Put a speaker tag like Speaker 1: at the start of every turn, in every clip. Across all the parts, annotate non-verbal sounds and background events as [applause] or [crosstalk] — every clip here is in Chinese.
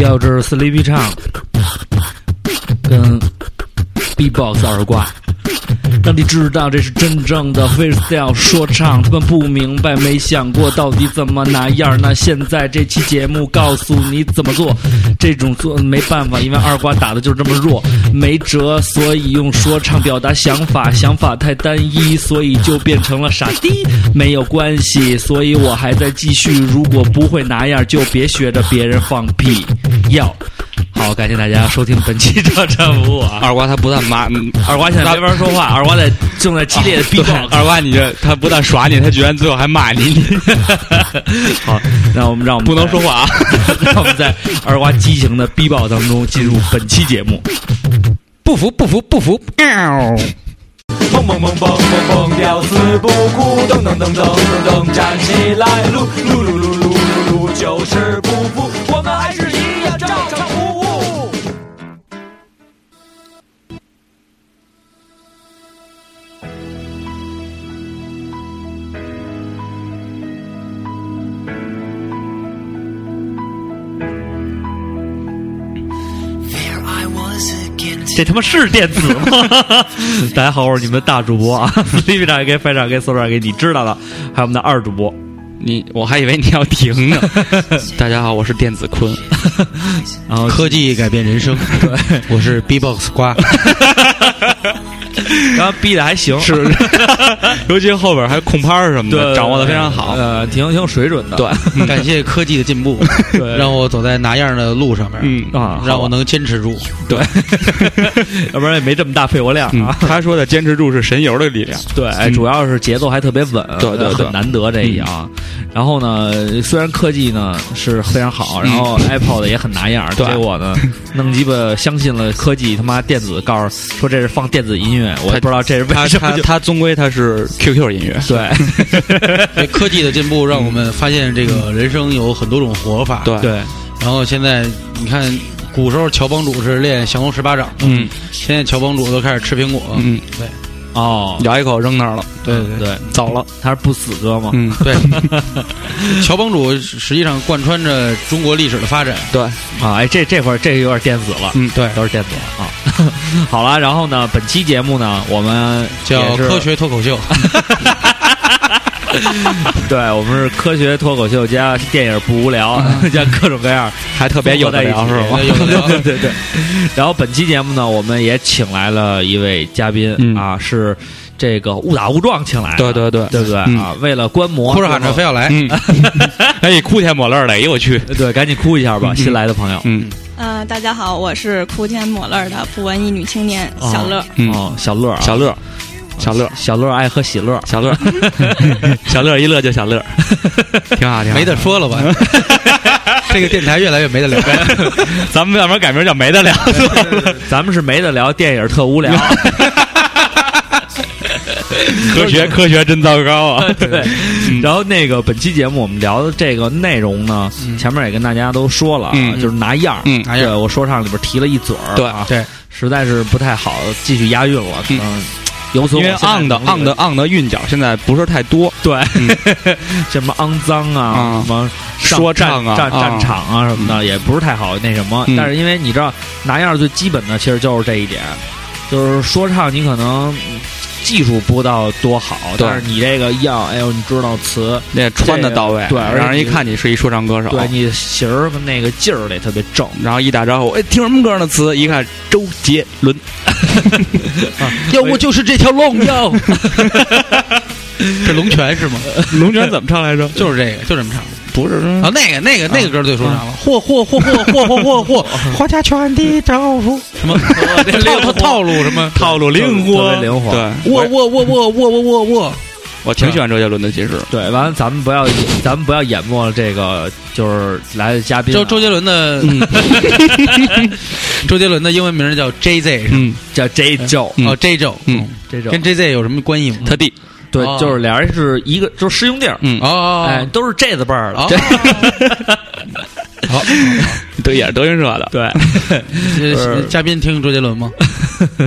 Speaker 1: 要是 Sleepy 唱跟 B-box 二瓜，让你知道这是真正的 freestyle 说唱。他们不明白，没想过到底怎么拿样儿。那现在这期节目告诉你怎么做。这种做没办法，因为二瓜打的就是这么弱，没辙，所以用说唱表达想法，想法太单一，所以就变成了傻逼。没有关系，所以我还在继续。如果不会拿样儿，就别学着别人放屁。要好，感谢大家收听本期的战服务啊。
Speaker 2: [laughs] 二瓜他不但骂，嗯
Speaker 1: 二瓜现在没法说话，二瓜在正在激烈的逼
Speaker 2: 对
Speaker 1: 撞。
Speaker 2: 二瓜你这他不但耍你，他居然最后还骂你，你
Speaker 1: 好，让我们让我们
Speaker 2: 不能
Speaker 1: 在
Speaker 2: 说，话啊！
Speaker 1: [laughs] 让我们在二瓜激情的逼爆当中进入本期节目。
Speaker 2: 不服不服不服！
Speaker 3: 蹦蹦蹦蹦蹦蹦，屌丝不哭，噔噔噔噔噔噔，站起来，撸撸撸撸撸撸撸，就是不服，我们还是一样照常服务。
Speaker 4: There I was again.
Speaker 1: 这他妈是电子吗？ [laughs] 大家好，我是你们的大主播啊，李队长给班长给搜长给你知道了，还有我们的二主播，
Speaker 2: 你我还以为你要停呢。大家好，我是电子坤，
Speaker 1: 然后
Speaker 5: 科技改变人生，我是 B-box 瓜，
Speaker 1: 然后逼的还行，
Speaker 2: [laughs] 是， [laughs] 尤其后边还空拍儿什么
Speaker 1: 对
Speaker 2: 的，掌握的非常好。
Speaker 1: 呃，挺挺有水准的，
Speaker 2: 对，
Speaker 5: 感谢科技的进步，
Speaker 1: 对
Speaker 5: 让我走在拿样的路上面，
Speaker 2: 嗯
Speaker 1: 啊，
Speaker 5: 让我能坚持住。
Speaker 1: 对， [laughs] 要不然也没这么大肺活量
Speaker 2: 嗯
Speaker 1: 啊。，
Speaker 2: 他说的坚持住是神游的力量。
Speaker 1: 对，哎主要是节奏还特别稳，
Speaker 2: 嗯对对对嗯
Speaker 1: 很难得这一啊。然后呢，虽然科技呢是非常好，然后 iPod 也很拿样儿，
Speaker 2: 对
Speaker 1: 结果呢，
Speaker 2: [laughs]
Speaker 1: 弄鸡巴相信了科技他妈电子，告诉说这是放电子音乐，我也不知道这是
Speaker 2: 他
Speaker 1: 为什么
Speaker 2: 他
Speaker 1: 就。
Speaker 2: 他终归他是 QQ 音乐，
Speaker 1: 对
Speaker 2: [laughs]
Speaker 5: 这科技的进步让我们发现，这个人生有很多种活法。
Speaker 2: 对
Speaker 1: 对，
Speaker 5: 然后现在你看，古时候乔帮主是练降龙十八掌，
Speaker 2: 嗯
Speaker 5: 现在乔帮主都开始吃苹果。
Speaker 2: 嗯，
Speaker 1: 哦，
Speaker 2: 咬一口扔那儿了，
Speaker 5: 对对
Speaker 1: 对，
Speaker 2: 走了。
Speaker 1: 他是不死哥嘛，
Speaker 2: 嗯，
Speaker 5: 对，乔帮主实际上贯穿着中国历史的发展。
Speaker 2: 对，
Speaker 1: 啊，哎，这这会儿这有点电子了，
Speaker 2: 嗯
Speaker 5: 对，
Speaker 1: 都是电子了啊。 [laughs] 好了，然后呢，本期节目呢，我们
Speaker 5: 叫
Speaker 1: 也是
Speaker 5: 科学脱口秀。
Speaker 1: 对，我们是科学脱口秀加电影不无聊，加各种各样，
Speaker 2: 还嗯特别有的聊是吧？
Speaker 5: 有的聊
Speaker 1: 对 [laughs] 对对。然后本期节目呢，我们也请来了一位嘉宾、
Speaker 2: 嗯
Speaker 1: 啊，是这个误打误撞请来的，
Speaker 2: 对对对
Speaker 1: 对不对、
Speaker 2: 嗯
Speaker 1: 啊？为了观摩，
Speaker 5: 哭着喊着非要来，
Speaker 2: 嗯， [laughs] 哎，哭天抹泪儿的，哎呦我去，
Speaker 1: 对，赶紧哭一下吧，
Speaker 2: 嗯
Speaker 1: 新来的朋友。
Speaker 2: 嗯
Speaker 6: 呃，大家好，我是哭天抹泪的不文艺女青年
Speaker 1: 哦
Speaker 6: 小乐。
Speaker 2: 嗯
Speaker 1: 哦，小乐啊，
Speaker 2: 小乐，小乐，
Speaker 1: 小乐爱喝喜乐，
Speaker 2: 小乐，小乐一乐就小乐， [laughs] 挺好挺好。
Speaker 5: 没得说了吧？这个电台越来越没得聊。
Speaker 2: 咱们要不然改名叫没 [laughs] 得聊，
Speaker 1: [laughs] 咱们是没得聊，电影特无
Speaker 2: [laughs]
Speaker 1: 聊。
Speaker 2: 科 [laughs] 学科学真糟糕啊！
Speaker 1: 对，然后那个本期节目我们聊的这个内容呢，前面也跟大家都说了啊，
Speaker 2: 嗯
Speaker 1: 就是拿样儿。
Speaker 2: 嗯
Speaker 5: 拿样
Speaker 1: 对我说唱里边提了一嘴儿，
Speaker 2: 对嗯
Speaker 1: 啊，
Speaker 5: 对，
Speaker 1: 实在是不太好继续押韵了，可能有所
Speaker 2: [laughs] 因为 on 的 on 的 on 的韵脚现在不是太多，
Speaker 1: 对， [laughs] 什么肮脏啊
Speaker 2: 啊，
Speaker 1: 什么上
Speaker 2: 说唱啊
Speaker 1: 战战
Speaker 2: 啊
Speaker 1: 战场啊什么的，也不是太好那什么。
Speaker 2: 嗯
Speaker 1: 但是因为你知道，拿样儿最基本的其实就是这一点，就是说唱你可能嗯技术不到多好，
Speaker 2: 对
Speaker 1: 但是你这个要，哎呦，你知道词，
Speaker 2: 那穿的到位，
Speaker 1: 这个对而且
Speaker 2: 让人一
Speaker 1: 你
Speaker 2: 看你是一说唱歌手，
Speaker 1: 对你形儿跟那个劲儿得特别正。
Speaker 2: 然后一打招呼，哎，听什么歌呢？词一看周杰伦，
Speaker 5: 要不就是这
Speaker 1: [laughs]
Speaker 5: 条龙要，是龙泉是吗？
Speaker 2: [laughs] 龙泉怎么唱来着？
Speaker 5: 就是这个，就这么唱。
Speaker 2: [laughs] 不是
Speaker 5: 啊，那个那个那个歌最说唱了，嚯嚯嚯嚯嚯嚯嚯嚯，花家全的招呼什么套套套路什么。
Speaker 2: 套路灵
Speaker 1: 特
Speaker 2: 活，
Speaker 1: 别灵活
Speaker 2: 对，
Speaker 5: 我
Speaker 2: 我
Speaker 5: 我我我我我我我，
Speaker 2: 我挺喜欢周杰伦的，其实
Speaker 1: 对，完了，咱们不要，咱们不要淹没这个，就是来的嘉宾啊、
Speaker 5: 周周杰伦的，周杰伦的英文名叫 J Z，
Speaker 2: 嗯，
Speaker 1: 叫 J 周，
Speaker 2: 嗯
Speaker 5: 哦 J 周，
Speaker 2: 嗯，
Speaker 1: 这周
Speaker 5: 跟 J Z 有什么关系吗？
Speaker 2: 他弟，
Speaker 1: 对，
Speaker 5: 哦
Speaker 1: 就是俩人是一个，就是师兄弟儿，
Speaker 2: 嗯，
Speaker 5: 哦
Speaker 1: [laughs] 哎，都是 J 字辈儿的，
Speaker 5: 哦，好，
Speaker 2: 对，也是德云社的。
Speaker 1: 对，
Speaker 5: 这嘉宾听周杰伦吗？
Speaker 2: [laughs]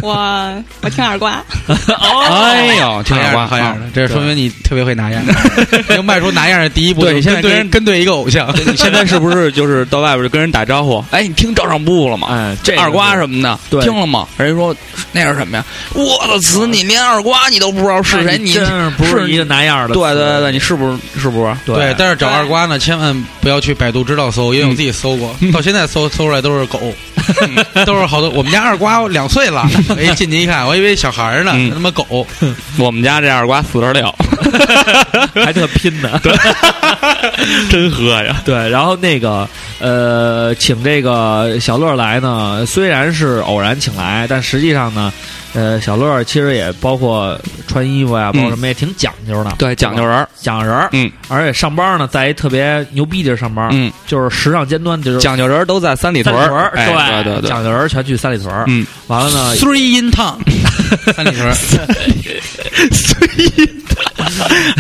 Speaker 6: 我我听耳瓜，
Speaker 2: [laughs] 哎呦，听耳
Speaker 5: 好样
Speaker 2: 瓜，
Speaker 5: 儿好样儿的，这说明你特别会拿样儿， [laughs] 能迈出拿样儿的第一步。
Speaker 2: 对
Speaker 5: 就
Speaker 2: 你现在
Speaker 5: 跟
Speaker 2: 跟
Speaker 5: 对
Speaker 2: 人
Speaker 5: 跟对一个偶像，
Speaker 2: 对 [laughs] 你现在是不是就是到外边就跟人打招呼？哎，你听照上部了吗？
Speaker 1: 哎，这个
Speaker 2: 二瓜什么的，
Speaker 1: 对
Speaker 2: 听了吗？人家说那是什么呀？我的词，你连二瓜你都不知道哎是谁，
Speaker 1: 你
Speaker 2: 你
Speaker 1: 真是不
Speaker 2: 是
Speaker 1: 是一个拿样的
Speaker 2: 对
Speaker 1: 词。
Speaker 2: 对对对，你是不是是不是？
Speaker 5: [laughs] 对，但是找
Speaker 6: 对
Speaker 5: 二瓜呢，千万不要去百度知道搜，因为我自己搜过，到现在搜搜出来都是狗， [laughs] 都是好多。我们家二瓜两岁 [laughs] 了，我一进去一看，我以为小孩儿呢
Speaker 2: 嗯，
Speaker 5: 他妈狗。
Speaker 2: 我们家这二瓜四十六，
Speaker 1: 还特拼 [laughs] 呢。
Speaker 2: [laughs] 真喝呀！
Speaker 1: 对，然后那个呃，请这个小乐来呢，虽然是偶然请来，但实际上呢，呃，小乐其实也包括穿衣服呀，包括什么也挺讲究的，
Speaker 2: 嗯对，讲究人儿，
Speaker 1: 讲人儿。
Speaker 2: 嗯，
Speaker 1: 而且上班呢，在一特别牛逼地儿上班，
Speaker 2: 嗯，
Speaker 1: 就是时尚尖端，就是
Speaker 2: 讲究人儿都在三里
Speaker 1: 三
Speaker 2: 屯
Speaker 1: 里屯
Speaker 2: 儿
Speaker 1: 儿，，
Speaker 2: 哎，对
Speaker 1: 对
Speaker 2: 对对，
Speaker 1: 讲究人儿全去三里屯儿。
Speaker 2: 嗯，
Speaker 1: 完了呢，
Speaker 5: Three in town，三里 [laughs] 屯，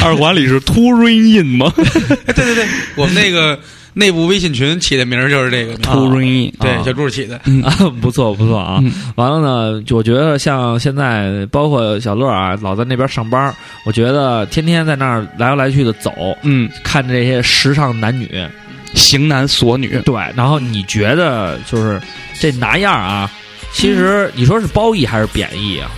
Speaker 2: 二瓜里是 t u r i n [laughs] 吗
Speaker 5: 哎对对对，我们那个内部微信群起的名儿就是这个名儿，
Speaker 2: t u r i
Speaker 5: 对，小柱起的。
Speaker 1: 啊， [laughs] 不错不错啊。完了呢，就我觉得像现在包括小乐啊，老在那边上班儿，我觉得天天在那儿来来去的走，
Speaker 2: 嗯，
Speaker 1: 看这些时尚男女，
Speaker 2: 型男索女，
Speaker 1: 对。然后你觉得就是这拿样儿啊？其实你说是褒义还是贬义啊？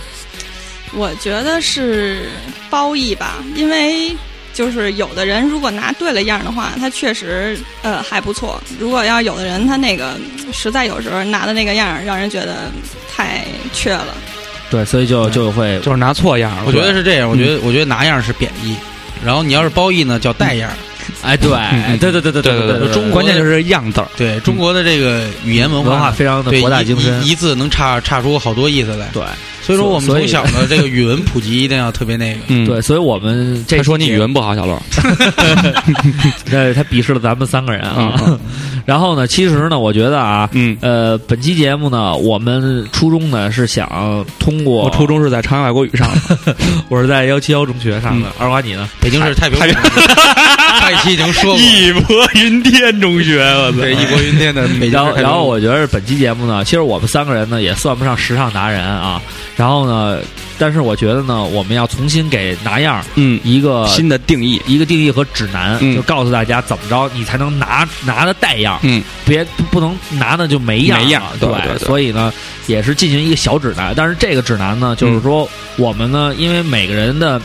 Speaker 6: 我觉得是褒义吧，因为就是有的人如果拿对了样儿的话，他确实呃还不错。如果要有的人他那个实在有时候拿的那个样儿让人觉得太缺了，
Speaker 1: 对，所以就就会
Speaker 2: 就是拿错样了。
Speaker 5: 我觉得是这样，我觉得我觉得拿样儿是贬义，然后你要是褒义呢叫带样儿。
Speaker 1: 哎，对
Speaker 2: 嗯
Speaker 1: 对对对对
Speaker 2: 对对
Speaker 1: 对
Speaker 2: 对，
Speaker 1: 中国
Speaker 2: 关键就是样字儿。
Speaker 5: 对中国的这个语言文
Speaker 1: 文化
Speaker 5: 化。
Speaker 1: 非常的
Speaker 5: 对，
Speaker 1: 博大
Speaker 5: 一
Speaker 1: 精深
Speaker 5: 一，一字能差差出好多意思来，
Speaker 1: 对
Speaker 5: 所以说我们
Speaker 1: 所以
Speaker 5: 从小的这个语文普及一定要特别那个。
Speaker 2: 嗯，
Speaker 1: 对，所以我们这
Speaker 2: 他说你
Speaker 1: 期
Speaker 2: 语文不好，小乐。
Speaker 1: 呃，他鄙视了咱们三个人啊。 [laughs] 然后呢，其实呢，我觉得啊，
Speaker 2: 嗯，
Speaker 1: 呃，本期节目呢，我们初衷呢是想通过
Speaker 2: 我初中是在朝阳外国语上的。
Speaker 1: 我是在幺七幺中学上的，二瓜你呢？
Speaker 5: 北京市太平
Speaker 2: 太
Speaker 5: 湖， [laughs] 上一期已经说 [laughs] 过，
Speaker 2: 博云天中学，我
Speaker 5: 对义薄云天的北京市
Speaker 1: 然后，
Speaker 5: 太平湖
Speaker 1: 然后我觉得本期节目呢，其实我们三个人呢也算不上时尚达人啊。然后呢，但是我觉得呢，我们要重新给拿样儿
Speaker 2: 嗯，
Speaker 1: 一个
Speaker 2: 新的定义，
Speaker 1: 一个定义和指南，
Speaker 2: 嗯
Speaker 1: 就告诉大家怎么着你才能拿拿的带样，
Speaker 2: 嗯，
Speaker 1: 别不不能拿的就没样了
Speaker 2: 没样
Speaker 1: 对
Speaker 2: 对对对
Speaker 1: 所以呢，也是进行一个小指南，但是这个指南呢，
Speaker 2: 嗯
Speaker 1: 就是说我们呢，因为每个人的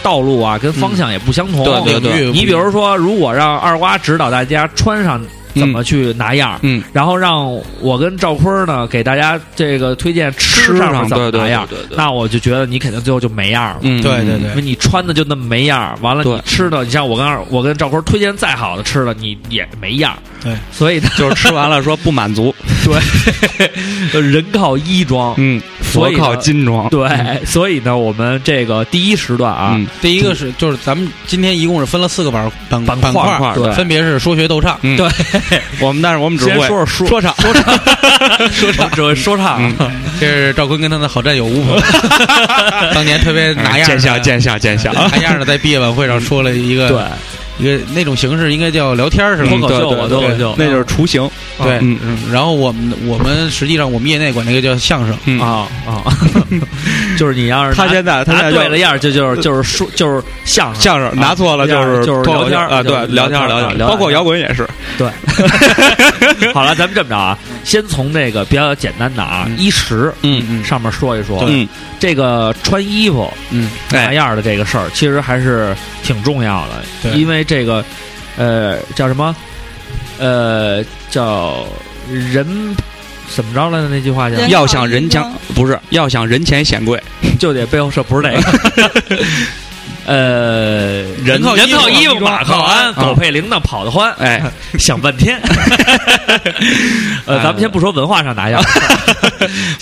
Speaker 1: 道路啊跟方向也不相同，
Speaker 2: 嗯对对对
Speaker 5: 领域
Speaker 1: 你比如说，如果让二瓜指导大家穿上怎么去拿样儿，
Speaker 2: 嗯，
Speaker 1: 然后让我跟赵坤儿呢给大家这个推荐吃上面
Speaker 2: 上
Speaker 1: 怎么
Speaker 2: 对
Speaker 1: 拿
Speaker 2: 对
Speaker 1: 样儿，
Speaker 2: 对对，对
Speaker 1: 那我就觉得你肯定最后就没样儿了。
Speaker 2: 嗯，
Speaker 5: 对对
Speaker 2: 嗯
Speaker 5: 对
Speaker 1: 因为你穿的就那么没样儿，完了
Speaker 2: 对
Speaker 1: 你吃的，你像我跟二我跟赵坤儿推荐再好的吃的，你也没样儿。
Speaker 5: 对，
Speaker 1: 所
Speaker 2: [laughs]
Speaker 1: 以呢，
Speaker 2: 就是吃完了说不满足，
Speaker 1: 人靠衣装，
Speaker 2: 嗯，
Speaker 1: 所
Speaker 2: 佛
Speaker 1: 以呢
Speaker 2: 靠金装，
Speaker 1: 对，所以呢，我这这个第一时段啊，
Speaker 2: 嗯，
Speaker 5: 第一个是就是咱们今天一共是分了四个板板
Speaker 1: 板
Speaker 5: 板
Speaker 1: 块
Speaker 5: 块，
Speaker 1: 对
Speaker 5: 分别是说学逗唱，
Speaker 2: 嗯 [laughs] 我们但是我们只
Speaker 1: 先
Speaker 2: 会
Speaker 1: 说说说
Speaker 2: 说唱，
Speaker 1: 说唱，说唱，只会说唱，
Speaker 2: 嗯
Speaker 5: 这是赵坤跟他的好战友吴 [laughs] 鹏，当年特别拿样
Speaker 2: 见笑
Speaker 5: 的，
Speaker 2: 见笑见笑，
Speaker 5: 拿样的在毕业晚会上说了一
Speaker 1: 对
Speaker 5: 个，一个那种形式，应该叫聊天儿是吧
Speaker 1: 脱？口秀嘛，
Speaker 2: 对对嗯对
Speaker 1: 脱口秀，
Speaker 2: 那就是雏形，
Speaker 5: 对，
Speaker 2: 嗯
Speaker 5: 嗯然后我们我们实际上我们业内管那个叫相声。
Speaker 2: 嗯
Speaker 1: 啊啊， [laughs] 就是你要是
Speaker 2: 他
Speaker 1: 拿
Speaker 2: 现在他
Speaker 1: 拿
Speaker 2: 现在
Speaker 1: 对
Speaker 2: 就
Speaker 1: 了样儿，就就是就是说就是啊相声，
Speaker 2: 相声拿错了
Speaker 1: 啊
Speaker 2: 是
Speaker 1: 就是
Speaker 2: 脱
Speaker 1: 聊
Speaker 2: 口
Speaker 1: 天
Speaker 2: 秀
Speaker 1: 儿
Speaker 2: 啊，
Speaker 1: 就是
Speaker 2: 对，
Speaker 1: 聊
Speaker 2: 聊
Speaker 1: 天
Speaker 2: 天
Speaker 1: 儿
Speaker 2: 儿
Speaker 1: 啊
Speaker 2: 聊
Speaker 1: 聊
Speaker 2: 天儿，包
Speaker 1: 天儿
Speaker 2: 括摇滚也是，
Speaker 1: [laughs] 好了，咱们这么着啊，先从这个比较简单的啊，衣食
Speaker 2: 嗯嗯
Speaker 1: 上面说一说。
Speaker 2: 嗯，
Speaker 1: 这个穿衣服
Speaker 5: 嗯，
Speaker 1: 拿
Speaker 2: 哎，
Speaker 1: 样儿的这个事儿，其实还是挺重要的，
Speaker 5: 对
Speaker 1: 因为这个呃叫什么呃叫人怎么着来着那句话叫
Speaker 6: 人
Speaker 2: 要想人
Speaker 6: 好
Speaker 2: 强不是要想人前显贵，
Speaker 1: 就得背后射，不是这个。 [laughs] 呃，人
Speaker 5: 人靠
Speaker 1: 人
Speaker 5: 衣服
Speaker 1: 靠衣服，马靠鞍，
Speaker 2: 啊
Speaker 1: 狗配铃铛，跑得欢。
Speaker 2: 哎，
Speaker 1: 想半 [laughs] 天。呃，咱们先不说文化上 [laughs] 拿样，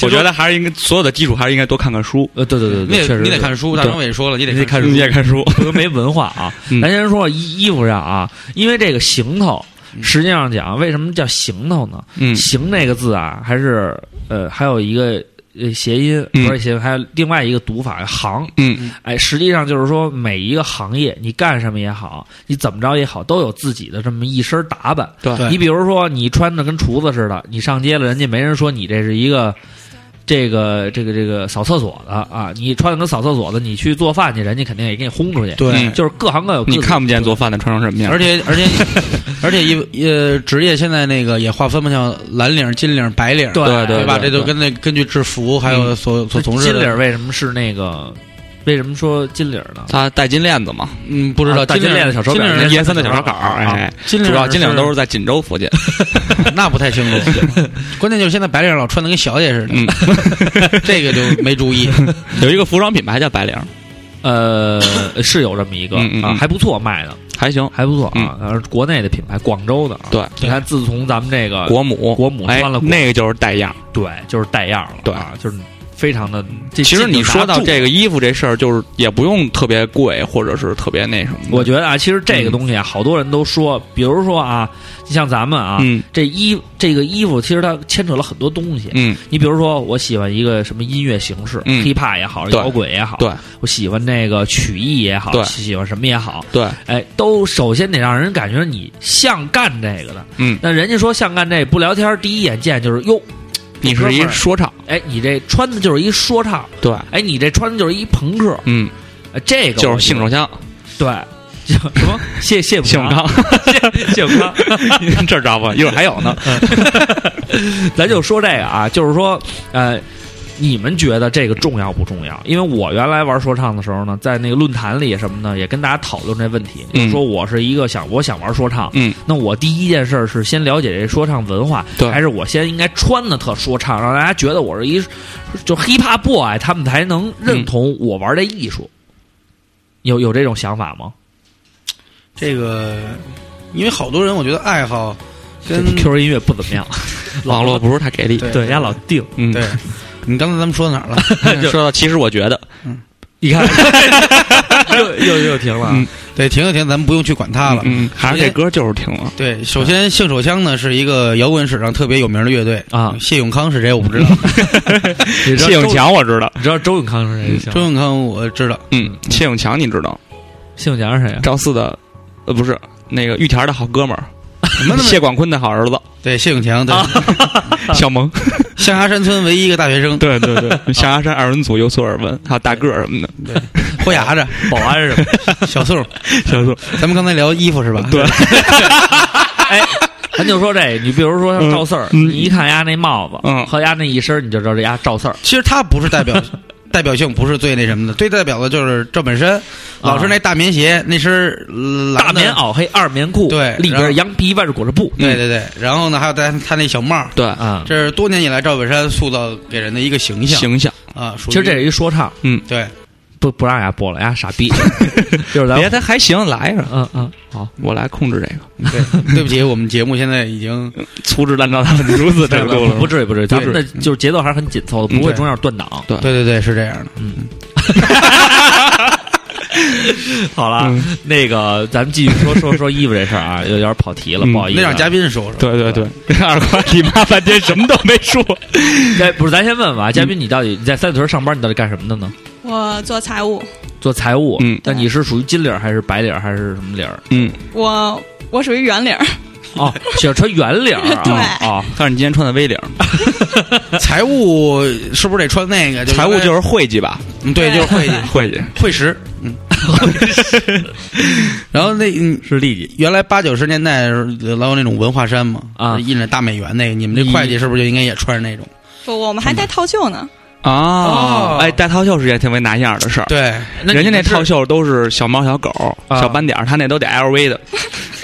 Speaker 2: 我觉得还是应该所有的基础还是应该多看看书，
Speaker 1: 呃，对对对
Speaker 5: 你
Speaker 1: 对，确
Speaker 5: 得
Speaker 1: 实
Speaker 5: 你得
Speaker 1: 是
Speaker 5: 看书，大张伟说了，你得
Speaker 2: 你
Speaker 5: 看书。
Speaker 2: 你也看书，
Speaker 1: 不是 [laughs] 没文化啊。
Speaker 2: 嗯
Speaker 1: 咱先说衣衣服上啊，因为这个行头，
Speaker 2: 嗯
Speaker 1: 实际上讲，为什么叫行头呢？
Speaker 2: 嗯
Speaker 1: 行这个字啊，还是呃，还有一个呃谐音，
Speaker 5: 嗯
Speaker 1: 不是谐音，还有另外一个读法行。
Speaker 5: 嗯，
Speaker 1: 哎，实际上就是说，每一个行业，你干什么也好，你怎么着也好，都有自己的这么一身打扮。
Speaker 5: 对
Speaker 1: 你比如说，你穿的跟厨子似的，你上街了，人家没人说你这是一个这个这个这个扫厕所的啊。你穿的跟扫厕所的，你去做饭去，人家肯定也给你轰出去。
Speaker 5: 对
Speaker 1: 就是各行各有各
Speaker 2: 你
Speaker 1: 自
Speaker 2: 看不见做饭的穿成什么样，
Speaker 5: [laughs] 而且而且而且一呃职业现在那个也划分不像蓝领、金领、白领，
Speaker 1: 对嗯
Speaker 2: 对
Speaker 5: 对吧？
Speaker 2: 对
Speaker 5: 这就跟那根据制服还有所所从事
Speaker 1: 金领儿
Speaker 5: 的，
Speaker 1: 为什么是那个？为什么说金领儿呢？
Speaker 2: 他戴金链子嘛，
Speaker 5: 嗯，不知道
Speaker 1: 啊大
Speaker 5: 金
Speaker 1: 金链子小手
Speaker 5: 金
Speaker 1: 表
Speaker 5: 领
Speaker 1: 那
Speaker 2: 叶三的小烧烤，
Speaker 1: 啊
Speaker 2: 哎，
Speaker 5: 金领
Speaker 2: 主要金领都
Speaker 5: 是
Speaker 2: 是在锦州
Speaker 1: [laughs]
Speaker 2: 附近，
Speaker 5: 那不太清楚， [laughs] 关键就是现在白领老穿的跟小姐似
Speaker 2: 嗯，
Speaker 5: 的， [laughs] 这个就没注
Speaker 1: [laughs]
Speaker 5: 意。
Speaker 2: 有一个服装品牌叫白领，
Speaker 1: 呃， [laughs] 是有这么一个
Speaker 2: 嗯嗯
Speaker 1: 啊，
Speaker 2: 嗯
Speaker 1: 还不错卖的，
Speaker 2: 还行，
Speaker 1: 还不错啊
Speaker 2: 嗯，
Speaker 1: 呃国内的品牌，广州的啊。
Speaker 2: 对
Speaker 1: 你看，自从咱们这个
Speaker 2: 国母
Speaker 1: 国母
Speaker 2: 哎
Speaker 1: 穿了，国
Speaker 2: 那个就是带样。
Speaker 1: 对，就是带样了，
Speaker 2: 对
Speaker 1: 啊，就是非常的。其
Speaker 2: 其实你说到
Speaker 1: 个，
Speaker 2: 这个衣服这事儿，就是也不用特别贵，或者是特别那什么的。
Speaker 1: 我觉得啊，其实这
Speaker 2: 嗯
Speaker 1: 个东西啊，好多人都说，比如说啊，你像咱们啊，
Speaker 2: 嗯
Speaker 1: 这衣这个衣服，其实它牵扯了很多东西。
Speaker 2: 嗯，
Speaker 1: 你比如说，我喜欢一个什么音乐形式、
Speaker 2: 嗯
Speaker 1: h i p h o p 也好，
Speaker 2: 对
Speaker 1: 摇滚也好，
Speaker 2: 对
Speaker 1: 我喜欢那个曲艺也好，
Speaker 2: 对
Speaker 1: 喜欢什么也好，
Speaker 2: 对，
Speaker 1: 哎，都首先得让人感觉你像干这个的。
Speaker 2: 嗯，
Speaker 1: 那人家说像干这不聊天，第一眼见就是哟，
Speaker 2: 你是一
Speaker 1: 哥们儿
Speaker 2: 说唱，
Speaker 1: 哎，你这穿的就是一说唱，
Speaker 2: 对，
Speaker 1: 哎，你这穿的就是一朋克，
Speaker 2: 嗯，
Speaker 1: 哎这个
Speaker 2: 就
Speaker 1: 我
Speaker 2: 是
Speaker 1: 觉
Speaker 2: 性
Speaker 1: 得啊
Speaker 2: 手枪，
Speaker 1: 对，叫什么谢谢
Speaker 2: 性手
Speaker 1: 康，
Speaker 2: 枪，
Speaker 1: 谢谢康， [laughs]
Speaker 2: 这知道 [laughs] 吧？一会儿还有呢。
Speaker 1: 嗯咱就说这个啊，就是说，呃，你们觉得这个重要不重要？因为我原来玩说唱的时候呢，在那个论坛里什么呢，也跟大家讨论这问题，就是说我是一个想我想玩说唱，
Speaker 2: 嗯，
Speaker 1: 那我第一件事儿是先了解这说唱文化，
Speaker 2: 对
Speaker 1: 还是我先应该穿的特说唱，让大家觉得我是一就 hip hop boy，他们才能认
Speaker 2: 嗯
Speaker 1: 同我玩这艺术。有有这种想法吗？
Speaker 5: 这个，因为好多人我觉得爱好跟
Speaker 1: 这 Q 音乐不怎么 [laughs] 样，
Speaker 2: 网络不是太给力，
Speaker 5: 对
Speaker 1: 对人家老定，
Speaker 2: 嗯，
Speaker 5: 对，你刚才咱们说到哪
Speaker 1: [laughs]
Speaker 5: 儿了？
Speaker 2: 说到其实我觉得，
Speaker 1: 你看又又又停了啊。
Speaker 2: 嗯
Speaker 5: 对，停一停，咱们不用去管
Speaker 1: 啊
Speaker 5: 它了。
Speaker 2: 嗯，还是这歌就是挺了，
Speaker 5: 对，首先性手枪呢是一个摇滚史上特别有名的乐队
Speaker 1: 啊
Speaker 5: 谢永康是谁我不知道，
Speaker 1: 你知道
Speaker 2: 谢永
Speaker 1: 周，
Speaker 2: 强我知道，
Speaker 1: 你知道周永康是谁就行
Speaker 5: 周
Speaker 1: 了？
Speaker 5: 永康我知道，
Speaker 2: 嗯，谢永强你知道，
Speaker 1: 谢永强是谁啊？
Speaker 2: [laughs] 赵四的，呃，不是那个玉田的好哥们儿，谢广坤的好儿子
Speaker 5: 对，谢永强，对，
Speaker 2: 小萌，
Speaker 5: 象牙山村唯一一个大学生，
Speaker 2: 啊 [laughs] 对对 [laughs] 对，象牙山二人组有所耳闻，还有大个儿什么的，
Speaker 5: 豁牙子，
Speaker 1: 保安是吧？
Speaker 5: 小宋，
Speaker 2: 小宋，
Speaker 5: 咱们刚才聊衣服是吧？
Speaker 2: [laughs] 对，
Speaker 1: [laughs] 哎，咱就说这，你比如说像赵四儿，
Speaker 2: 嗯
Speaker 1: 你一看丫那帽子，
Speaker 2: 嗯
Speaker 1: 和丫那一身，你就知道这丫赵四儿。
Speaker 5: 其实他不是代表代表性，不是最那什么的，最代表的就是赵本山老师那大棉鞋，那身蓝
Speaker 1: 大
Speaker 5: 的
Speaker 1: 棉，袄黑，二棉裤，
Speaker 5: 对
Speaker 1: 里边
Speaker 5: 然后
Speaker 1: 是羊皮，外是裹着布。
Speaker 5: 对对对，然后呢还有他他那小帽儿，
Speaker 2: 对，
Speaker 1: 啊，
Speaker 5: 这是多年以来赵本山塑造给人的一个形象
Speaker 2: 形象，
Speaker 5: 啊。属于
Speaker 1: 其实这是一说唱，
Speaker 5: 对，
Speaker 1: 不不让丫播了，丫傻逼，就是咱
Speaker 2: 别
Speaker 1: 们。
Speaker 2: 他还行，来着，
Speaker 1: 嗯嗯，好，
Speaker 2: 我来控制这个，
Speaker 5: 对，对不起，我们节目现在已经
Speaker 2: 粗制滥造到如此程度
Speaker 1: 不
Speaker 2: 了，
Speaker 1: 至于不至于，咱们
Speaker 5: 不
Speaker 1: 的就是节奏还是很紧凑的，不会
Speaker 5: 嗯对
Speaker 1: 中间断档。
Speaker 2: 对
Speaker 5: 对对对是这样的。
Speaker 1: [laughs] 好了，
Speaker 2: 嗯
Speaker 1: 那个咱们继续说说说衣服这事儿啊，有点跑题了，
Speaker 2: 嗯
Speaker 1: 不好意思
Speaker 5: 那
Speaker 1: 啊。
Speaker 5: 让嘉宾说说，
Speaker 2: [laughs] 对对对，二瓜你妈半天什么都没
Speaker 1: [laughs]
Speaker 2: 说，嗯
Speaker 1: 哎，不是，咱先问问啊，嘉宾，你到底你在三里屯上班，你到底干什么的呢？
Speaker 6: 我做财务，
Speaker 1: 做财务，
Speaker 2: 嗯
Speaker 1: 那你是属于金领儿还是白领儿还是什么领儿？
Speaker 2: 嗯，
Speaker 6: 我我属于圆领儿，
Speaker 1: 哦，喜欢穿圆领
Speaker 2: [laughs]
Speaker 1: 儿啊，
Speaker 6: 对
Speaker 1: 啊，
Speaker 2: 但是你今天穿的 V 领，
Speaker 5: 财务是不是得穿那个？
Speaker 2: 财务就是是会计吧，
Speaker 5: 嗯对，就是会计
Speaker 2: [laughs] 会计，
Speaker 5: 会食，嗯，
Speaker 2: [laughs]
Speaker 5: 然后那嗯
Speaker 1: 是利己。
Speaker 5: 原来八九十年代老有那种文化衫嘛，
Speaker 1: 啊
Speaker 5: 印着大美元那个，你们这会计是不是就应该也穿着那种？
Speaker 6: 不，我们还带套袖呢。
Speaker 2: 哦
Speaker 5: 哦，
Speaker 2: 哎，戴套袖是件特别拿样儿的事儿。
Speaker 5: 对，
Speaker 1: 那
Speaker 2: 人家那
Speaker 1: 你是
Speaker 2: 套袖都是小猫、小狗、
Speaker 1: 啊
Speaker 2: 小斑点儿，他那都得 LV 的。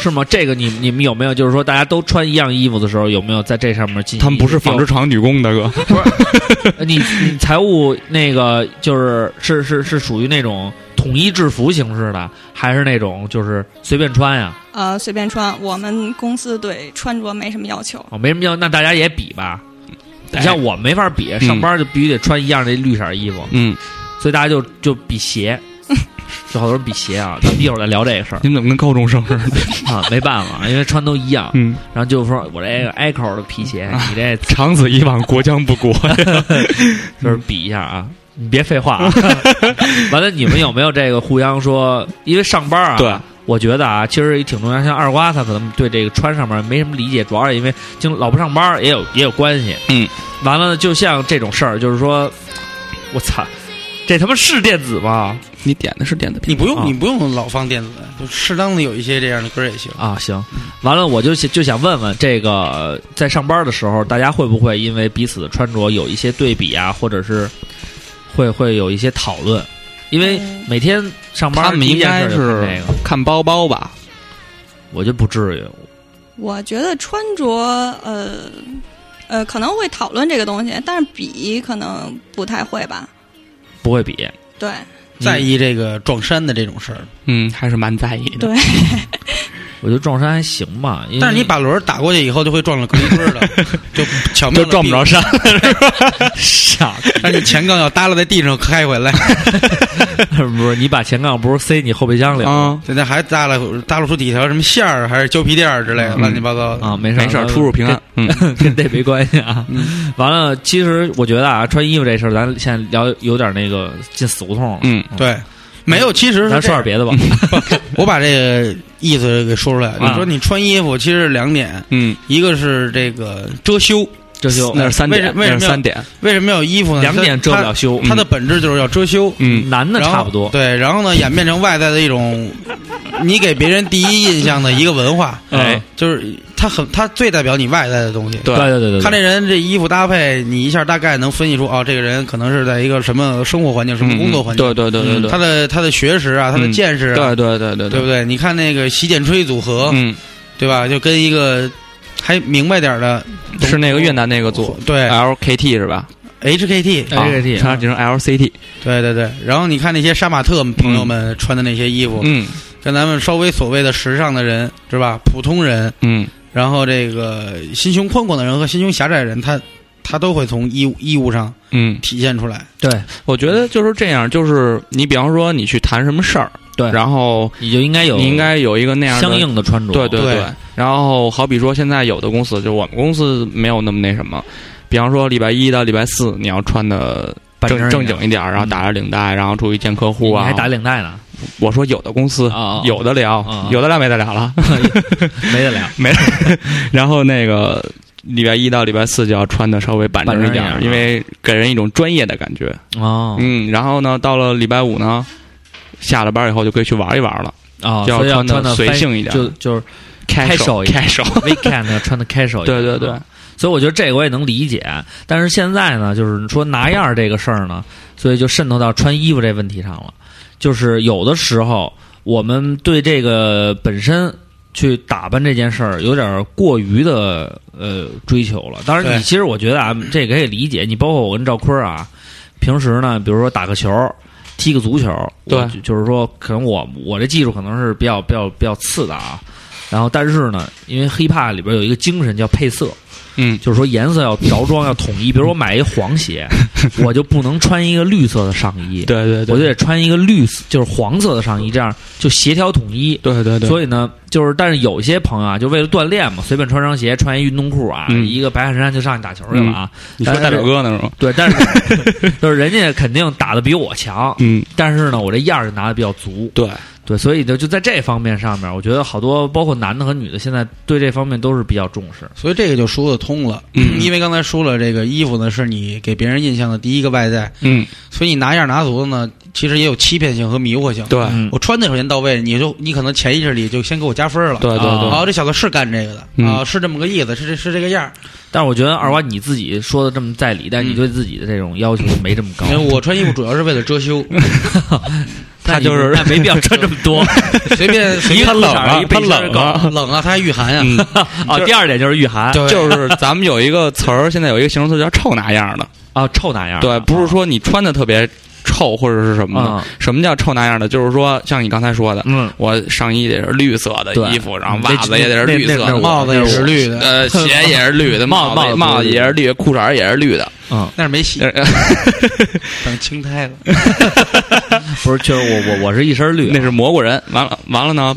Speaker 1: 是吗？这个你你们有没有就是说大家都穿一样衣服的时候，有没有在这上面进行一个？
Speaker 2: 他们不是纺织厂女工的哥，
Speaker 5: [laughs]
Speaker 1: 有呃你你财务那个就是是是是属于那种统一制服形式的，还是那种就是随便穿呀？
Speaker 6: 呃，随便穿。我们公司对穿着没什么要求。
Speaker 1: 哦，没什么要，那大家也比吧。你
Speaker 2: 哎
Speaker 1: 像我没法比，上班就必须得穿一样那绿色衣服，
Speaker 2: 嗯， [laughs]
Speaker 1: 所以大家就就比鞋。有好多人比鞋啊，咱们一会儿再聊这个事儿
Speaker 2: 你们怎么跟高中生似的？
Speaker 1: 啊，没办法，因为穿都一样。
Speaker 2: 嗯，
Speaker 1: 然后就说我这个 Echo 的皮鞋，你这
Speaker 2: 长此以往，国将不国。
Speaker 1: 就
Speaker 5: [laughs]
Speaker 1: 是
Speaker 2: 嗯
Speaker 1: 比一下啊，你别废话
Speaker 2: [laughs]
Speaker 1: 啊。完了，你们有没有这个互相说？因为上班啊，
Speaker 2: 对，
Speaker 1: 我觉得啊，其实也挺重要。像二瓜他可能对这个穿上面没什么理解，主要是因为经老不上班也有也有关系。
Speaker 2: 嗯，
Speaker 1: 完了，就像这种事儿，就是说，我操，这他妈是电子吗？
Speaker 2: 你点的是电子
Speaker 5: 你
Speaker 2: 屏，
Speaker 5: 不
Speaker 1: 啊
Speaker 5: 用，你不用老放电子，就适当的有一些这样的歌也行。
Speaker 1: 啊，行，完了，我就想就想问问这个，呃在上班的时候，大家会不会因为彼此的穿着有一些对比啊，或者是会会有一些讨论？因为
Speaker 6: 嗯
Speaker 1: 每天上班
Speaker 2: 嗯他们
Speaker 1: 第一
Speaker 2: 应
Speaker 1: 件
Speaker 2: 该
Speaker 1: 事就是看这个，
Speaker 2: 看包包吧？
Speaker 1: 我就不至于。
Speaker 6: 我觉得穿着，呃，呃，可能会讨论这个东西，但是比可能不太会吧。
Speaker 1: 不会比，
Speaker 6: 对
Speaker 5: 在意这个撞衫的这种事儿，
Speaker 2: 嗯，还是蛮在意的。
Speaker 6: 对，
Speaker 1: 我觉得撞衫还行吧，因为
Speaker 5: 但是你把轮儿打过去以后，就会撞了隔离墩儿了，
Speaker 2: [laughs]
Speaker 5: 就巧妙
Speaker 2: 就
Speaker 5: 地
Speaker 2: 撞不着 [laughs]
Speaker 5: 避
Speaker 2: 山，
Speaker 1: 傻，
Speaker 5: 但是你前杠要耷拉在地上开回来，
Speaker 1: 不是你把前杠不是塞你后备箱里了吗
Speaker 2: 啊，
Speaker 5: 现在还耷拉耷拉出几条什么线儿，还是胶皮垫儿之类的，
Speaker 2: 嗯
Speaker 5: 乱七八糟的。
Speaker 1: 啊？没事
Speaker 2: 没事儿，
Speaker 1: 咱
Speaker 2: 出入平安。嗯，
Speaker 1: 跟这没关系啊。 [laughs] 完了，其实我觉得啊，穿衣服这事儿，咱现在聊有点那个进死胡同了。
Speaker 5: [laughs]
Speaker 2: 嗯，
Speaker 5: 对，没有，其实是
Speaker 1: 咱
Speaker 5: 这
Speaker 1: 说
Speaker 5: 样
Speaker 1: 点别的吧。
Speaker 5: 我把这个意思给说出来。
Speaker 1: 啊
Speaker 5: 你说你穿衣服其实是两点，
Speaker 2: 嗯，
Speaker 5: 一个是这个遮羞，
Speaker 1: 这就
Speaker 2: 那是三点，
Speaker 5: 为什
Speaker 2: 那
Speaker 5: 为什么要
Speaker 2: 是三点。
Speaker 5: 为什么要衣服呢？
Speaker 1: 两点遮不了羞
Speaker 5: 它，它的本质就是要遮羞。
Speaker 2: 嗯，
Speaker 1: 男的
Speaker 5: 然后
Speaker 1: 差不多。
Speaker 5: 对，然后呢，演变成外在的一种，你给别人第一印象的一个文化，
Speaker 1: 哎，
Speaker 5: 就是它很，它最代表你外在的东西。
Speaker 1: 对
Speaker 2: 对
Speaker 1: 对对对，
Speaker 5: 看这人这衣服搭配，你一下大概能分析出，哦，这个人可能是在一个什么生活环境、什么
Speaker 2: 嗯
Speaker 5: 工作
Speaker 2: 嗯
Speaker 5: 环境，
Speaker 2: 对对对对对，
Speaker 5: 他的他的学识啊，他的
Speaker 2: 嗯
Speaker 5: 见识啊，
Speaker 2: 对对对对
Speaker 5: 对不，对？你看那个洗剪吹组合，
Speaker 2: 嗯，
Speaker 5: 对吧？就跟一个还明白点儿的，
Speaker 2: 是那个越南那个组
Speaker 5: 对
Speaker 2: LKT 是吧啊
Speaker 5: HKT，
Speaker 1: 哎 LKT
Speaker 5: 嗯
Speaker 2: 它简称 LCT。
Speaker 5: 对对对。然后你看那些杀马特朋友们穿的那些衣服，
Speaker 2: 嗯
Speaker 5: 跟咱们稍微所谓的时尚的人是吧？普通人，
Speaker 2: 嗯，
Speaker 5: 然后这个心胸宽广的人和心胸狭窄的人，他他都会从衣物衣物上
Speaker 2: 嗯，
Speaker 5: 体现出来。
Speaker 1: 对，
Speaker 2: 我觉得就是这样，就是你比方说你去谈什么事儿，
Speaker 1: 对
Speaker 2: 然后
Speaker 1: 你就应该有
Speaker 2: 你应该有一个那样的
Speaker 1: 相应的穿着。
Speaker 2: 对对
Speaker 5: 对
Speaker 2: 然后好比说现在有的公司，就我们公司没有那么那什么，比方说礼拜一到礼拜四你要穿的
Speaker 1: 板正
Speaker 2: 正
Speaker 1: 儿
Speaker 2: 正经一点儿，然后打着领带，然后出去见客户
Speaker 1: 你
Speaker 2: 啊。
Speaker 1: 还打领带呢，
Speaker 2: 我说有的公司
Speaker 1: 啊啊
Speaker 2: 有的
Speaker 1: 啊
Speaker 2: 聊
Speaker 1: 啊，
Speaker 2: 有的聊没得聊了。 [laughs]
Speaker 1: 没得了。
Speaker 2: 然后那个礼拜一到礼拜四就要穿的稍微板正一点
Speaker 1: 板
Speaker 2: 儿，
Speaker 1: 正一点儿嗯
Speaker 2: 因为给人一种专业的感觉。
Speaker 1: 哦
Speaker 2: 嗯，然后呢，到了礼拜五呢，下了班以后就可以去玩一玩了，
Speaker 1: 哦，
Speaker 2: 就
Speaker 1: 所以要
Speaker 2: 穿
Speaker 1: 穿的
Speaker 2: 的随性一点，
Speaker 1: 就就是
Speaker 2: 开
Speaker 1: 手一点
Speaker 2: 开手。
Speaker 1: weekend 要穿的开手一点。啊
Speaker 2: 对对对，
Speaker 1: 所以我觉得这个我也能理解，但是现在呢，就是说拿样儿这个事儿呢，所以就渗透到穿衣服这问题上了。就是有的时候我们对这个本身去打扮这件事儿有点儿过于的呃追求了。当然，
Speaker 5: 对
Speaker 1: 你其实我觉得啊，这个可以理解。你包括我跟赵坤儿啊，平时呢，比如说打个球。踢个足球，
Speaker 2: 对
Speaker 1: 我就就是说，可能我我这技术可能是比较比较比较次的啊，然后但是呢，因为 hiphop 里边有一个精神叫配色，
Speaker 2: 嗯
Speaker 1: 就是说颜色要着装要统一。比如我买一黄
Speaker 2: [laughs]
Speaker 1: 鞋，我就不能穿一个绿色的上衣，
Speaker 2: 对对对，
Speaker 1: 我就得穿一个绿色就是黄色的上衣，这样就协调统一。
Speaker 2: 对对对，以
Speaker 1: 所以呢，就是但是有一些朋友啊，就为了锻炼嘛，随便穿双鞋，穿一运动裤啊，
Speaker 2: 嗯
Speaker 1: 一个白汗衫就上去打球去了啊。
Speaker 2: 你说
Speaker 1: 但是
Speaker 2: 大表哥呢是吗？
Speaker 1: [laughs] 对，但是就是人家肯定打的比我强，
Speaker 2: 嗯，
Speaker 1: 但是呢，我这样儿就拿的比较足。
Speaker 2: 对，
Speaker 1: 对，所以呢，就在这方面上面，我觉得好多包括男的和女的，现在对这方面都是比较重视。
Speaker 5: 所以这个就说得通了，
Speaker 2: 嗯
Speaker 5: 因为刚才说了，这个衣服呢是你给别人印象的第一个外在，
Speaker 2: 嗯，
Speaker 5: 所以你拿样拿足的呢，其实也有欺骗性和迷惑性。
Speaker 2: 对
Speaker 1: 嗯
Speaker 5: 我穿的首先到位，你就你可能潜意识里就先给我加分了。
Speaker 2: 对对
Speaker 1: 啊
Speaker 2: 对，
Speaker 5: 哦，这小子是干这个的、
Speaker 2: 嗯
Speaker 5: 啊，是这么个意思，是这是这个样儿。
Speaker 1: 但是我觉得二瓜你自己说的这么在理，但是
Speaker 2: 嗯
Speaker 1: 你对自己的这种要求没这么高
Speaker 5: 因，为我穿衣服主要是为了
Speaker 2: [laughs]
Speaker 5: 遮羞，
Speaker 1: 那
Speaker 2: 他
Speaker 1: 你
Speaker 2: 就是
Speaker 1: 那没必要穿这么
Speaker 2: [laughs]
Speaker 1: 多
Speaker 5: 随便随便
Speaker 2: 他冷
Speaker 5: 哪儿
Speaker 2: 啊
Speaker 5: 一，
Speaker 2: 他
Speaker 5: 背心儿
Speaker 2: 冷啊，
Speaker 5: 冷啊，他还御寒啊。
Speaker 2: 嗯，
Speaker 5: [laughs]
Speaker 1: 哦。第二点就是御寒
Speaker 5: 对
Speaker 2: 就是咱们有一个词儿，现在有一个形容词叫“臭那样”的，
Speaker 1: 啊，臭那样儿
Speaker 2: 对，不是说你穿的特别臭或者是什么的。
Speaker 1: 啊，
Speaker 2: 什么叫臭那样的？就是说，像你刚才说的，
Speaker 1: 嗯，
Speaker 2: 我上衣得是绿色的
Speaker 1: 对
Speaker 2: 衣服，然后
Speaker 1: 那
Speaker 2: 袜子也得是
Speaker 1: 那
Speaker 2: 绿
Speaker 1: 那
Speaker 2: 色
Speaker 1: 那
Speaker 2: 的，
Speaker 1: 我
Speaker 5: 帽子也是绿的，
Speaker 2: 呃，鞋也是绿的，帽
Speaker 1: 帽
Speaker 2: 子
Speaker 1: 子
Speaker 2: 帽子也是绿的，裤衩儿也是绿的。
Speaker 5: 那是没洗，
Speaker 2: 呃
Speaker 5: 等青苔了。
Speaker 1: 不是，确实我我我是一身绿，
Speaker 2: 那是蘑菇人。完了完了呢，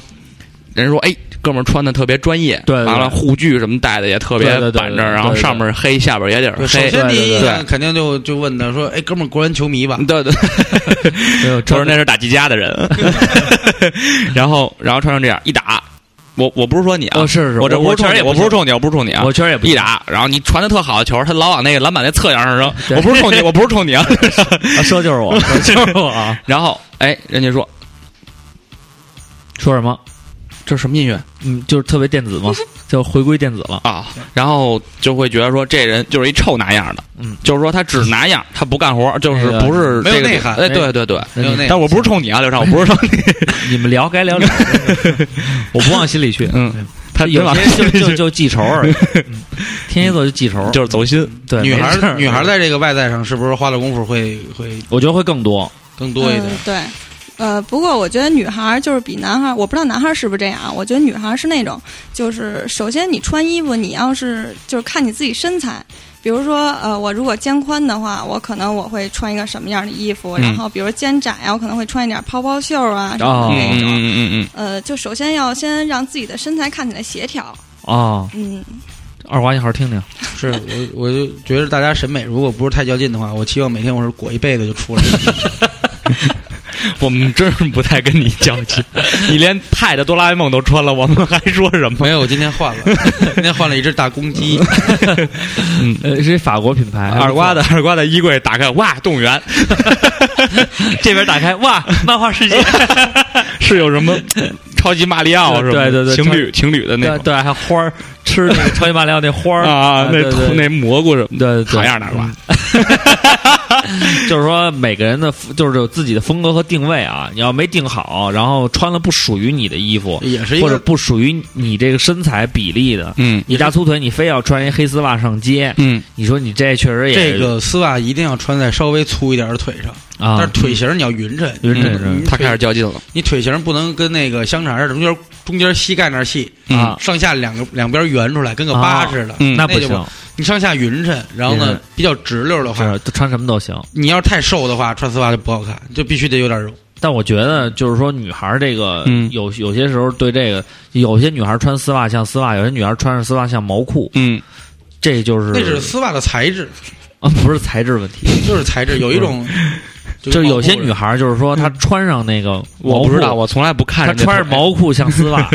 Speaker 2: 人说哎，哥们儿穿的特别专业，
Speaker 1: 对对
Speaker 2: 完了护具什么戴的也特别
Speaker 1: 对对对
Speaker 2: 板
Speaker 1: 对对
Speaker 2: 正，
Speaker 1: 对
Speaker 2: 然后
Speaker 1: 对
Speaker 2: 上面黑，下边也点儿
Speaker 5: 首
Speaker 2: 黑。
Speaker 5: 先第一印
Speaker 2: 对对嗯
Speaker 5: 象肯定就就问他说：“哎，哥们儿，国安球迷吧
Speaker 2: 对对，
Speaker 1: [laughs] 没有
Speaker 2: 他说那是打击家的人， [laughs] 然后然后穿成这样一打，我我不是说你啊
Speaker 1: 哦，，是是，
Speaker 2: 我这
Speaker 1: 我
Speaker 2: 确实也我不是冲你，我不是冲你啊
Speaker 1: 我，确实也不
Speaker 2: 一打，然后你传的特好的球，他老往那个篮板那侧阳上扔，
Speaker 1: 对
Speaker 2: 我不
Speaker 1: [laughs]
Speaker 2: 是冲你，我不是冲你啊，
Speaker 1: 啊说就是我，说就是我啊，
Speaker 2: 然后哎，人家说
Speaker 1: 说什么？
Speaker 2: 这是什么音乐？
Speaker 1: 嗯，就是特别电子嘛，就回归电子了。
Speaker 2: 啊，然后就会觉得说这人就是一臭拿样的，
Speaker 1: 嗯，
Speaker 2: 就是说他只拿样，他不干活，就是
Speaker 1: 哎呀
Speaker 2: 不是
Speaker 5: 没有
Speaker 2: 这个
Speaker 5: 内涵
Speaker 2: 哎，
Speaker 1: 没
Speaker 2: 对对对。
Speaker 5: 没有那
Speaker 2: 但我不是冲你啊，刘畅，我不是说
Speaker 1: [laughs]
Speaker 2: 你，
Speaker 1: 你们聊该聊聊，我不往心里去。
Speaker 2: 嗯，他
Speaker 1: 有
Speaker 2: 往
Speaker 1: 些就就就记仇而已，嗯天蝎座就记仇，
Speaker 2: 就是走心，
Speaker 1: 对
Speaker 5: 女
Speaker 1: 没
Speaker 5: 孩
Speaker 1: 事儿
Speaker 5: 儿女孩儿在这个外在上是不是花的功夫会会
Speaker 1: 我觉得会更多。
Speaker 5: 更多一点
Speaker 6: 嗯？对，呃，不过我觉得女孩儿就是比男孩儿，我不知道男孩儿是不是这样啊？我觉得女孩儿是那种，就是首先你穿衣服，你要是就是看你自己身材。比如说，呃，我如果肩宽的话，我可能我会穿一个什么样的衣服？
Speaker 2: 嗯
Speaker 6: 然后，比如肩窄啊，我可能会穿一点泡泡袖啊什么
Speaker 1: 哦
Speaker 2: 嗯
Speaker 6: 的那
Speaker 2: 嗯
Speaker 6: 种。
Speaker 2: 嗯嗯
Speaker 6: 呃，就首先要先让自己的身材看起来协调。
Speaker 1: 啊，
Speaker 6: 嗯，
Speaker 1: 二娃，你好好听听。
Speaker 5: 是我我就觉得大家审美如果不是太较劲的话，我期望每天我是裹一被子就出来了。
Speaker 2: 嗯，我们真是不太跟你较
Speaker 1: [laughs]
Speaker 2: 劲，你连派的哆啦 A 梦都穿了，我们还说什么？
Speaker 5: 没有，我今天换了，今天换了一只大公
Speaker 1: [laughs]
Speaker 5: 鸡。
Speaker 1: 呃，是法国品牌
Speaker 2: 二 [laughs] 瓜的二瓜的衣柜打开，哇，动
Speaker 1: [laughs]
Speaker 2: 物园，
Speaker 1: 这边打
Speaker 2: 哎
Speaker 1: 开，哇，漫画世界，
Speaker 2: 是有什么超级马里奥是吧？
Speaker 1: 对对对
Speaker 2: 情侣情侣的
Speaker 1: [laughs]
Speaker 2: 那
Speaker 1: 对
Speaker 2: 种
Speaker 1: 对，还有花儿，吃那个超级马里奥那花
Speaker 2: [laughs]
Speaker 1: 儿
Speaker 2: 啊，那
Speaker 1: 对对对
Speaker 2: 那蘑菇什么的，
Speaker 1: 对对，嗯
Speaker 2: 好样的二瓜，
Speaker 1: 就是说每个人的就是有自己的风格和定位啊，你要没定好，然后穿了不属于你的衣服，
Speaker 5: 也是一
Speaker 1: 或者
Speaker 5: 个
Speaker 1: 不属于你这个身材比例的，
Speaker 2: 嗯
Speaker 1: 你大粗腿，你非要穿一黑丝袜上街，
Speaker 2: 嗯，
Speaker 1: 你说你这确实也
Speaker 5: 这个丝袜一定要穿在稍微粗一点的腿上，但
Speaker 1: 啊嗯
Speaker 5: 是，腿型你要匀称，
Speaker 1: 匀
Speaker 2: 嗯
Speaker 1: 称
Speaker 5: 你
Speaker 1: 是吧
Speaker 5: 你
Speaker 2: 他
Speaker 5: 腿
Speaker 2: 开始较劲了，
Speaker 5: 你腿型不能跟那个香肠似的，中间中间膝盖那儿细，
Speaker 1: 啊
Speaker 5: 上下两个两边圆出来，跟个疤
Speaker 1: 啊
Speaker 5: 似的。
Speaker 2: 嗯
Speaker 1: 那不
Speaker 5: 那就
Speaker 1: 行，
Speaker 5: 你上下匀称，然后
Speaker 1: 也
Speaker 5: 呢
Speaker 1: 是
Speaker 5: 比较直溜的话，
Speaker 1: 是穿什么都行。
Speaker 5: 你要是太瘦的话，穿丝袜就不好看，就必须得有点肉。
Speaker 1: 但我觉得就是说，女孩儿这个、
Speaker 2: 嗯
Speaker 1: 有有些时候对这个，有些女孩儿穿丝袜像丝袜，有些女孩儿穿着丝袜像毛裤，
Speaker 2: 嗯
Speaker 1: 这就是
Speaker 5: 那是丝袜的材质，
Speaker 1: 啊，不是材质问题，
Speaker 5: 就是材质，有一种
Speaker 1: 就是有些女孩儿就是说她穿上那个毛裤，
Speaker 2: 我不知道，我从来不看
Speaker 1: 她
Speaker 2: 人家
Speaker 1: 穿着
Speaker 2: 腿
Speaker 1: 毛裤像丝袜，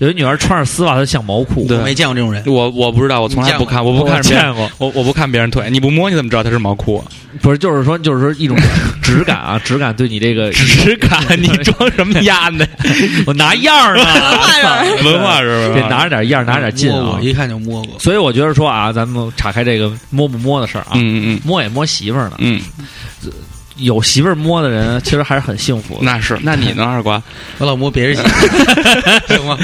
Speaker 1: 有些女孩儿穿着丝袜她像毛裤，
Speaker 5: 我没见过这种人，
Speaker 2: 我我不知道，我从来不看，我不
Speaker 1: 我
Speaker 2: 看别人，
Speaker 1: 见过，
Speaker 2: 我我不看别人腿，你不摸你怎么知道它是毛裤啊？
Speaker 1: 不是，就是说，就是说一种质感啊，质感对你这 [laughs] 个，
Speaker 2: [laughs] 只 [laughs] 敢你装什么鸭 [laughs] 呢？
Speaker 1: 我拿样儿呢，
Speaker 2: [laughs] 文化是
Speaker 1: 得拿着点样儿，拿着点劲
Speaker 5: 摸
Speaker 1: 啊
Speaker 5: 过，。一看就摸过。
Speaker 1: 所以我觉得说啊，咱们岔开这个摸不摸的事儿啊，
Speaker 2: 嗯嗯
Speaker 1: 摸也摸媳妇儿呢，
Speaker 2: 嗯
Speaker 1: 有媳妇儿摸的人其实还是很幸福
Speaker 2: 嗯，
Speaker 1: 的。
Speaker 2: 那是，那你呢，二瓜？
Speaker 5: 我老摸别
Speaker 1: [laughs]
Speaker 5: 人鞋，行吗？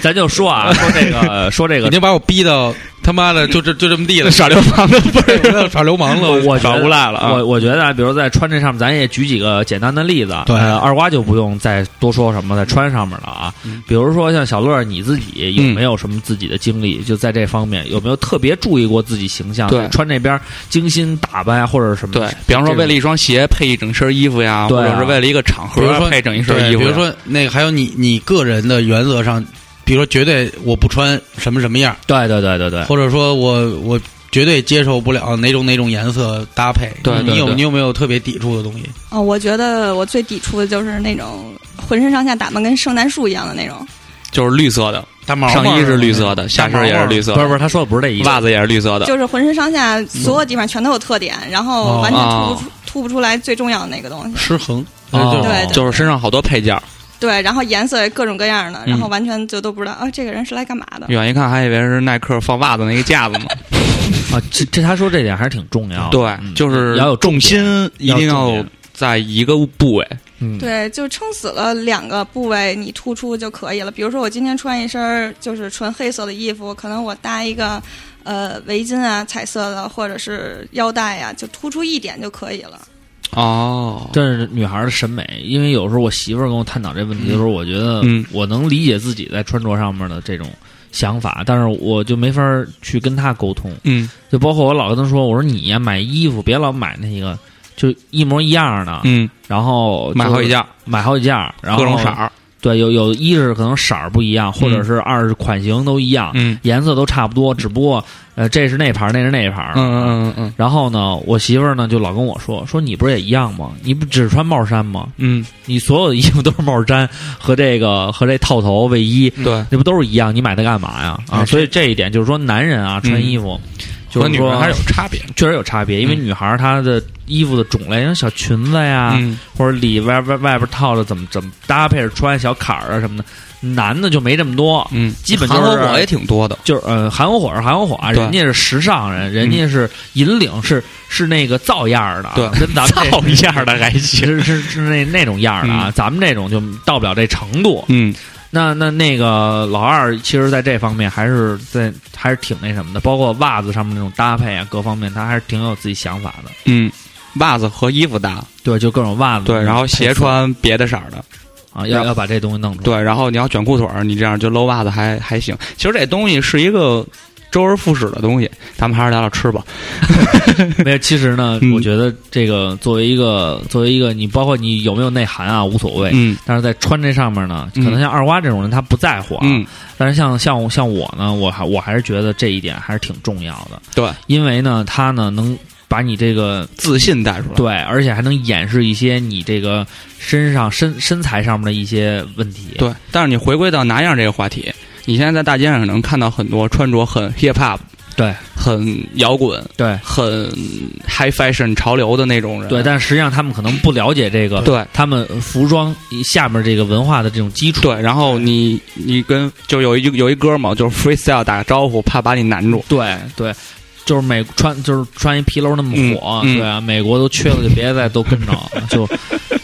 Speaker 1: 咱就说啊，说这个，说这
Speaker 5: 已
Speaker 1: 个，
Speaker 5: 经把我逼到他妈的就这就这么地
Speaker 2: [laughs]
Speaker 5: 了，
Speaker 2: 耍流氓的不
Speaker 5: 我要耍流氓了。
Speaker 1: 我觉
Speaker 2: 耍无
Speaker 1: 得。
Speaker 2: 赖了啊！
Speaker 1: 我我觉得啊，比如在穿这上面，咱也举几个简单的例子啊。
Speaker 5: 对
Speaker 1: 呃二瓜就不用再多说什么，在穿上面了啊。
Speaker 2: 嗯
Speaker 1: 比如说像小乐儿，你自己
Speaker 5: 嗯
Speaker 1: 有没有什么自己的经历？就在这方面，有没有特别注意过自己形象？
Speaker 2: 对
Speaker 1: 穿这边儿精心打扮呀，啊或者什么？
Speaker 2: 对，比方说为了一双鞋配一整身衣服呀，
Speaker 1: 对
Speaker 2: 或
Speaker 1: 啊
Speaker 2: 者是为了一个场
Speaker 5: 比如
Speaker 2: 合
Speaker 5: 说
Speaker 2: 配整一身
Speaker 5: 对，
Speaker 2: 衣服
Speaker 5: 比
Speaker 2: 呀，
Speaker 5: 如说那个还有你你个人的原则上，比如说绝对我不穿什么什么样，
Speaker 1: 对对对对对，
Speaker 5: 或者说我我绝对接受不了哪种哪种颜色搭配。
Speaker 2: 对对
Speaker 5: 你有
Speaker 2: 对
Speaker 5: 你有没有特别抵触的东西？
Speaker 6: 啊、我觉得我最抵触的就是那种浑身上下打扮跟圣诞树一样的那种。
Speaker 2: 就是绿色的，
Speaker 5: 大毛
Speaker 2: 上衣是绿色的，下身也是绿色
Speaker 5: 色。
Speaker 1: 不是
Speaker 2: 的，
Speaker 1: 不是，他说的不是这意思。
Speaker 2: 袜子也是绿色的，
Speaker 6: 就是浑身上下所有地方全都有特点，然后完全
Speaker 2: 呃嗯哦
Speaker 6: 突不出、突不出来最重要的那个东西。
Speaker 5: 失衡，
Speaker 1: 哦
Speaker 6: 对对
Speaker 2: 就是身上好多配件儿，
Speaker 6: 对，然后颜色各种各样的，
Speaker 2: 嗯
Speaker 6: 然后完全就都不知道啊，这个人是来干嘛的？
Speaker 2: 远一看还以为是耐克放袜子那个
Speaker 1: [laughs]
Speaker 2: 架子呢。
Speaker 1: 啊，这这他说这点还是挺重要的。嗯
Speaker 2: 对，就是
Speaker 1: 哦要有重
Speaker 2: 重
Speaker 1: 点
Speaker 2: 心一定
Speaker 1: 要重
Speaker 2: 要
Speaker 1: 点
Speaker 2: 在一个部位。
Speaker 1: 嗯，
Speaker 6: 对，就撑死了两个部位，你突出就可以了。比如说，我今天穿一身儿就是纯黑色的衣服，可能我搭一个啊呃围巾啊，彩色的，或者是腰带呀、就突出一点就可以了。
Speaker 2: 哦，
Speaker 1: 但是女孩儿的审美，因为有时候我媳妇儿跟我探讨这问题的时候，我觉得
Speaker 2: 嗯
Speaker 1: 我能理解自己在穿着上面的这种想法，但是我就没法儿去跟她沟通。
Speaker 2: 嗯
Speaker 1: 就包括我老跟她说，我说你呀买衣服别老买那个就一模一样的，
Speaker 2: 嗯，
Speaker 1: 然啊后就
Speaker 2: 买好几件，
Speaker 1: 买好几件儿，然后啊
Speaker 2: 各种色儿，
Speaker 1: 对，有有一是可能色儿不一样，或者是二是款型都一样，
Speaker 2: 嗯
Speaker 1: 颜色都差不多，只不过呃这是那牌儿，那是那牌儿，
Speaker 2: 嗯嗯嗯嗯
Speaker 1: 然后呢，我媳妇儿呢就老跟我说说你不是也一样吗？你不只穿帽衫吗？
Speaker 2: 嗯
Speaker 1: 你所有的衣服都是帽衫和这个 [laughs] 和这套头卫衣，
Speaker 2: 嗯，对，
Speaker 1: 那不都是一样？你买它干嘛呀？啊，
Speaker 2: 哎
Speaker 1: 所以这一点就是说，男人啊穿
Speaker 2: 嗯
Speaker 1: 衣服，就
Speaker 2: 和
Speaker 1: 是
Speaker 2: 女
Speaker 1: 说
Speaker 2: 人还是有差别。
Speaker 1: 确实有差别，因为
Speaker 2: 嗯
Speaker 1: 女孩儿她的衣服的种类，像小裙子呀，
Speaker 2: 嗯，
Speaker 1: 或者里外外外边套着怎么怎么搭配着穿，小坎儿啊什么的，男的就没这么多，
Speaker 2: 嗯，
Speaker 1: 基本就
Speaker 2: 韩
Speaker 1: 是
Speaker 2: 国我也挺多的，
Speaker 1: 就是呃，韩红火是韩红火啊，
Speaker 2: 对嗯
Speaker 1: 人家是时尚人，人家是引领，是是那个造样儿的啊，
Speaker 2: 对
Speaker 1: 跟咱们这
Speaker 2: 样的还行。
Speaker 1: 是是是那那种样儿的啊，咱们这种就到不了这程度。
Speaker 2: 嗯
Speaker 1: 那那那个老二，其实在这方面还是在还是挺那什么的，包括袜子上面那种搭配啊，各方面他还是挺有自己想法的。
Speaker 2: 嗯，袜子和衣服搭，
Speaker 1: 对，就各种袜子，
Speaker 2: 对，然后鞋穿别的色儿的，
Speaker 1: 啊，要
Speaker 2: 然后
Speaker 1: 要把这东西弄出来。
Speaker 2: 对，然后你要卷裤腿儿，你这样就露袜子还还行。其实这东西是一个周而复始的东西，咱们还是聊聊吃吧。
Speaker 1: 没有，其实呢，
Speaker 2: 嗯
Speaker 1: 我觉得这个作为一个作为一个你，包括你有没有内涵啊，无所谓。
Speaker 2: 嗯
Speaker 1: 但是在穿这上面呢，可
Speaker 2: 嗯
Speaker 1: 能像二瓜这种人他不在乎啊。
Speaker 2: 嗯，
Speaker 1: 但是像像像我呢，我还我还是觉得这一点还是挺重要的。
Speaker 2: 对，
Speaker 1: 因为呢，他呢能把你这个
Speaker 2: 自信带出来。
Speaker 1: 对，而且还能掩饰一些你这个身上身身材上面的一些问题。
Speaker 2: 对，但是你回归到拿样这个话题，你现在在大街上能看到很多穿着很 hip hop，
Speaker 1: 对，
Speaker 2: 很摇滚，
Speaker 1: 对
Speaker 2: 很 high fashion 潮流的那种人。
Speaker 1: 对，但实际上他们可能不了解这个，
Speaker 2: 对
Speaker 1: 他们服装下面这个文化的这种基础。
Speaker 2: 对，然后你你跟就有一有一哥们儿就是 freestyle 打个招呼，怕把你难住。
Speaker 1: 对对，就是美穿就是穿一皮褛那么火，
Speaker 2: 嗯嗯
Speaker 1: 对啊，美国都缺了就别再都跟着了，就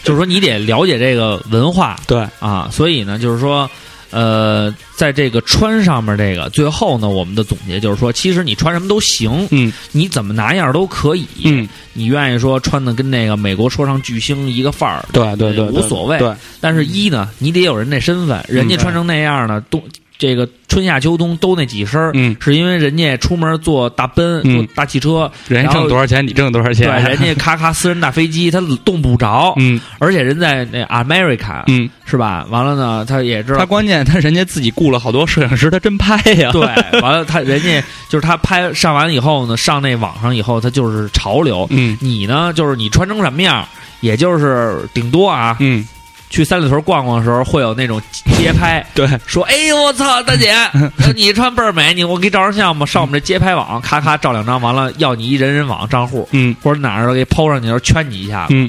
Speaker 1: 就是说你得了解这个文化
Speaker 2: 对，
Speaker 1: 啊，所以呢，就是说。呃，在这个穿上面这个，最后呢，我们的总结就是说，其实你穿什么都行，
Speaker 2: 嗯
Speaker 1: 你怎么拿样儿都可以，
Speaker 2: 嗯，
Speaker 1: 你愿意说穿的跟那个美国说唱巨星一个范儿，
Speaker 2: 对对对，
Speaker 1: 无所谓
Speaker 2: 对，
Speaker 1: 但
Speaker 2: 嗯
Speaker 1: 是一呢，你得有人那身份，人家穿成那样呢，冬这个春夏秋冬都那几身儿，
Speaker 2: 嗯，
Speaker 1: 是因为人家出门坐大奔、
Speaker 2: 嗯
Speaker 1: 坐大汽车，
Speaker 2: 人
Speaker 1: 然后
Speaker 2: 挣多少钱，你挣多少
Speaker 1: 对，
Speaker 2: 钱，
Speaker 1: 人家咔咔私人大飞机，他动不着，
Speaker 2: 嗯
Speaker 1: 而且人在那 America、
Speaker 2: 嗯，
Speaker 1: 是吧？完了呢，他也知
Speaker 2: 他
Speaker 1: 道。
Speaker 2: 关键他人家自己雇了好多摄影师，他真拍
Speaker 1: [laughs]
Speaker 2: 呀。
Speaker 1: 对，完了他人家就是他拍上完以后呢，上那网上以后，他就是潮流。
Speaker 2: 嗯
Speaker 1: 你呢，就是你穿成什么样，也就是顶多啊，
Speaker 2: 嗯，
Speaker 1: 去三里屯逛逛的时候会有那种街
Speaker 2: [laughs]
Speaker 1: 拍，
Speaker 2: 对，
Speaker 1: 说：“哎呦，我操，大
Speaker 2: [laughs]
Speaker 1: 姐，你穿倍儿美，你我给你照张相吧。”上我们这街拍网，咔咔照两张，完了要你一人人网账户，
Speaker 2: 嗯
Speaker 1: 或者哪儿给抛上去的时候圈你一下，
Speaker 2: 嗯，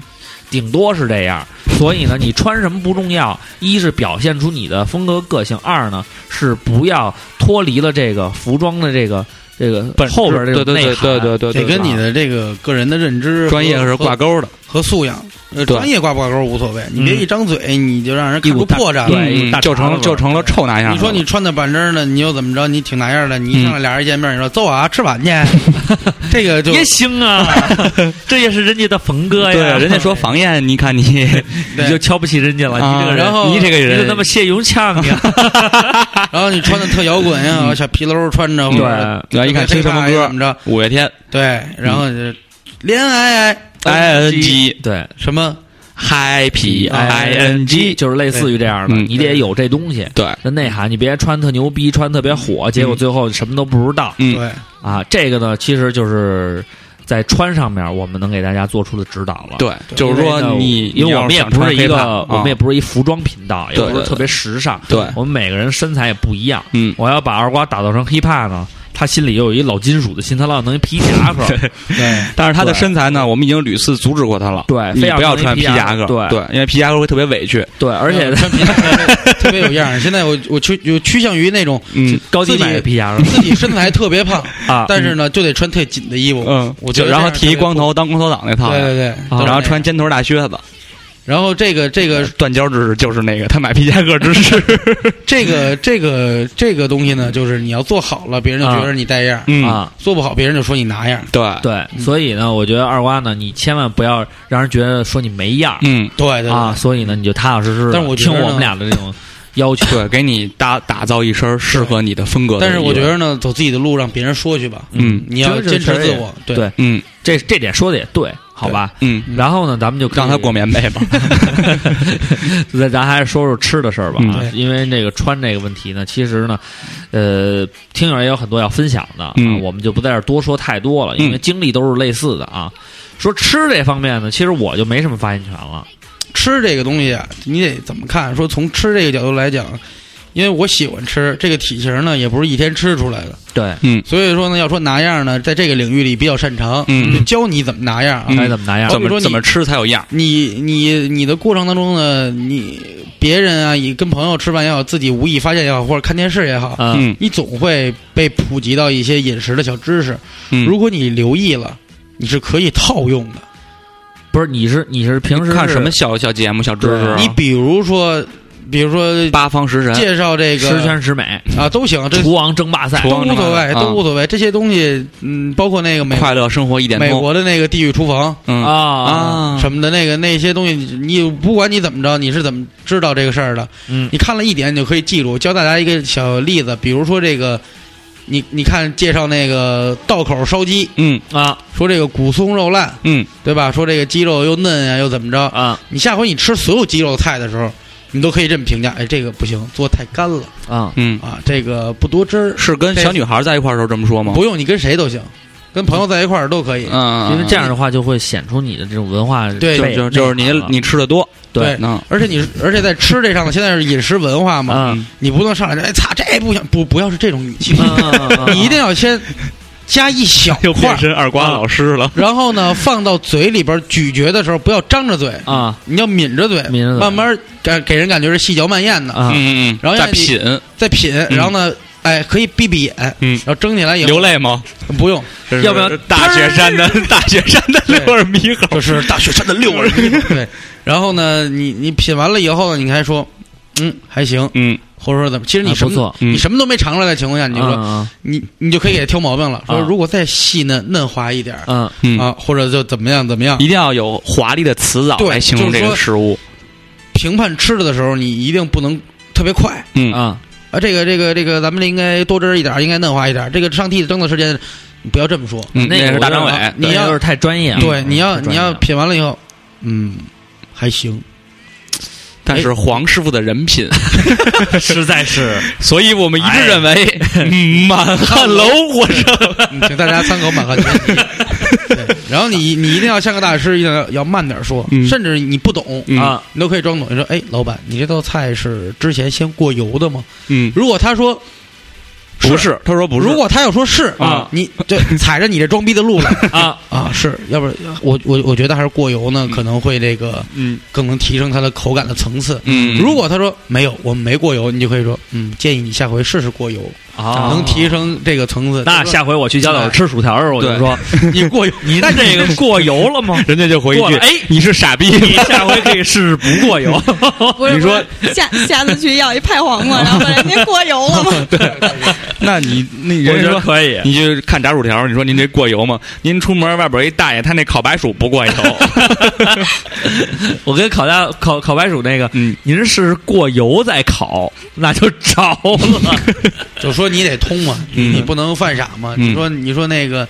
Speaker 1: 顶多是这样。所以呢，你穿什么不重要，一是表现出你的风格个性，二呢是不要脱离了这个服装的这个这个
Speaker 2: 本质
Speaker 1: 后边这种
Speaker 2: 对
Speaker 1: 内
Speaker 2: 对
Speaker 1: 涵。啊
Speaker 2: 对对对
Speaker 5: 得
Speaker 2: 对，
Speaker 5: 跟你的这个个人的认知、
Speaker 2: 专业是挂
Speaker 5: 钩
Speaker 2: 钩的。
Speaker 5: 和素养。呃，
Speaker 2: 对
Speaker 5: 专业挂不挂钩无所谓，你别
Speaker 1: 嗯
Speaker 5: 一张嘴你就让人
Speaker 1: 一
Speaker 5: 看
Speaker 1: 股
Speaker 5: 出
Speaker 1: 大
Speaker 5: 破绽来。
Speaker 1: 对一
Speaker 2: 嗯
Speaker 1: 大，
Speaker 2: 就
Speaker 1: 碴子味
Speaker 2: 成
Speaker 1: 儿
Speaker 2: 就成了臭那样了。嗯
Speaker 5: 你说你穿的板正的，你又怎么着？你挺那样的，你一上来俩人见面，你说走啊，吃饭去，这个就
Speaker 1: 也行啊，这也是人家的冯哥呀。
Speaker 2: 对，人家说房燕，你看你，
Speaker 1: 你就瞧不起人家了，你这
Speaker 2: 啊
Speaker 1: 个人，
Speaker 5: 然后
Speaker 2: 你这个
Speaker 1: 你
Speaker 2: 人
Speaker 1: 怎么那么谢永强 [laughs] 呀？
Speaker 5: 然后你穿的特摇滚呀，小皮褛穿着，或者
Speaker 2: 嗯对，一看听什么
Speaker 5: 怎
Speaker 2: 歌，
Speaker 5: 么着？
Speaker 2: 五月天，
Speaker 5: 对，然后就恋爱
Speaker 2: 嗯 I N G
Speaker 1: 对
Speaker 5: 什么？
Speaker 2: Happy I N
Speaker 1: ，ing
Speaker 2: G，
Speaker 1: 就是类似于这样的，
Speaker 2: 嗯
Speaker 1: 你得有这东西。
Speaker 2: 对，
Speaker 1: 这内涵，你别穿特牛逼，穿特别火，结果最后什么都不知道、
Speaker 2: 嗯，
Speaker 5: 对，
Speaker 1: 啊！这个呢，其实就是在穿上面，我们能给大家做出的指导了。，
Speaker 2: 对，就是说你，
Speaker 1: 因为我们也不是一个，我们也
Speaker 2: 也
Speaker 1: 不是一服装频道，也
Speaker 2: 啊对
Speaker 1: 不是
Speaker 2: 对
Speaker 1: 特别时尚，
Speaker 2: 对，
Speaker 1: 我们每个人身材也不一样。
Speaker 2: 嗯，
Speaker 1: 我要把二瓜打造成 hiphop 呢，他心里又有一老金属的心，他老弄一皮夹克，
Speaker 2: 但是他的
Speaker 1: 对
Speaker 2: 身材呢，我们已经屡次阻止过他了。
Speaker 1: 对
Speaker 2: 你
Speaker 1: 非要
Speaker 2: 不要
Speaker 1: 穿
Speaker 2: 穿
Speaker 1: 皮
Speaker 2: 皮
Speaker 1: 夹
Speaker 2: 夹
Speaker 1: 克
Speaker 2: 克，
Speaker 1: 对
Speaker 2: 对，因为皮夹克会特别委屈。
Speaker 1: 对，而且
Speaker 5: 穿皮夹特别有样儿。现在我我趋有趋向于那种
Speaker 2: 嗯
Speaker 1: [laughs] 高低买的皮
Speaker 2: [laughs]
Speaker 1: 夹克
Speaker 5: 自己身材特别胖，
Speaker 1: 啊，
Speaker 5: 但是呢就得穿特紧的衣服。
Speaker 2: 嗯，
Speaker 5: 我觉
Speaker 2: 就
Speaker 5: 得
Speaker 2: 然后
Speaker 5: 这样
Speaker 2: 剃一
Speaker 5: 特别
Speaker 2: 光头当光头党那套
Speaker 5: 对，对对，都是
Speaker 2: 然后
Speaker 5: 那样
Speaker 2: 穿尖头大靴子，
Speaker 5: 然后这个这个
Speaker 2: 断交知识就是那个他买皮夹克知识，
Speaker 5: 这个这个这个东西呢，就是你要做好了，别人就觉得你带样；
Speaker 2: 嗯，
Speaker 1: 啊，
Speaker 5: 做不好，别人就说你拿样。
Speaker 2: 对，
Speaker 1: 对，所以呢，我觉得二瓜呢，你千万不要让人觉得说你没样儿、
Speaker 2: 嗯，
Speaker 5: 对对对
Speaker 1: 啊，所以呢，你就踏踏实实地
Speaker 5: 但是我觉
Speaker 1: 听
Speaker 5: 得呢
Speaker 1: 我们俩的这种要求，
Speaker 2: 对，给你打打造一身适合你的风格的
Speaker 5: 但是我
Speaker 2: 衣服
Speaker 5: 觉得呢，走自己的路，让别人说去吧。
Speaker 2: 嗯
Speaker 5: 你要坚持自我，
Speaker 1: 对
Speaker 5: 对，
Speaker 2: 嗯
Speaker 1: 这这点说的也对，好吧？
Speaker 2: 嗯，
Speaker 1: 然后呢，咱们就可以
Speaker 2: 让他裹棉被
Speaker 5: [laughs]
Speaker 2: 吧。
Speaker 1: [laughs] 咱咱还是说说吃的事儿吧、啊
Speaker 5: 嗯
Speaker 1: 因为那个穿这个问题呢，其实呢，呃，听友也有很多要分享的，啊
Speaker 2: 嗯，
Speaker 1: 我们就不在这儿多说太多了，因为
Speaker 2: 嗯
Speaker 1: 经历都是类似的啊。说吃这方面呢，其实我就没什么发言权了，
Speaker 5: 吃这个东西啊，你得怎么看？说从吃这个角度来讲，因为我喜欢吃，这个体型呢也不是一天吃出来的，
Speaker 1: 对，
Speaker 5: 所以说呢，要说拿样呢，在这个领域里比较擅长，就
Speaker 2: 嗯，
Speaker 5: 教你怎么拿样啊。
Speaker 2: 嗯
Speaker 1: 该怎么拿样儿？
Speaker 5: 好
Speaker 2: 怎
Speaker 5: 比说
Speaker 2: 么
Speaker 5: 你
Speaker 2: 怎么吃才有样儿？
Speaker 5: 你你你的过程当中呢，你别人啊，也跟朋友吃饭也好，自己无意发现也好，或者看电视也好，
Speaker 1: 嗯
Speaker 2: 嗯
Speaker 5: 你总会被普及到一些饮食的小知识。
Speaker 2: 嗯，
Speaker 5: 如果你留意了，你是可以套用的。
Speaker 1: 不是，你是你是平时
Speaker 2: 看
Speaker 1: 是
Speaker 2: 什么小小节目、小知识啊？
Speaker 5: 你比如说，比如说
Speaker 2: 八方食神，
Speaker 5: 介绍这
Speaker 1: 十
Speaker 5: 个
Speaker 1: 全十美、
Speaker 5: 啊，都行，这
Speaker 1: 厨王争霸赛
Speaker 2: 厨
Speaker 5: 都
Speaker 2: 王
Speaker 5: 无所谓，
Speaker 2: 啊
Speaker 5: 都无所谓。这些东西，嗯，包括那个美
Speaker 2: 快乐生活一点
Speaker 5: 美
Speaker 2: 通。
Speaker 5: 国的那个地狱厨房
Speaker 2: 嗯
Speaker 1: 啊啊，
Speaker 2: 啊，
Speaker 5: 什么的，那个那些东西，你不管你怎么着，你是怎么知道这个事儿的？
Speaker 1: 嗯
Speaker 5: 你看了一点，你就可以记住。教大家一个小例子，比如说这个，你你看介绍那个道口烧鸡，
Speaker 2: 嗯
Speaker 1: 啊
Speaker 5: 说这个骨松肉烂，
Speaker 2: 嗯
Speaker 5: 对吧？说这个鸡肉又嫩呀、又怎么着？
Speaker 1: 啊
Speaker 5: 你下回你吃所有鸡肉菜的时候，你都可以这么评价：哎，这个不行，做太干了
Speaker 1: 啊，
Speaker 2: 嗯，
Speaker 5: 啊，这个不多汁儿。
Speaker 2: 是跟小女孩在一块儿的时候这么说吗？
Speaker 5: 不用你跟谁都行，跟朋友在一块儿都可以。
Speaker 2: 嗯，嗯，
Speaker 1: 因为这样的话就会显出你的这种文化
Speaker 5: 对
Speaker 1: 背景啊
Speaker 2: 就就就是你你吃的多，
Speaker 1: 对
Speaker 5: 啊对
Speaker 2: 嗯
Speaker 5: 而且你，而且在吃这上呢，现在是饮食文化嘛，
Speaker 1: 嗯
Speaker 5: 你不能上来就哎擦，这不行，不不要是这种语气，
Speaker 1: 嗯
Speaker 5: 你一定要先加一小块儿，
Speaker 2: 身二瓜老师了。
Speaker 5: 然后呢，放到嘴里边咀嚼的时候，不要张着嘴，
Speaker 1: 啊
Speaker 5: 你要抿着嘴，
Speaker 1: 抿着嘴
Speaker 5: 慢慢给给人感觉是细嚼慢咽的，
Speaker 1: 啊
Speaker 2: 嗯嗯嗯，
Speaker 5: 然后
Speaker 2: 再
Speaker 5: 让你
Speaker 2: 品，
Speaker 5: 再品，然后呢，哎，可以闭闭眼，
Speaker 2: 嗯
Speaker 5: 然后睁起来以
Speaker 2: 流
Speaker 5: 后
Speaker 2: 泪吗？
Speaker 5: 不用，
Speaker 2: 这是
Speaker 1: 要不然
Speaker 2: 大雪山的 [laughs] 大雪山的六耳猕猴？ [laughs]
Speaker 5: 就是大雪山的六耳猕猴， [laughs] 对，然后呢，你你品完了以后呢，你还说，嗯，还行，
Speaker 2: 嗯
Speaker 5: 或者说怎么，其实
Speaker 1: 啊
Speaker 5: 你什
Speaker 1: 不
Speaker 5: 么、
Speaker 1: 错，
Speaker 2: 嗯
Speaker 5: 你什么都没尝出来的情况下，你就说、
Speaker 1: 嗯
Speaker 5: 你你就可以给他挑毛病了，说
Speaker 1: 啊
Speaker 5: 如果再细嫩嫩滑一点儿、
Speaker 1: 嗯
Speaker 2: 嗯，
Speaker 5: 啊，或者就怎么样怎么样
Speaker 2: 一，定要有华丽的词藻
Speaker 5: 对
Speaker 2: 来形容这
Speaker 5: 就是
Speaker 2: 个
Speaker 5: 说
Speaker 2: 食物。
Speaker 5: 评判吃的的时候，你一定不能特别快。
Speaker 2: 嗯
Speaker 1: 啊
Speaker 5: 啊，这个这个这个，咱们应该多汁儿一点儿，应该嫩滑一点儿。这个上屉蒸的时间，你不要这么说。
Speaker 2: 嗯，
Speaker 1: 那个
Speaker 2: 是
Speaker 1: 我
Speaker 2: 大
Speaker 1: 觉得
Speaker 2: 张伟
Speaker 1: 啊，
Speaker 5: 你要
Speaker 1: 那就是太专
Speaker 2: 嗯
Speaker 1: 业了，
Speaker 5: 对，你要
Speaker 1: 太专
Speaker 5: 你
Speaker 1: 业
Speaker 5: 要
Speaker 1: 了
Speaker 5: 品完了以后，嗯，还行。
Speaker 2: 但
Speaker 1: 哎
Speaker 2: 是黄师傅的人 [laughs] 品，
Speaker 1: 实在是
Speaker 2: [laughs] 所以我们一致认为，嗯满汉楼我是
Speaker 5: 嗯请大家参考满汉全
Speaker 2: [laughs]
Speaker 5: 席。对然后你你一定要像个大师，一定要要慢点儿说，
Speaker 2: 嗯
Speaker 5: 甚至你不懂，
Speaker 2: 嗯
Speaker 1: 啊
Speaker 5: 你都可以装懂。你说，哎，老板，你这道菜是之前先过油的吗？
Speaker 2: 嗯，
Speaker 5: 如果他说
Speaker 2: 不是，他说不是
Speaker 5: 如，果他要说是
Speaker 2: 啊， [laughs]
Speaker 5: 你这踩着你这装逼的路来
Speaker 1: 啊
Speaker 5: 啊，是要不然我我我觉得还是过油呢，可能会这个
Speaker 2: 嗯
Speaker 5: 更能提升它的口感的层次。
Speaker 2: 嗯，
Speaker 5: 如果他说没有，我们没过油，你就可以说，嗯，建议你下回试试过油，
Speaker 1: 啊
Speaker 5: 能提。升这个层次。
Speaker 1: 那下回我去家老师吃薯条儿，我就
Speaker 2: 对
Speaker 1: 说
Speaker 5: 你过油，
Speaker 1: 你那这个过油了吗？
Speaker 2: [laughs] 人家就回一
Speaker 1: 过
Speaker 2: 句
Speaker 1: 了，哎，
Speaker 2: 你是傻逼。
Speaker 1: 你下回可以试试不过油。
Speaker 6: 不是
Speaker 2: 你
Speaker 6: 不
Speaker 2: 说
Speaker 6: 是下 [laughs] 下次去要一拍黄
Speaker 2: [laughs]
Speaker 6: 瓜，然后把人家过油了吗？
Speaker 2: 那你那
Speaker 1: 我觉
Speaker 2: 人家
Speaker 1: 得
Speaker 2: 说
Speaker 1: 可以，
Speaker 2: 你就看炸薯条，你说您这过油吗？您出门外边一大爷，他那烤白薯不过 [laughs] 油。
Speaker 1: 我跟烤大烤烤白薯那个，
Speaker 2: 嗯，
Speaker 1: 您是过油再烤，那就着了。
Speaker 5: 就说你得通嘛，
Speaker 2: 嗯
Speaker 5: 你不能犯傻嘛。
Speaker 2: 嗯
Speaker 5: 你说你说那个，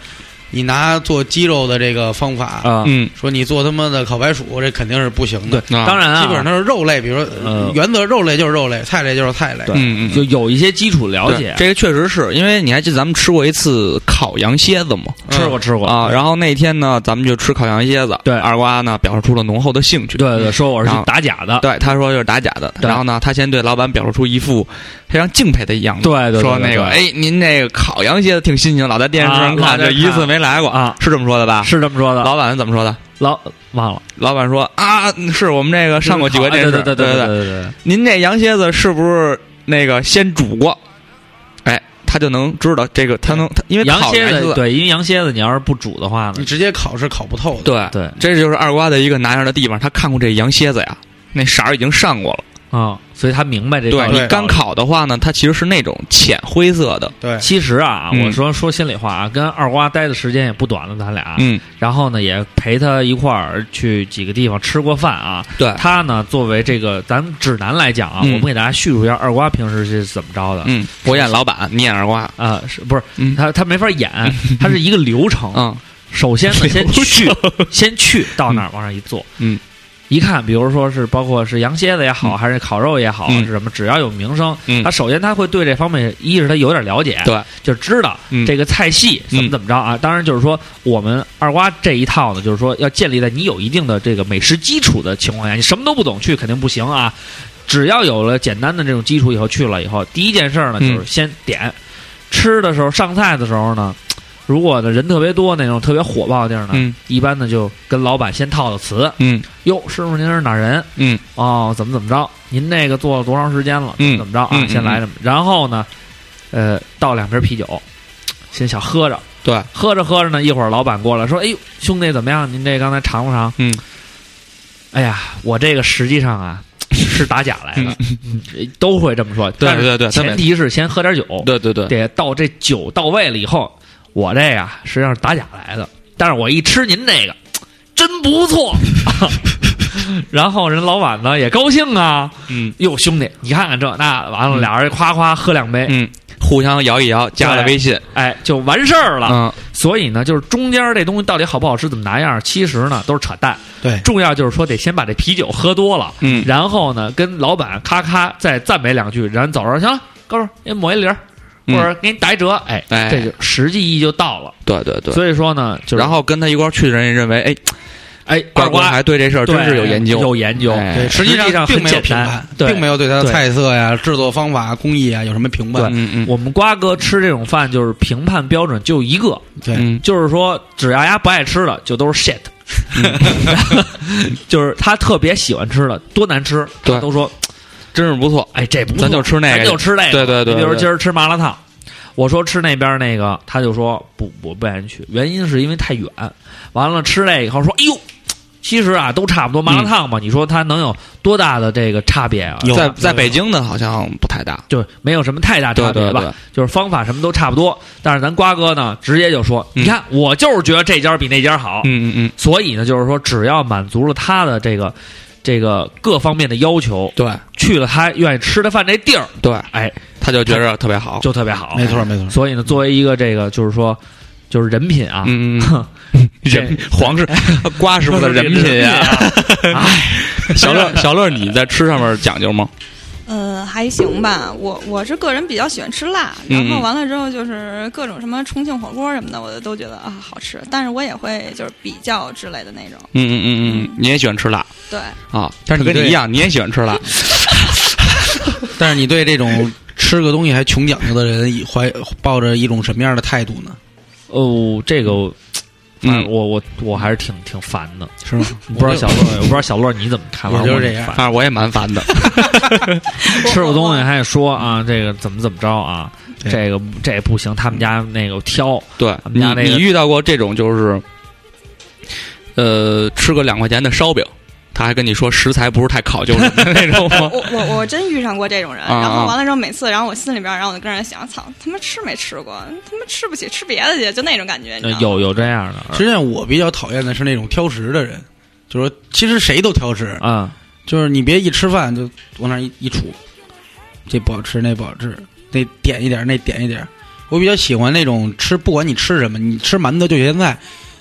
Speaker 5: 你拿做鸡肉的这个方法，
Speaker 1: 啊
Speaker 2: 嗯，
Speaker 5: 说你做他妈的烤白薯，这肯定是不行的。
Speaker 2: 啊
Speaker 1: 当然啊，
Speaker 5: 基本上都是肉类，比如
Speaker 1: 呃
Speaker 5: 说原则肉类就是肉类，菜类就是菜类。
Speaker 2: 嗯嗯，
Speaker 1: 就有一些基础了解
Speaker 2: 对。这个确实是因为你还记得咱们吃过一次烤羊蝎子吗？
Speaker 5: 嗯
Speaker 1: 吃过吃过
Speaker 2: 啊，，然后那天呢，咱们就吃烤羊蝎子。
Speaker 1: 对
Speaker 2: 二瓜呢表示出了浓厚的兴趣。
Speaker 1: 对对，说我是
Speaker 2: 然后
Speaker 1: 打假的，
Speaker 2: 对，他说就是打假的。
Speaker 1: 对
Speaker 2: 然后呢，他先对老板表示出一副非常敬佩的样子，
Speaker 1: 对对，
Speaker 2: 说
Speaker 1: 对
Speaker 2: 那个，，哎，您那个烤羊蝎子挺新颖，老在电视
Speaker 1: 啊
Speaker 2: 上
Speaker 1: 老
Speaker 2: 看，
Speaker 1: 在
Speaker 2: 这一
Speaker 1: 看
Speaker 2: 次没来过
Speaker 1: 啊，
Speaker 2: 是这么说的吧
Speaker 1: 对？是这么说的，
Speaker 2: 老板怎么说的？
Speaker 1: 老忘了
Speaker 2: 老板说啊，是我们这个上过几回电视，
Speaker 1: 啊嗯对
Speaker 2: 对
Speaker 1: 对
Speaker 2: 对
Speaker 1: 对对对，
Speaker 2: 您这羊蝎子是不是那个先煮过？哎，他就能知道这个，他能他因为
Speaker 1: 羊
Speaker 2: 烤
Speaker 1: 蝎
Speaker 2: 来
Speaker 1: 子
Speaker 2: 自
Speaker 1: 对，因为羊蝎子你要是不煮的话
Speaker 5: 你
Speaker 1: 呢，
Speaker 5: 直接烤是烤不透的。
Speaker 2: 嗯对
Speaker 1: 对
Speaker 2: 这就是二瓜的一个拿样的地方。他看过这羊蝎子呀，那色儿已经上过了。
Speaker 1: 啊，所以他明白这道
Speaker 2: 对
Speaker 1: 理。
Speaker 2: 你干烤的话呢，它其实是那种浅灰色的。
Speaker 5: 对，
Speaker 1: 其实啊，
Speaker 2: 嗯
Speaker 1: 我说说心里话啊，跟二瓜待的时间也不短了，咱俩。啊
Speaker 2: 嗯，
Speaker 1: 然后呢，也陪他一块儿去几个地方吃过饭啊。
Speaker 2: 对
Speaker 1: 他呢，作为这个咱们指南来讲啊，
Speaker 2: 哎嗯
Speaker 1: 我们给大家叙述一下二瓜平时是怎么着的。
Speaker 2: 嗯，我演老板，你演二瓜。
Speaker 1: 啊、是不是？
Speaker 2: 嗯
Speaker 1: 他他没法
Speaker 2: [laughs]
Speaker 1: 演，他是一个流程。
Speaker 2: 嗯
Speaker 1: 首先呢，先去
Speaker 2: [laughs] 流，
Speaker 1: 先去到哪儿往上一坐，
Speaker 2: 嗯，
Speaker 1: 一看，比如说是包括是羊蝎子也好，
Speaker 2: 嗯
Speaker 1: 还是烤肉也好，
Speaker 2: 嗯
Speaker 1: 是什么，只要有名声，
Speaker 2: 嗯
Speaker 1: 他首先他会对这方面，一是他有点了解，
Speaker 2: 对，
Speaker 1: 就知道
Speaker 2: 嗯
Speaker 1: 这个菜系怎么
Speaker 2: 嗯
Speaker 1: 怎么着啊。当然就是说，我们二瓜这一套呢，就是说要建立在你有一定的这个美食基础的情况下，你什么都不懂去肯定不行啊。只要有了简单的这种基础以后，去了以后，第一件事儿呢
Speaker 2: 嗯
Speaker 1: 就是先点，吃的时候上菜的时候呢，如果呢人特别多那种特别火爆的地儿呢，
Speaker 2: 嗯
Speaker 1: 一般呢就跟老板先套套词，
Speaker 2: 嗯
Speaker 1: 哟，师傅您是哪儿人？
Speaker 2: 嗯，
Speaker 1: 哦，怎么怎么着？您那个做了多长时间了？
Speaker 2: 嗯
Speaker 1: 怎么着啊？
Speaker 2: 嗯嗯
Speaker 1: 先来这么，然后呢，呃，倒两瓶啤酒，先小喝着。
Speaker 2: 对，
Speaker 1: 喝着喝着呢，一会儿老板过来说：“哎呦，兄弟怎么样？您这刚才尝不尝？”
Speaker 2: 嗯，
Speaker 1: 哎呀，我这个实际上啊是打假来的，嗯都会这么说。
Speaker 2: 对
Speaker 1: 但是
Speaker 2: 对对他们
Speaker 1: 前提是先喝点酒。
Speaker 2: 对对对，
Speaker 1: 得到这酒到位了以后，我这呀实际上是打假来的，但是我一吃您这个，真不错。 [laughs] 然后人老板呢也高兴啊，
Speaker 2: 嗯
Speaker 1: 哟兄弟，你看看这那完了，
Speaker 2: 嗯
Speaker 1: 俩人夸夸喝两杯，
Speaker 2: 嗯，互相摇一摇，加了微信。
Speaker 1: 哎，就完事儿了。
Speaker 2: 嗯，
Speaker 1: 所以呢，就是中间这东西到底好不好吃，怎么拿样，其实呢都是扯淡。
Speaker 5: 对
Speaker 1: 重要就是说得先把这啤酒喝多了，
Speaker 2: 嗯
Speaker 1: 然后呢跟老板咔咔再赞美两句，然后走着行了，哥们儿，给你抹一零儿，或
Speaker 2: 嗯
Speaker 1: 者给你打一折，哎，
Speaker 2: 哎
Speaker 1: 这就实际意义就到了。
Speaker 2: 对对对。
Speaker 1: 所以说呢，就是
Speaker 2: 然后跟他一块儿去的人也认为，哎，
Speaker 1: 哎，
Speaker 2: 二
Speaker 1: 二瓜
Speaker 2: 瓜还对这事儿
Speaker 1: 对
Speaker 2: 真是有研究。
Speaker 1: 有研究，
Speaker 2: 哎
Speaker 5: 对，
Speaker 1: 实
Speaker 5: 实
Speaker 1: 际上
Speaker 5: 上并没有
Speaker 1: 很简
Speaker 5: 评
Speaker 1: 单
Speaker 5: 判，
Speaker 1: 对
Speaker 5: 并没有对它的
Speaker 1: 对
Speaker 5: 菜色呀、制作方法、工艺啊有什么评判。
Speaker 2: 嗯嗯
Speaker 1: 我们瓜哥吃这种饭就是评判标准就一个，
Speaker 5: 对，
Speaker 2: 嗯
Speaker 1: 就是说只要丫不爱吃的就都是 shit，、就是 [laughs] 他特别喜欢吃的多难吃，他
Speaker 2: 嗯对
Speaker 1: 都说
Speaker 2: 真是不错。
Speaker 1: 哎这不错
Speaker 2: 咱就吃那个
Speaker 1: 咱就吃那个，
Speaker 2: 对对对对
Speaker 1: 你比如今儿吃麻辣烫。我说吃那边那个，他就说不，我不愿意去，原因是因为太远。完了吃那以后说，哎呦，其实啊都差不多麻辣
Speaker 2: 嗯
Speaker 1: 烫嘛，你说它能有多大的这个差别啊？
Speaker 2: 在在北京的好像不太大。
Speaker 1: 就没有什么太大差
Speaker 2: 对
Speaker 1: 别
Speaker 2: 对
Speaker 1: 吧，
Speaker 2: 对，
Speaker 1: 就是方法什么都差不多。但是咱瓜哥呢，直接就说：“
Speaker 2: 嗯
Speaker 1: 你看，我就是觉得这家比那家好。
Speaker 2: 嗯嗯嗯，
Speaker 1: 所以呢，就是说，只要满足了他的这个这个各方面的要求，
Speaker 2: 对
Speaker 1: 去了他愿意吃的饭这地儿，
Speaker 2: 对，
Speaker 1: 哎，
Speaker 2: 他就觉着特别好。
Speaker 1: 就特别好。
Speaker 5: 没错没错。
Speaker 1: 所以呢，作为一个这个就是说就是人品啊，
Speaker 2: 嗯，嗯人皇室瓜师傅的人品
Speaker 1: 啊
Speaker 2: 呀。
Speaker 5: 啊
Speaker 2: 小乐，小乐，你在吃上面讲究吗？
Speaker 6: 呃，还行吧。我我是个人比较喜欢吃辣，
Speaker 2: 嗯
Speaker 6: 然后完了之后就是各种什么重庆火锅什么的，我都觉得啊好吃。但是我也会就是比较之类的那种。
Speaker 2: 嗯嗯嗯嗯，你也喜欢吃辣
Speaker 6: 对，
Speaker 2: 啊？但是
Speaker 5: 你
Speaker 2: 跟你
Speaker 5: 对
Speaker 2: 一样，你也喜欢吃辣。
Speaker 5: 但是你对这种吃个东西还穷讲究的人，以怀抱着一种什么样的态度呢？
Speaker 1: 哦，这个我反正
Speaker 2: 嗯，
Speaker 1: 我我我还是挺挺烦的。
Speaker 5: 是吗？
Speaker 1: 不知道小乐，我不知道小乐你怎么看？
Speaker 5: 我
Speaker 1: 反正
Speaker 5: 就是
Speaker 1: 挺
Speaker 5: 这样
Speaker 1: 烦
Speaker 2: 反正我也蛮烦的。
Speaker 1: 吃过东西还得说啊，这个怎么怎么着啊，
Speaker 5: 对
Speaker 1: 这个这不行，他们家那个
Speaker 5: [laughs]
Speaker 1: 挑，
Speaker 2: 对
Speaker 1: 他们
Speaker 2: 你
Speaker 1: 家那个
Speaker 2: 你遇到过这种就是，呃，吃个两块钱的烧饼，他还跟你说食材不是太考究什么的那种吗？
Speaker 6: 我我我真遇上过这种人，
Speaker 2: 哦啊
Speaker 6: 然
Speaker 2: 啊
Speaker 6: 后完了之后每次，然后我心里边，然后我就跟人想，操，他妈吃没吃过？他妈吃不起，吃别的去，就那种感觉，你知
Speaker 1: 呃
Speaker 6: 道吗？
Speaker 1: 有有这样的，
Speaker 5: 实际上，我比较讨厌的是那种挑食的人，就是说其实谁都挑食，
Speaker 1: 啊，
Speaker 5: 就是你别一吃饭就往那儿一一杵，这不好吃那不好吃，那点一点那点一点。我比较喜欢那种吃，不管你吃什么，你吃馒头就咸菜，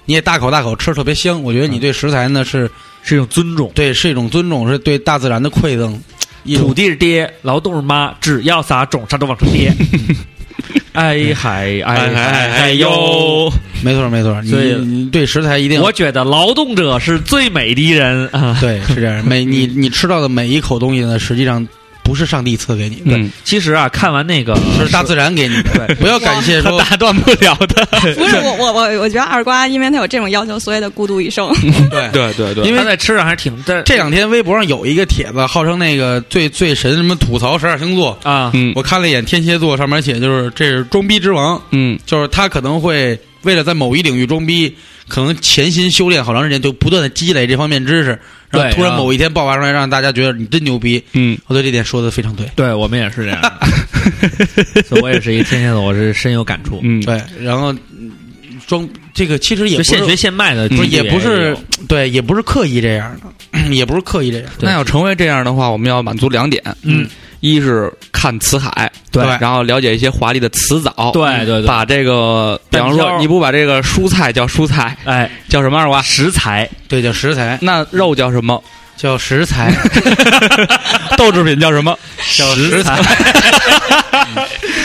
Speaker 5: 你也大口大口吃，特别香。我
Speaker 1: 嗯
Speaker 5: 觉得你对食材呢是
Speaker 1: 是一种尊重。
Speaker 5: 对是一种尊重，是对大自然的馈赠。一
Speaker 1: 土
Speaker 5: 种
Speaker 1: 地是爹，劳动是妈，只要撒种，啥都
Speaker 5: [laughs]
Speaker 1: 往出跌。哎嗨哎嗨嗨哟！
Speaker 5: 没错没错，你
Speaker 1: 所以
Speaker 5: 你对食材一定
Speaker 1: 我觉得劳动者是最美的人啊。 [laughs]
Speaker 5: 对是这样。每你你吃到的每一口东西呢，实际上不是上帝赐给你的，
Speaker 2: 嗯，
Speaker 1: 其实啊，看完那个
Speaker 5: 是大自然给你的。不要感谢
Speaker 2: 他
Speaker 5: 说，
Speaker 2: 打断不了的。
Speaker 6: 不是我我我我觉得二瓜，因为他有这种要求，所以他孤独一生。
Speaker 5: 对
Speaker 2: 对对对，
Speaker 1: 因为在吃上还是挺在
Speaker 5: [laughs] 这两天微博上有一个帖子，号称那个最最神什么吐槽十二星座，
Speaker 1: 啊，
Speaker 2: 嗯
Speaker 5: 我看了一眼天蝎座，上面写就是这是装逼之王，
Speaker 2: 嗯
Speaker 5: 就是他可能会为了在某一领域装逼，可能潜心修炼好长时间，就不断的积累这方面知识，然
Speaker 1: 对
Speaker 5: 后突然
Speaker 1: 啊
Speaker 5: 某一天爆发出来，让大家觉得你真牛逼。
Speaker 2: 嗯，
Speaker 5: 我对这点说的非常对，
Speaker 1: 对我们也是 [laughs] 这样的，所以我也是一天蝎座，我是深有感触，
Speaker 2: 嗯，
Speaker 5: 对，然后嗯装这个其实
Speaker 1: 就
Speaker 5: 也不是
Speaker 1: 现学现卖的，
Speaker 5: 不是也不
Speaker 1: 有
Speaker 5: 是对，也不是刻意这样的， [clears throat] 也不是刻意这样。
Speaker 1: 对
Speaker 2: 那要成为这样的话，我们要满足两点，
Speaker 1: 嗯，
Speaker 2: 一是看辞海，
Speaker 1: 对
Speaker 2: 然后了解一些华丽的词藻，
Speaker 1: 对对对
Speaker 2: 把这个，比方
Speaker 1: 单
Speaker 2: 说
Speaker 1: 挑
Speaker 2: 你不把这个蔬菜叫蔬菜，
Speaker 1: 哎
Speaker 2: 叫什么二瓜？
Speaker 1: 食材，
Speaker 5: 对，叫食材，
Speaker 2: 那肉叫什么？
Speaker 5: 叫食材，
Speaker 2: 豆制品叫什么？
Speaker 5: 叫食材。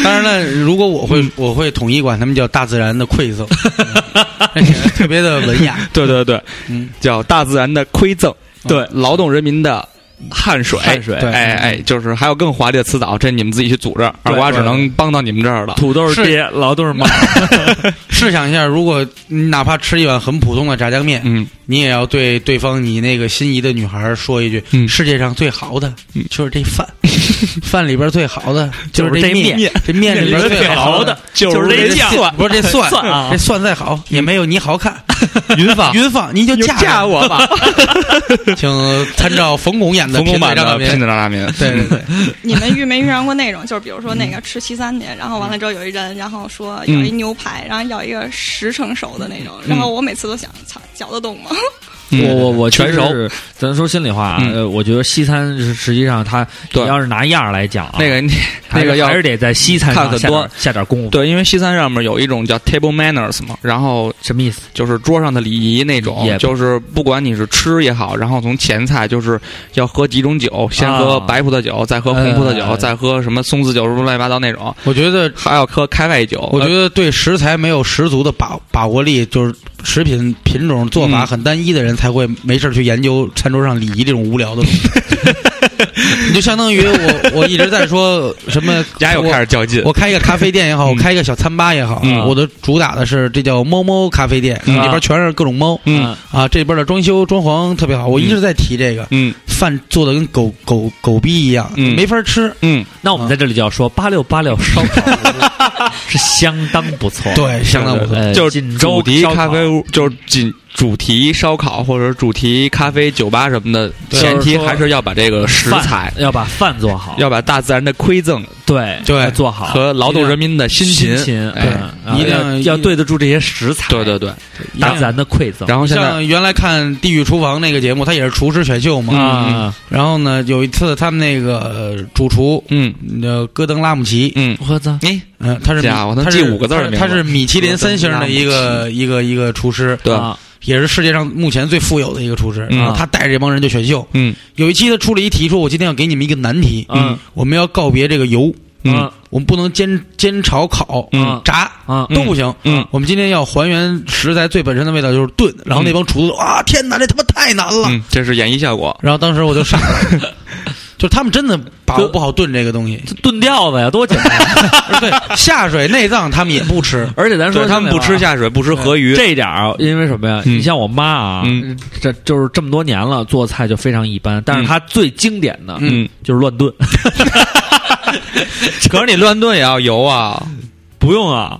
Speaker 5: 当然了，如果我会，我会统一管他们叫大自然的馈赠， [laughs] 嗯那显得特别的文雅。
Speaker 2: 对对对，
Speaker 5: 嗯，
Speaker 2: 叫大自然的馈赠，
Speaker 5: 对
Speaker 2: 劳动人民的汗水，
Speaker 1: 汗水
Speaker 5: 对
Speaker 2: 哎哎，就是还有更华丽的词藻，这你们自己去组织，
Speaker 1: 对
Speaker 2: 二瓜
Speaker 1: 对
Speaker 2: 只能帮到你们这儿了。
Speaker 1: 土豆是
Speaker 5: 是
Speaker 1: 爹，劳动是 [laughs] 妈，
Speaker 5: 试想一下，如果你哪怕吃一碗很普通的炸酱面，
Speaker 2: 嗯，
Speaker 5: 你也要对对方你那个心仪的女孩说一句：“
Speaker 2: 嗯
Speaker 5: 世界上最好的
Speaker 2: 嗯
Speaker 5: 就是这 [laughs] 饭，饭里边最好 [laughs] 的就是
Speaker 1: 就是这
Speaker 5: 面，
Speaker 1: 面
Speaker 5: 这面里边最好的
Speaker 1: 就是
Speaker 5: 这
Speaker 1: 这酱
Speaker 5: 蒜，不是这 [laughs] 蒜，
Speaker 1: 蒜啊
Speaker 5: 这蒜再好也没有你好看。
Speaker 2: 云坊
Speaker 5: 云放你就嫁
Speaker 2: 嫁
Speaker 5: 我吧， [laughs] 请参照冯巩演的
Speaker 2: 冯
Speaker 5: 《
Speaker 2: 巩
Speaker 5: 品
Speaker 2: 版
Speaker 5: 味张大
Speaker 2: 的
Speaker 5: 民
Speaker 2: 拼子》。张大民，
Speaker 5: 对对对，
Speaker 6: 你们遇没遇上过那
Speaker 1: [laughs]
Speaker 6: 种，就是比如说那个吃西餐去，然后完了之后有一人，然后说要
Speaker 1: 嗯
Speaker 6: 一牛排，然后要一个十成熟的那种，然后我每次都想，操，嚼得动吗？
Speaker 2: 嗯
Speaker 1: 我我我
Speaker 2: 全熟。
Speaker 1: 是，咱说心里话，
Speaker 2: 嗯
Speaker 1: 呃，我觉得西餐是实际上它，
Speaker 2: 对
Speaker 1: 你要是拿样儿来讲啊，
Speaker 2: 那个你
Speaker 1: 还
Speaker 2: 那
Speaker 1: 是
Speaker 2: 个要
Speaker 1: 还是得在西餐
Speaker 2: 看
Speaker 1: 上
Speaker 2: 很
Speaker 1: 下
Speaker 2: 多
Speaker 1: 点下点功夫，
Speaker 2: 对，因为西餐上面有一种叫 table manners 嘛，然后
Speaker 1: 什么意思？
Speaker 2: 就是桌上的礼仪那种
Speaker 1: Yep
Speaker 2: 就是不管你是吃也好，然后从前菜就是要喝几种酒，先喝白葡萄酒，再喝红葡萄酒，
Speaker 1: 哎
Speaker 2: 再喝什么松子酒，什么乱七八糟那种，
Speaker 5: 我觉得，
Speaker 2: 还要喝开胃酒。呃
Speaker 5: 我觉得对食材没有十足的把把握力，就是食品品种做法
Speaker 2: 嗯
Speaker 5: 很单一的人，才会没事儿去研究餐桌上礼仪这种无聊的东西。
Speaker 2: [laughs]
Speaker 5: 你就相当于我，我一直在说什么
Speaker 2: 家又
Speaker 5: 我
Speaker 2: 开始较劲
Speaker 5: 我。开一个咖啡店也好，
Speaker 2: 嗯
Speaker 5: 我开一个小餐吧也好，
Speaker 2: 嗯
Speaker 5: 我的主打的是这叫猫猫咖啡店，
Speaker 2: 嗯
Speaker 5: 里边全是各种猫
Speaker 2: 嗯
Speaker 5: 啊，这边的装修装潢特别好，我一直在提这个。
Speaker 2: 嗯
Speaker 5: 饭做的跟狗狗狗逼一样，
Speaker 2: 嗯
Speaker 5: 没法吃。
Speaker 2: 嗯，
Speaker 1: 那我们在这里就要说八六八六烧烤
Speaker 2: [laughs]
Speaker 1: 屋是相当不错，
Speaker 5: 对，相当不错。
Speaker 1: 呃，
Speaker 2: 就是
Speaker 1: 锦州
Speaker 2: 主题
Speaker 1: 烧烤
Speaker 2: 咖啡屋，就是仅主题烧烤或者主题咖啡酒吧什么的，
Speaker 1: 对
Speaker 2: 前
Speaker 1: 就是
Speaker 2: 提
Speaker 1: 说
Speaker 2: 还是要把这个食
Speaker 1: 饭
Speaker 2: 材，
Speaker 1: 要把饭做好，
Speaker 2: 要把大自然的馈赠
Speaker 1: 对
Speaker 5: 对
Speaker 1: 要做好
Speaker 2: 和劳动人民的辛勤
Speaker 1: 辛。勤，
Speaker 2: 哎
Speaker 1: 嗯
Speaker 5: 一定
Speaker 1: 要
Speaker 5: 一定
Speaker 1: 要对得住这些食材，
Speaker 2: 对对，对，
Speaker 1: 大自然的馈赠
Speaker 2: 然后现在
Speaker 5: 像原来看《地狱厨房》那个节目，它也是厨师选秀
Speaker 2: 嗯
Speaker 5: 嘛。
Speaker 1: 啊，
Speaker 5: 然后呢，有一次他们那个呃主厨，
Speaker 2: 嗯
Speaker 5: 呃，戈登拉姆齐，
Speaker 2: 嗯，
Speaker 1: 我操，
Speaker 2: 哎，
Speaker 5: 嗯，他是
Speaker 2: 家伙
Speaker 5: 他
Speaker 2: 能
Speaker 5: 是
Speaker 2: 记五个字儿的名字
Speaker 5: 他是米其林三星的一
Speaker 2: 戈登拉
Speaker 5: 个一个一个厨师，
Speaker 2: 对，
Speaker 1: 啊
Speaker 5: 也是世界上目前最富有的一个厨师。
Speaker 2: 嗯
Speaker 5: 然后他带着这帮人就选秀。
Speaker 2: 嗯
Speaker 5: 有一期他出了一题，说我今天要给你们一个难题，
Speaker 1: 嗯，
Speaker 5: 我们要告别这个油，
Speaker 2: 嗯
Speaker 5: 我们不能煎煎炒烤、
Speaker 2: 嗯
Speaker 5: 炸
Speaker 1: 啊
Speaker 5: 都不行。
Speaker 2: 嗯
Speaker 5: 我们今天要还原食材最本身的味道，就是炖。然后那帮厨子啊，天哪，这他妈太难了！
Speaker 2: 嗯，这是演绎效果。
Speaker 5: 然后当时我就傻了，就他们真的把握不好炖这个东西。
Speaker 1: 炖吊子呀，多简单！
Speaker 5: 对，下水内脏他们也不吃。
Speaker 1: 而且咱
Speaker 2: [laughs] 对
Speaker 1: 说啊
Speaker 2: 他们不吃下水，不吃河鱼，
Speaker 1: 这一点儿，啊因为什么呀？
Speaker 2: 嗯
Speaker 1: 你像我妈啊，
Speaker 2: 嗯
Speaker 1: 这就是这么多年了，做菜就非常一般。但是她最经典的，
Speaker 2: 嗯，
Speaker 1: 就是乱炖。
Speaker 2: 可是你乱炖也要油啊。
Speaker 1: 不用啊，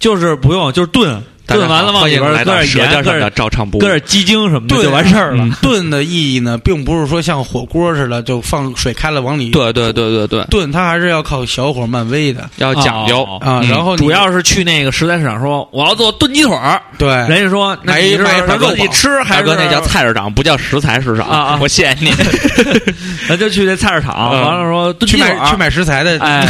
Speaker 1: 就是不用，就是炖，炖完了往
Speaker 2: 欢
Speaker 1: 里
Speaker 2: 迎
Speaker 1: 边
Speaker 2: 来
Speaker 1: 搁
Speaker 2: 到
Speaker 1: 点
Speaker 2: 舌尖
Speaker 1: 盐，搁
Speaker 2: 上的
Speaker 1: 点
Speaker 2: 照唱不误
Speaker 1: 搁。点鸡精什么的
Speaker 5: [laughs] 对嗯
Speaker 1: 就完事儿了。
Speaker 5: 炖的意义呢，并不是说像火锅似的就放水开了往里
Speaker 2: 对对对对对，
Speaker 5: 炖，它还是要靠小火慢煨的
Speaker 2: 要讲究
Speaker 1: 哦
Speaker 5: 啊。
Speaker 2: 嗯
Speaker 5: 然后你
Speaker 1: 主要是去那个食材市场说我要做炖鸡腿儿，
Speaker 5: 对，
Speaker 1: 人家说那
Speaker 5: 哎买
Speaker 1: 你
Speaker 5: 一
Speaker 1: 是
Speaker 5: 买一
Speaker 1: 说
Speaker 5: 盘肉
Speaker 1: 你
Speaker 5: 堡
Speaker 1: 吃还
Speaker 2: 大
Speaker 1: 是
Speaker 2: 哥那叫菜市场，不叫食材市场
Speaker 1: 啊啊
Speaker 2: 我谢谢
Speaker 1: [laughs]
Speaker 2: 你。
Speaker 1: 咱就去那菜市场，
Speaker 2: 嗯
Speaker 1: 完了说炖
Speaker 5: 去
Speaker 1: 鸡腿
Speaker 5: 买
Speaker 1: 儿，啊
Speaker 5: 去买食材的，
Speaker 1: 哎，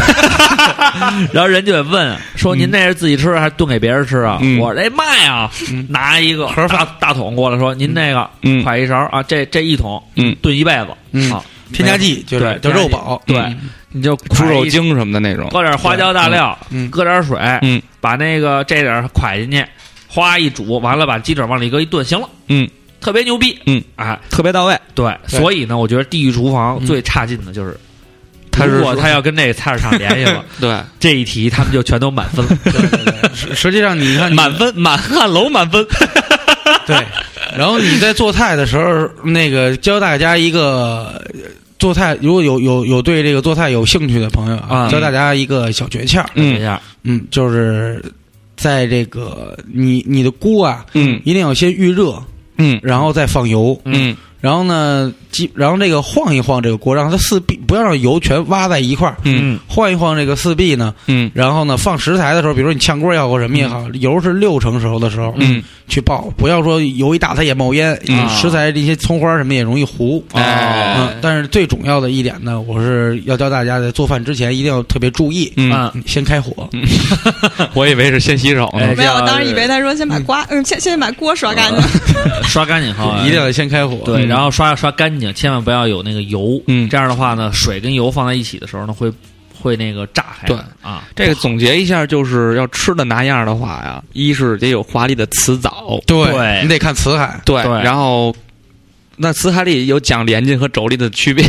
Speaker 1: [laughs] 然后人就得问说您那是自己吃还是炖给别人吃啊？
Speaker 2: 嗯
Speaker 1: 我这卖啊，拿一个盒大大桶过来说您那个
Speaker 2: 嗯
Speaker 1: 快一勺啊，这这一桶
Speaker 2: 嗯
Speaker 1: 炖一辈子，
Speaker 5: 嗯
Speaker 1: 啊，
Speaker 5: 添加剂就
Speaker 1: 对
Speaker 5: 是叫
Speaker 1: 添加
Speaker 5: 肉
Speaker 1: 剂
Speaker 5: 堡，
Speaker 1: 对，你就
Speaker 2: 猪
Speaker 1: 㧟
Speaker 2: 肉
Speaker 1: 一
Speaker 2: 精什么的那种，
Speaker 1: 搁点花椒大料，
Speaker 5: 嗯嗯
Speaker 1: 搁点水，
Speaker 2: 嗯
Speaker 1: 把那个这点儿蒯进去，哗一煮，完了把鸡腿往里搁一炖，行了，
Speaker 2: 嗯，
Speaker 1: 特别牛逼，
Speaker 2: 嗯，
Speaker 1: 哎，
Speaker 2: 特别到位。
Speaker 1: 对，所以呢，我觉得地狱厨房最差劲的就是
Speaker 2: 嗯他是
Speaker 1: 如果他要跟那个菜市场联系
Speaker 2: [laughs]
Speaker 1: 了，
Speaker 2: 对
Speaker 1: 这一题他们就全都满分了，
Speaker 5: 实实际上你看你
Speaker 1: 满分满汉楼满分。
Speaker 5: [laughs] 对，然后你在做菜的时候，那个教大家一个呃做菜，如果有有有对这个做菜有兴趣的朋友
Speaker 1: 啊
Speaker 5: 教大家一个小诀窍，
Speaker 1: [laughs] 等一下，
Speaker 5: 嗯，就是在这个你你的菇啊，
Speaker 2: 嗯
Speaker 5: 一定要先预热，
Speaker 2: 嗯
Speaker 5: 然后再放油，
Speaker 2: 嗯
Speaker 5: 然后呢，基然后这个晃一晃这个锅，让它四壁不要让油全挖在一块儿，
Speaker 2: 嗯
Speaker 5: 晃一晃这个四壁呢，
Speaker 2: 嗯
Speaker 5: 然后呢放食材的时候，比如说你炝锅也好或什么也好，油是六成熟的时候，
Speaker 2: 嗯，
Speaker 5: 去爆，不要说油一大它也冒烟，
Speaker 2: 嗯
Speaker 5: 食材这些葱花什么也容易糊。
Speaker 2: 哎
Speaker 5: 嗯，但是最重要的一点呢，我是要教大家在做饭之前一定要特别注意，
Speaker 2: 嗯，
Speaker 1: 啊，
Speaker 5: 先开火，
Speaker 2: 我以为是先洗手呢
Speaker 1: 哎，
Speaker 6: 没有，我当时以为
Speaker 1: 叫
Speaker 6: 他说先把瓜，嗯，先先把锅刷干净。
Speaker 1: 嗯刷干净
Speaker 2: [laughs]
Speaker 1: 后，
Speaker 5: 一定要先开火。
Speaker 1: 对，
Speaker 2: 嗯
Speaker 1: 然后刷刷干净，千万不要有那个油。
Speaker 2: 嗯
Speaker 1: 这样的话呢，水跟油放在一起的时候呢，会会那个炸开。
Speaker 2: 对
Speaker 1: 啊，
Speaker 2: 这个总结一下，就是要吃的拿样的话呀，一是得有华丽的词藻，，
Speaker 1: 对
Speaker 5: 对，你得看词海
Speaker 2: [laughs] 对
Speaker 1: 对
Speaker 2: 然后那词海里有讲连襟和妯娌的区别，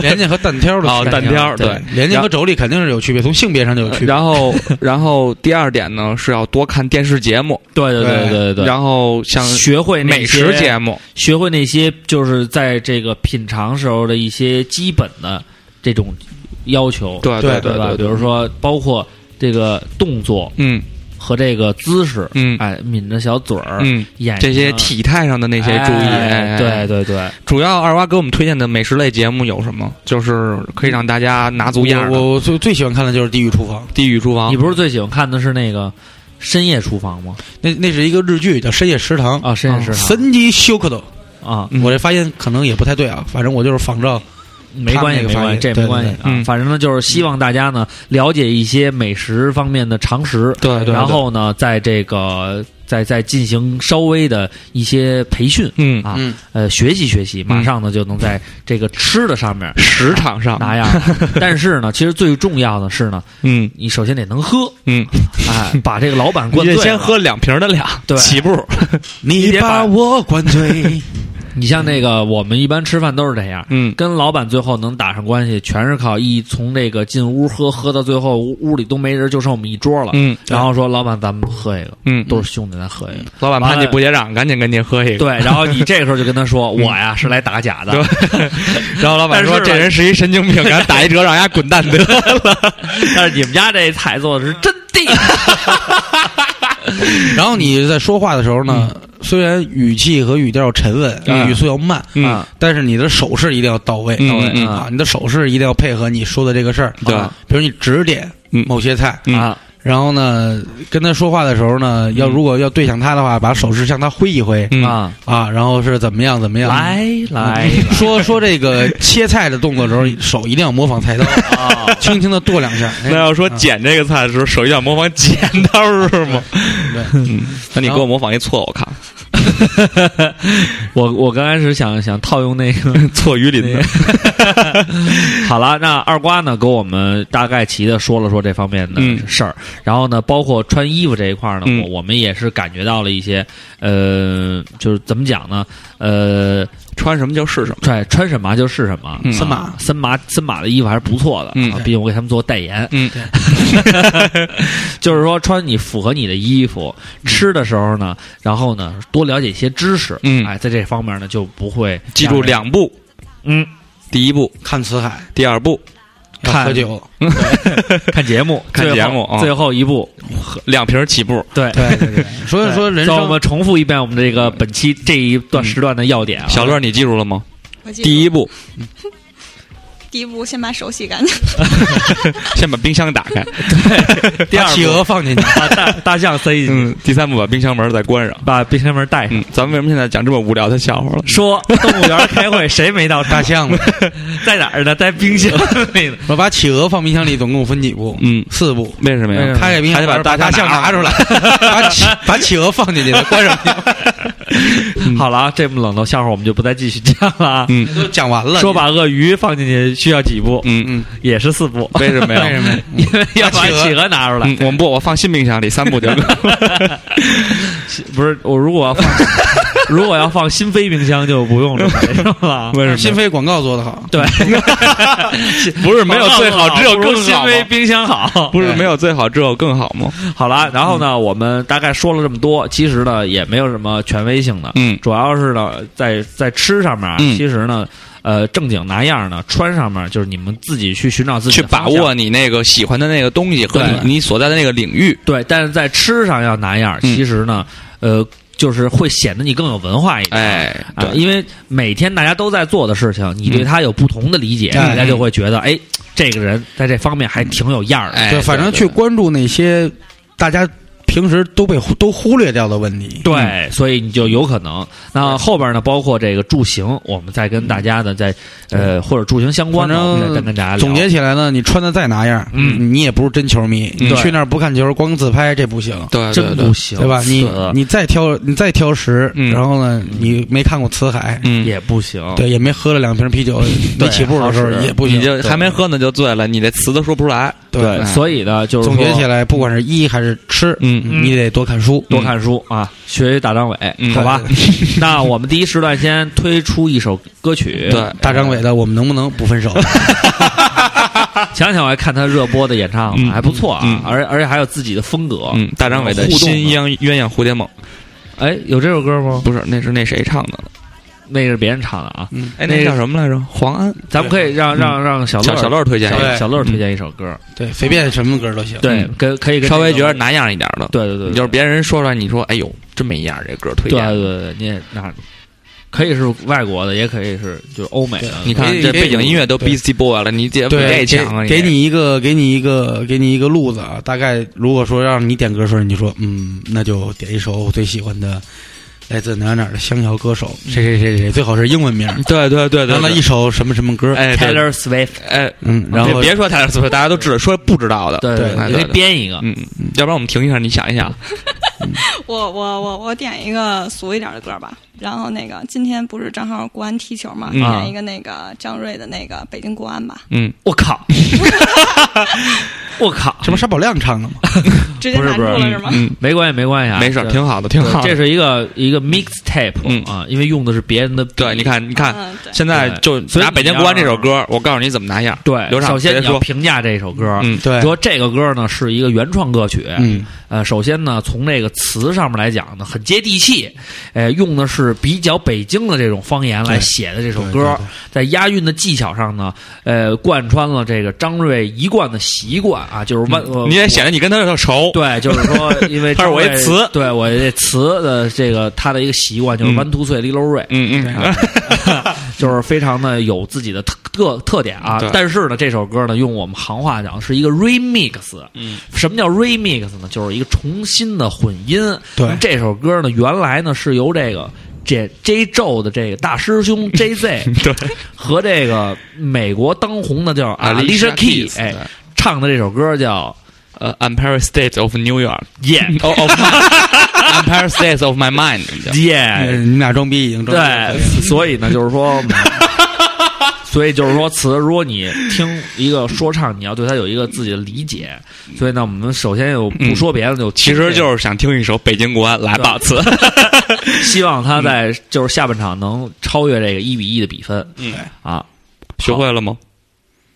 Speaker 5: 莲藕和蛋挑的
Speaker 2: 哦
Speaker 5: 感
Speaker 2: 蛋
Speaker 5: 情
Speaker 2: 挑对
Speaker 5: 对，莲藕和妯娌肯定是有区别，从性别上就有区别。
Speaker 2: 然后然后第二点呢是要多看电视节目，
Speaker 1: 对对对
Speaker 5: 对
Speaker 1: 对对。
Speaker 2: 然后像
Speaker 1: 学会那
Speaker 2: 美
Speaker 1: 些
Speaker 2: 食节目，
Speaker 1: 学会那些就是在这个品尝时候的一些基本的这种要求，
Speaker 2: 对
Speaker 5: 对
Speaker 2: 对
Speaker 1: 吧？
Speaker 2: 对，
Speaker 1: 比如说，包括这个动作
Speaker 2: 嗯
Speaker 1: 和这个姿势，
Speaker 2: 嗯
Speaker 1: 哎，抿着小嘴儿，
Speaker 2: 嗯，
Speaker 1: 眼
Speaker 2: 这些
Speaker 1: 睛啊
Speaker 2: 体态上的那些注意，
Speaker 1: 哎
Speaker 2: 哎
Speaker 1: 对对对，
Speaker 2: 主要二娃给我们推荐的美食类节目有什么？就是可以让大家拿足样
Speaker 5: 我
Speaker 2: 的。
Speaker 5: 我我最最喜欢看的就是《地狱厨房》，
Speaker 2: 地狱厨房
Speaker 1: 你，不是最喜欢看的是那个深夜厨房吗？
Speaker 5: 那那是一个日剧叫《深夜食堂》
Speaker 1: 啊，深夜食堂
Speaker 5: 神级修克斗，
Speaker 1: 啊，
Speaker 2: 嗯
Speaker 5: 我这发音可能也不太对啊，反正我就是仿照
Speaker 1: 没关系，
Speaker 5: 他们那个
Speaker 1: 没关
Speaker 5: 发
Speaker 1: 系，
Speaker 5: 言
Speaker 1: 这也
Speaker 5: 对
Speaker 1: 没关系
Speaker 5: 对
Speaker 1: 啊
Speaker 2: 对。嗯
Speaker 1: 反正呢，就是希望大家呢了解一些美食方面的常识，
Speaker 2: 对对对
Speaker 1: 然后呢，在这个再再进行稍微的一些培训
Speaker 2: 嗯，
Speaker 1: 啊
Speaker 5: 嗯，
Speaker 1: 呃，学习学习，马
Speaker 2: 嗯
Speaker 1: 上呢就能在这个吃的上面
Speaker 2: 食场上， [laughs]
Speaker 1: 拿样儿。但是呢，其实最重要的是呢，
Speaker 2: 嗯
Speaker 1: 你首先得能喝，
Speaker 2: 嗯，
Speaker 1: [laughs] 哎，把这个老板灌
Speaker 2: 你
Speaker 1: 醉
Speaker 2: 得先
Speaker 1: 了
Speaker 2: 喝两瓶的俩，
Speaker 1: 对 [laughs]
Speaker 2: 起步，
Speaker 5: 你把我灌
Speaker 2: [laughs]
Speaker 5: 醉。
Speaker 1: 你像那个，我们一般吃饭都是这样，
Speaker 2: 嗯
Speaker 1: 跟老板最后能打上关系，全是靠一从这个进屋喝，喝到最后屋屋里都没人，就剩我们一桌了。
Speaker 2: 嗯
Speaker 1: 然后说老板，咱们喝一个，
Speaker 2: 嗯，
Speaker 1: 都是兄弟，咱喝一个。
Speaker 2: 老板怕你不结账，赶紧跟您喝一个。
Speaker 1: 对，然后你这个时候就跟他说，
Speaker 2: 嗯
Speaker 1: 我呀是来打假的，
Speaker 2: 然后老板说
Speaker 1: 但是吧
Speaker 2: 这人是一神经病，赶紧打一折，让人家滚蛋得
Speaker 1: [laughs]
Speaker 2: 了。
Speaker 1: [laughs] 但是你们家这菜做的是真地道。
Speaker 5: [laughs] 然后你在说话的时候呢，虽然语气和语调沉稳，
Speaker 2: 嗯
Speaker 5: 语速要慢，
Speaker 1: 啊
Speaker 2: 嗯
Speaker 5: 但是你的手势一定要到位，
Speaker 2: 嗯
Speaker 5: 到位、
Speaker 2: 嗯
Speaker 5: 啊！你的手势一定要配合你说的这个事儿。
Speaker 2: 对
Speaker 5: 啊比如你指点
Speaker 2: 嗯
Speaker 5: 某些菜，
Speaker 2: 嗯
Speaker 1: 啊
Speaker 5: 然后呢，跟他说话的时候呢，要如果要对向他的话，把手势向他挥一挥、
Speaker 2: 嗯
Speaker 1: 啊，
Speaker 5: 啊，然后是怎么样怎么样。
Speaker 1: 来来
Speaker 5: [laughs] 说说这个切菜的动作的时候，手一定要模仿菜刀，
Speaker 1: 啊，
Speaker 5: 轻轻的剁两下。哎
Speaker 2: 那要说
Speaker 1: 嗯
Speaker 5: 啊
Speaker 2: 剪这个菜的时候，手要模仿剪刀是吗？
Speaker 5: 对
Speaker 2: 嗯，那你
Speaker 5: 然
Speaker 2: 给
Speaker 5: 后
Speaker 2: 我模仿一错，我看
Speaker 1: 我我刚开始想想套用那个
Speaker 2: [laughs] 错鱼鳞的。
Speaker 1: 好了，那二瓜呢，给我们大概齐的说了说这方面的
Speaker 2: 嗯
Speaker 1: 事儿，然后呢，包括穿衣服这一块呢，
Speaker 2: 嗯
Speaker 1: 我我们也是感觉到了一些，呃，就是怎么讲呢，呃，
Speaker 2: 穿什么就是什么。
Speaker 1: 穿穿什么就是什么，
Speaker 2: 嗯
Speaker 5: 森马
Speaker 1: 啊森马森马的衣服还是不错的，
Speaker 2: 嗯
Speaker 1: 啊毕竟我给他们做代言，
Speaker 2: 嗯，
Speaker 1: [laughs] 就是说穿你符合你的衣服，吃的时候呢，然后呢多了解一些知识，
Speaker 2: 嗯
Speaker 1: 哎，在这方面呢就不会
Speaker 2: 记住
Speaker 1: 让人，
Speaker 2: 两步，
Speaker 1: 嗯，
Speaker 2: 第一步，
Speaker 5: 看辞海，
Speaker 2: 第二步，
Speaker 5: 要
Speaker 1: 看
Speaker 5: 喝酒，
Speaker 1: 看节目，
Speaker 2: [laughs] 看
Speaker 1: 最后
Speaker 2: 节目啊
Speaker 1: 最后一步，
Speaker 2: 两瓶起步。
Speaker 1: 对。
Speaker 5: 对对对，所以说人
Speaker 1: 让我
Speaker 5: 生
Speaker 1: 们重复一遍我们这个本期这一段时段的要点啊。
Speaker 2: 嗯小乐，你记住了吗？
Speaker 6: 我记住
Speaker 2: 第一步，
Speaker 6: 第一步，先把手洗干净。
Speaker 2: 先把冰箱打 [laughs] 开。 [laughs]
Speaker 1: 第二
Speaker 5: 把
Speaker 1: 步
Speaker 5: 企鹅放进去，
Speaker 1: 把大大象塞进去，
Speaker 2: 嗯，第三步，把冰箱门再关上。
Speaker 1: 把冰箱门带上。
Speaker 2: 嗯，咱们为什么现在讲这么无聊的笑话了？
Speaker 1: 说动物园开会，谁没到
Speaker 5: 大
Speaker 1: 场？
Speaker 5: 象嘛。
Speaker 1: 在哪儿呢？在冰箱里呢。
Speaker 5: [laughs] 我把企鹅放冰箱里总共分几步？
Speaker 2: 嗯
Speaker 5: 四步。
Speaker 2: 为什么
Speaker 1: 为什
Speaker 2: 呀
Speaker 1: 么？
Speaker 5: 开开冰
Speaker 2: 还
Speaker 5: 箱
Speaker 2: 得
Speaker 5: 门，
Speaker 2: 把大
Speaker 5: 把大
Speaker 2: 象
Speaker 5: 象
Speaker 2: 拿
Speaker 5: 拿出来，把企把企鹅放进去，关
Speaker 1: [laughs]
Speaker 5: 上冰箱。
Speaker 1: 好了啊，这么冷的笑话我们就不再继续讲了啊。
Speaker 2: 嗯
Speaker 5: 都讲完了，
Speaker 1: 说把鳄鱼放进去需要几步？
Speaker 2: 嗯，
Speaker 5: 嗯，
Speaker 1: 也是四
Speaker 2: [laughs]
Speaker 1: 步，
Speaker 2: 为什么
Speaker 5: 为什
Speaker 2: 呀？
Speaker 5: 么呀？
Speaker 1: [laughs] 因为要把
Speaker 5: 把企鹅
Speaker 1: 企鹅拿出来
Speaker 2: 嗯。，我们 [laughs] 不，我放新冰箱里，三步就够。 [laughs]
Speaker 1: 不是我如果要放，如果要放新飞冰箱，就不用这么那什么
Speaker 2: [laughs]
Speaker 1: 了。
Speaker 2: 为
Speaker 5: 新飞广告做得好，
Speaker 1: 对，
Speaker 2: 不是没有
Speaker 1: [laughs]
Speaker 2: 最
Speaker 1: 广
Speaker 2: 好，
Speaker 1: 告
Speaker 2: 只有
Speaker 1: 不如
Speaker 2: 更
Speaker 1: 新
Speaker 2: 好吗？
Speaker 1: 飞冰箱好。 [laughs]
Speaker 2: 不是没有最好，只有更好吗？
Speaker 1: 好了，然后呢，我们大概说了这么多，其实呢也没有什么权威性的，
Speaker 2: 嗯
Speaker 1: 主要是呢在在吃上面啊，
Speaker 2: 嗯
Speaker 1: 其实呢，呃，正经拿样呢，穿上面就是你们自己去寻找自己
Speaker 2: 去
Speaker 1: 的方
Speaker 2: 把
Speaker 1: 向
Speaker 2: 握你那个喜欢的那个东西和
Speaker 1: 对
Speaker 2: 你你所在的那个领域。
Speaker 1: 对，但是在吃上要拿样儿，
Speaker 2: 嗯
Speaker 1: 其实呢，呃，就是会显得你更有文化一点。
Speaker 2: 哎，
Speaker 1: 啊，
Speaker 2: 对，
Speaker 1: 因为每天大家都在做的事情，你对它有不同的理解，
Speaker 5: 嗯
Speaker 1: 大家就会觉得，哎，这个人在这方面还挺有样儿的。
Speaker 2: 哎
Speaker 5: 对，反正去关注那些大家平时都被忽都忽略掉的问题。
Speaker 1: 对，所以你就有可能。那后边呢，包括这个住行，我们再跟大家呢，在呃或者住行相关的，
Speaker 5: 反正
Speaker 1: 我们再跟跟大家聊
Speaker 5: 总结起来呢，你穿的再拿样，
Speaker 1: 嗯，
Speaker 5: 你也不是真球迷。
Speaker 2: 嗯
Speaker 5: 你去那儿不看球，光自拍这不行，
Speaker 2: 对对
Speaker 1: 真
Speaker 2: 对
Speaker 1: 不，行，
Speaker 5: 对吧？你
Speaker 1: 死
Speaker 5: 你再挑，你再挑食，
Speaker 2: 嗯
Speaker 5: 然后呢，你没看过《辞海》，
Speaker 2: 嗯，
Speaker 1: 也不行。
Speaker 5: 对，也没喝了两瓶啤酒，
Speaker 1: 啊对
Speaker 5: 没起步的时候
Speaker 1: 好使
Speaker 5: 也不行嗯
Speaker 2: 你。就还没喝呢就醉了，你这词都说不出来。
Speaker 1: 对，所以呢，就是
Speaker 5: 总结
Speaker 1: 说
Speaker 5: 起来，不管是衣还是吃，
Speaker 2: 嗯
Speaker 1: 嗯
Speaker 5: 你得多看书。
Speaker 1: 多看书啊，学习大张伟，
Speaker 2: 嗯
Speaker 1: 好
Speaker 2: [laughs]
Speaker 1: 吧？那我们第一时段先推出一首歌曲。
Speaker 2: 对，
Speaker 5: 大张伟的，我们能不能不分手？
Speaker 1: 前两天我还看他热播的演唱，
Speaker 2: 嗯
Speaker 1: 还不错啊
Speaker 2: 嗯，
Speaker 1: 而而且还有自己的风格。
Speaker 2: 嗯，大张伟的
Speaker 1: 互动的啊
Speaker 2: 新鸯鸳鸯蝴蝶梦
Speaker 1: 哎，有这首歌吗？
Speaker 2: 不是，那是那谁唱的？
Speaker 1: 那是别人唱的啊，
Speaker 5: 嗯，
Speaker 2: 哎，
Speaker 1: 那
Speaker 2: 那
Speaker 1: 个
Speaker 2: 叫什么来着？黄安，
Speaker 1: 咱们可以让让让小乐
Speaker 2: 嗯小小乐推荐一
Speaker 5: 对
Speaker 2: 个，
Speaker 1: 小乐推荐一首歌。
Speaker 5: 对，随便什么歌都行。
Speaker 1: 对，跟可以跟
Speaker 2: 稍微
Speaker 1: 这
Speaker 2: 觉
Speaker 1: 个
Speaker 2: 得拿样一点的。
Speaker 1: 对对对，
Speaker 2: 你
Speaker 1: 对
Speaker 2: 就是别人说出来，你说哎呦，真没样儿，这歌推
Speaker 1: 对
Speaker 2: 荐。
Speaker 1: 对对，你也那可以是外国的，也可以是就是欧美的。
Speaker 2: 你看
Speaker 5: 给
Speaker 2: 这
Speaker 5: 给
Speaker 2: 背景音乐都 Beastie Boy 了，你姐夫
Speaker 5: 对，
Speaker 2: 这
Speaker 5: 给
Speaker 2: 强啊！
Speaker 5: 给你一个，给你一个，给你一个路子啊。大概如果说让你点歌的时候，你就说嗯，那就点一首我最喜欢的，来自哪儿哪儿的香谣歌手，谁谁谁谁，最好是英文名儿，
Speaker 2: 对对对对
Speaker 5: 让他
Speaker 2: 对
Speaker 5: 一首什么什么歌，
Speaker 2: 哎对
Speaker 1: Taylor Swift，
Speaker 2: 哎，
Speaker 5: 嗯，然后
Speaker 2: 别别说泰勒斯威大家都知道，说不知道的。
Speaker 1: 对对，
Speaker 5: 对
Speaker 2: 对
Speaker 1: 你可以
Speaker 2: 对
Speaker 1: 编一个。
Speaker 2: 嗯，要不然我们停一下，你想一想，
Speaker 6: [laughs] 我我我我点一个俗一点的歌吧，然后那个今天不是正好国安踢球嘛，
Speaker 2: 嗯
Speaker 1: 啊
Speaker 6: 点一个那个张睿的那个《北京国安》吧，
Speaker 2: 嗯，
Speaker 1: 我靠， [laughs] 我靠，
Speaker 5: 这不沙宝亮唱的吗？
Speaker 6: 直接
Speaker 1: 不是
Speaker 6: 难住
Speaker 1: 不是
Speaker 6: 了
Speaker 2: 嗯
Speaker 6: 是吗？
Speaker 2: 嗯，
Speaker 1: 没关系没关系啊，
Speaker 2: 没事儿，
Speaker 1: 这
Speaker 2: 挺好的，挺好的。
Speaker 1: 这
Speaker 2: 是
Speaker 1: 是一个一个 mixtape、
Speaker 2: 嗯
Speaker 1: 啊，因为用的是别人的笔。
Speaker 2: 对，你看，你看，
Speaker 6: 嗯，对，
Speaker 2: 现在就
Speaker 1: 所以
Speaker 2: 拿《北京
Speaker 1: 你要
Speaker 2: 国安》这首歌，我告诉你怎么拿样。
Speaker 1: 对，
Speaker 2: 刘畅
Speaker 1: 首先
Speaker 2: 直
Speaker 1: 你
Speaker 2: 接
Speaker 1: 要
Speaker 2: 说，
Speaker 1: 评价这首歌。
Speaker 2: 嗯，
Speaker 5: 对，
Speaker 1: 说这个歌呢是一个原创歌曲，
Speaker 5: 嗯，
Speaker 1: 呃，首先呢，从这个词上面来讲呢，很接地气，呃，用的是比较北京的这种方言来
Speaker 5: 对
Speaker 1: 写的这首
Speaker 5: 对
Speaker 1: 歌，
Speaker 5: 对对
Speaker 1: 在押韵的技巧上呢，呃，贯穿了这个张瑞一贯的习惯啊，就是弯，呃
Speaker 2: 嗯你也显得你跟他有点熟。
Speaker 1: 对，就是说，因为
Speaker 2: [laughs] 他是我一
Speaker 1: 张瑞
Speaker 2: 词
Speaker 1: 对我这词的这个他的一个习惯就是
Speaker 2: 嗯
Speaker 1: 弯秃穗离篓瑞，啊
Speaker 2: 嗯嗯，
Speaker 1: [laughs] 就是非常的有自己的特特特点啊
Speaker 2: 对。
Speaker 1: 但是呢，这首歌呢，用我们行话讲是一个 remix。
Speaker 2: 嗯，
Speaker 1: 什么叫 remix 呢？就是一个重新的混音。
Speaker 5: 对
Speaker 1: 那么这首歌呢，原来呢是由这个。这 J 宙的这个大师兄
Speaker 2: [laughs]
Speaker 1: JZ
Speaker 2: 对，
Speaker 1: 和这个美国当红的叫啊 Alicia Keys，
Speaker 2: Alicia Keys，
Speaker 1: 哎
Speaker 2: 对，
Speaker 1: 唱的这首歌叫
Speaker 2: 呃，Empire State of New York， [laughs]
Speaker 1: Yeah
Speaker 2: 哦哦 [laughs] ，Empire State of My Mind，[laughs]
Speaker 5: 哎
Speaker 1: Yeah，
Speaker 5: 你们俩装逼已经装逼了
Speaker 1: 对，所以呢，就是说，嗯 [laughs] 所以就是说词，如果你听一个说唱，你要对它有一个自己的理解。所以呢，我们首先有不说别的，就
Speaker 2: 嗯其实就是想听一首《北京国安》，来吧，词。
Speaker 1: 希望他在就是下半场能超越这个一比一的比分。
Speaker 2: 嗯
Speaker 1: 啊，
Speaker 2: [laughs] 学会了吗？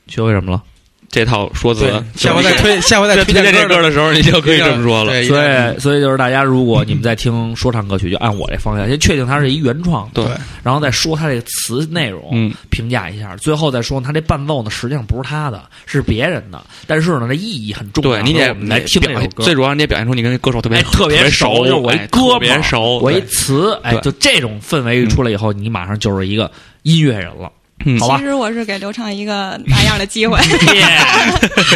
Speaker 1: 学会什么了？
Speaker 2: 这套说辞
Speaker 5: 对，，下回再推，下回再
Speaker 2: 在推荐这
Speaker 5: 歌
Speaker 2: 歌的时候，你就可以这么说了。
Speaker 5: 对，
Speaker 1: 所以，所以就是大家，如果你们在听说唱歌曲，就按我这方向，先确定它是一原创，
Speaker 2: 对，
Speaker 1: 然后再说它这个词内容，
Speaker 2: 嗯，
Speaker 1: 评价一下，最后再说它这伴奏呢，实际上不是他的，是别人的，但是呢，这意义很重要。
Speaker 2: 对你
Speaker 1: 所以
Speaker 2: 得
Speaker 1: 我们来听这
Speaker 2: 表哎
Speaker 1: 首歌，
Speaker 2: 最主要你得表现出你跟这歌手特别
Speaker 1: 哎特
Speaker 2: 别
Speaker 1: 熟，就是我一
Speaker 2: 哎
Speaker 1: 哥们儿
Speaker 2: 特别熟，
Speaker 1: 我一
Speaker 2: 对
Speaker 1: 词，哎，
Speaker 2: 对
Speaker 1: 就这种氛围一出来以后，你马上就是一个音乐人
Speaker 2: [laughs]
Speaker 1: 了，
Speaker 2: 嗯
Speaker 1: 好吧
Speaker 6: 其？实我是给刘畅一个拿样的机会。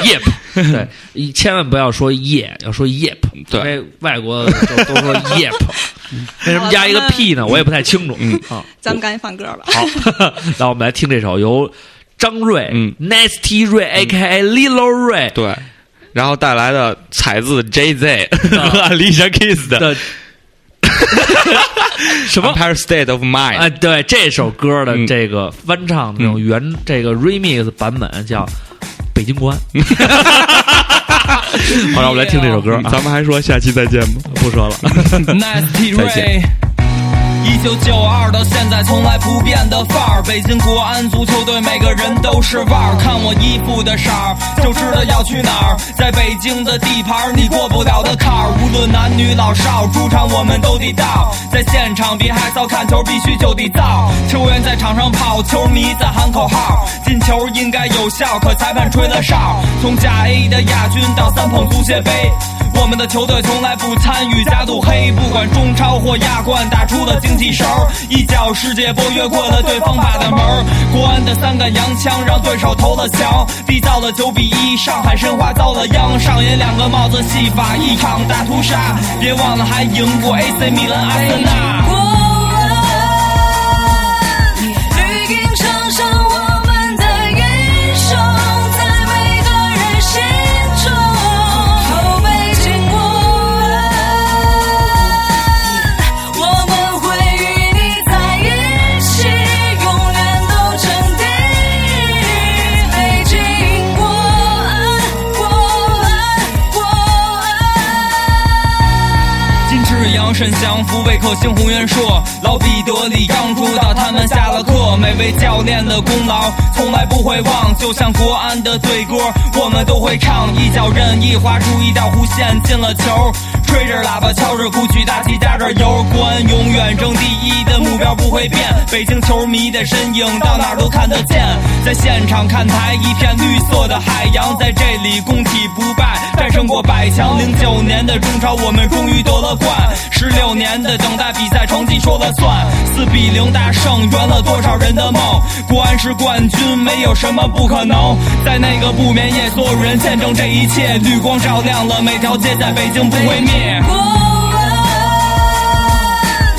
Speaker 1: 耶 yep，对，你千万不要说耶，要说 yep，
Speaker 2: 对
Speaker 1: 因为外国的就都说 yep，为什么加一个 p 呢？我也不太清楚
Speaker 2: 嗯
Speaker 1: [laughs] 啊。
Speaker 6: 咱们赶紧放歌吧。
Speaker 1: 好，那我们来听这首由张睿、
Speaker 2: 嗯
Speaker 1: Nasty 瑞 A.K.A. Lilo 瑞
Speaker 2: 对，然后带来的采自 JZ 和 [laughs] Alicia Keys 的
Speaker 1: 的什么
Speaker 2: Empire State of
Speaker 1: 啊？
Speaker 2: Mind，
Speaker 1: 对，这首歌的
Speaker 2: 嗯
Speaker 1: 这个翻唱的这种原这个 remix 版本叫《北京国安》。好，让我们来听这首歌啊。
Speaker 2: 咱们还说下期再见吗？
Speaker 1: 不说了。
Speaker 7: Nasty
Speaker 2: 再见
Speaker 7: Ray, 一九九二到现在从来不变的范儿。北京国安足球队每个人都是腕儿，看我衣服的色儿就知道要去哪儿。在北京的地盘儿，你过不了的坎儿，无论男女老少，主场我们都得到。在现场别害臊，看球必须就得造。球员在场上跑，球迷在喊口号，进球应该有效，可裁判吹了哨。从甲 A 的亚军到三捧足协杯。我们的球队从来不参与加度黑，不管中超或亚冠，打出的精气神儿，一脚世界波越过了对方把的门儿。国安的三杆洋枪让对手投了降，缔造了九比一，上海申花遭了殃，上演两个帽子戏法，一场大屠杀。别忘了还赢过 AC 米兰、阿森纳。
Speaker 8: 国安，绿茵场上我们的英雄，在每个人心中。后北京国安，我们会与你在一起，永远都争第一。北京国安，国安，国安。
Speaker 7: 金翅羊身降服，为克星红元硕，老彼得里让出到他们下了课。每位教练的功劳从来不会忘，就像国安的队歌，我们都会唱。一脚任意划出一道弧线，进了球。吹着喇叭，敲着鼓，举大旗，加着油。国安永远争第一的目标不会变，北京球迷的身影到哪儿都看得见。在现场看台，一片绿色的海洋，在这里攻体不败，战胜过百强。零九年的中超，我们终于夺了冠，十六年的等待，比赛成绩说了算。四比零大胜，圆了多少人的梦？国安是冠军，没有什么不可能。在那个不眠夜，所有人见证这一切，绿光照亮了每条街，在北京不会灭。
Speaker 8: 国安，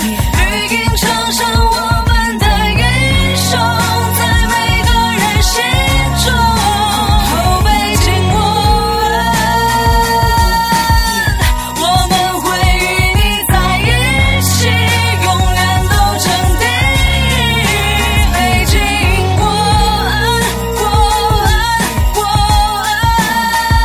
Speaker 8: 绿茵场上我们的英雄，在每个人心中。后北京国安，我们会与你在一起，永远都争第一。北京国安，国安，国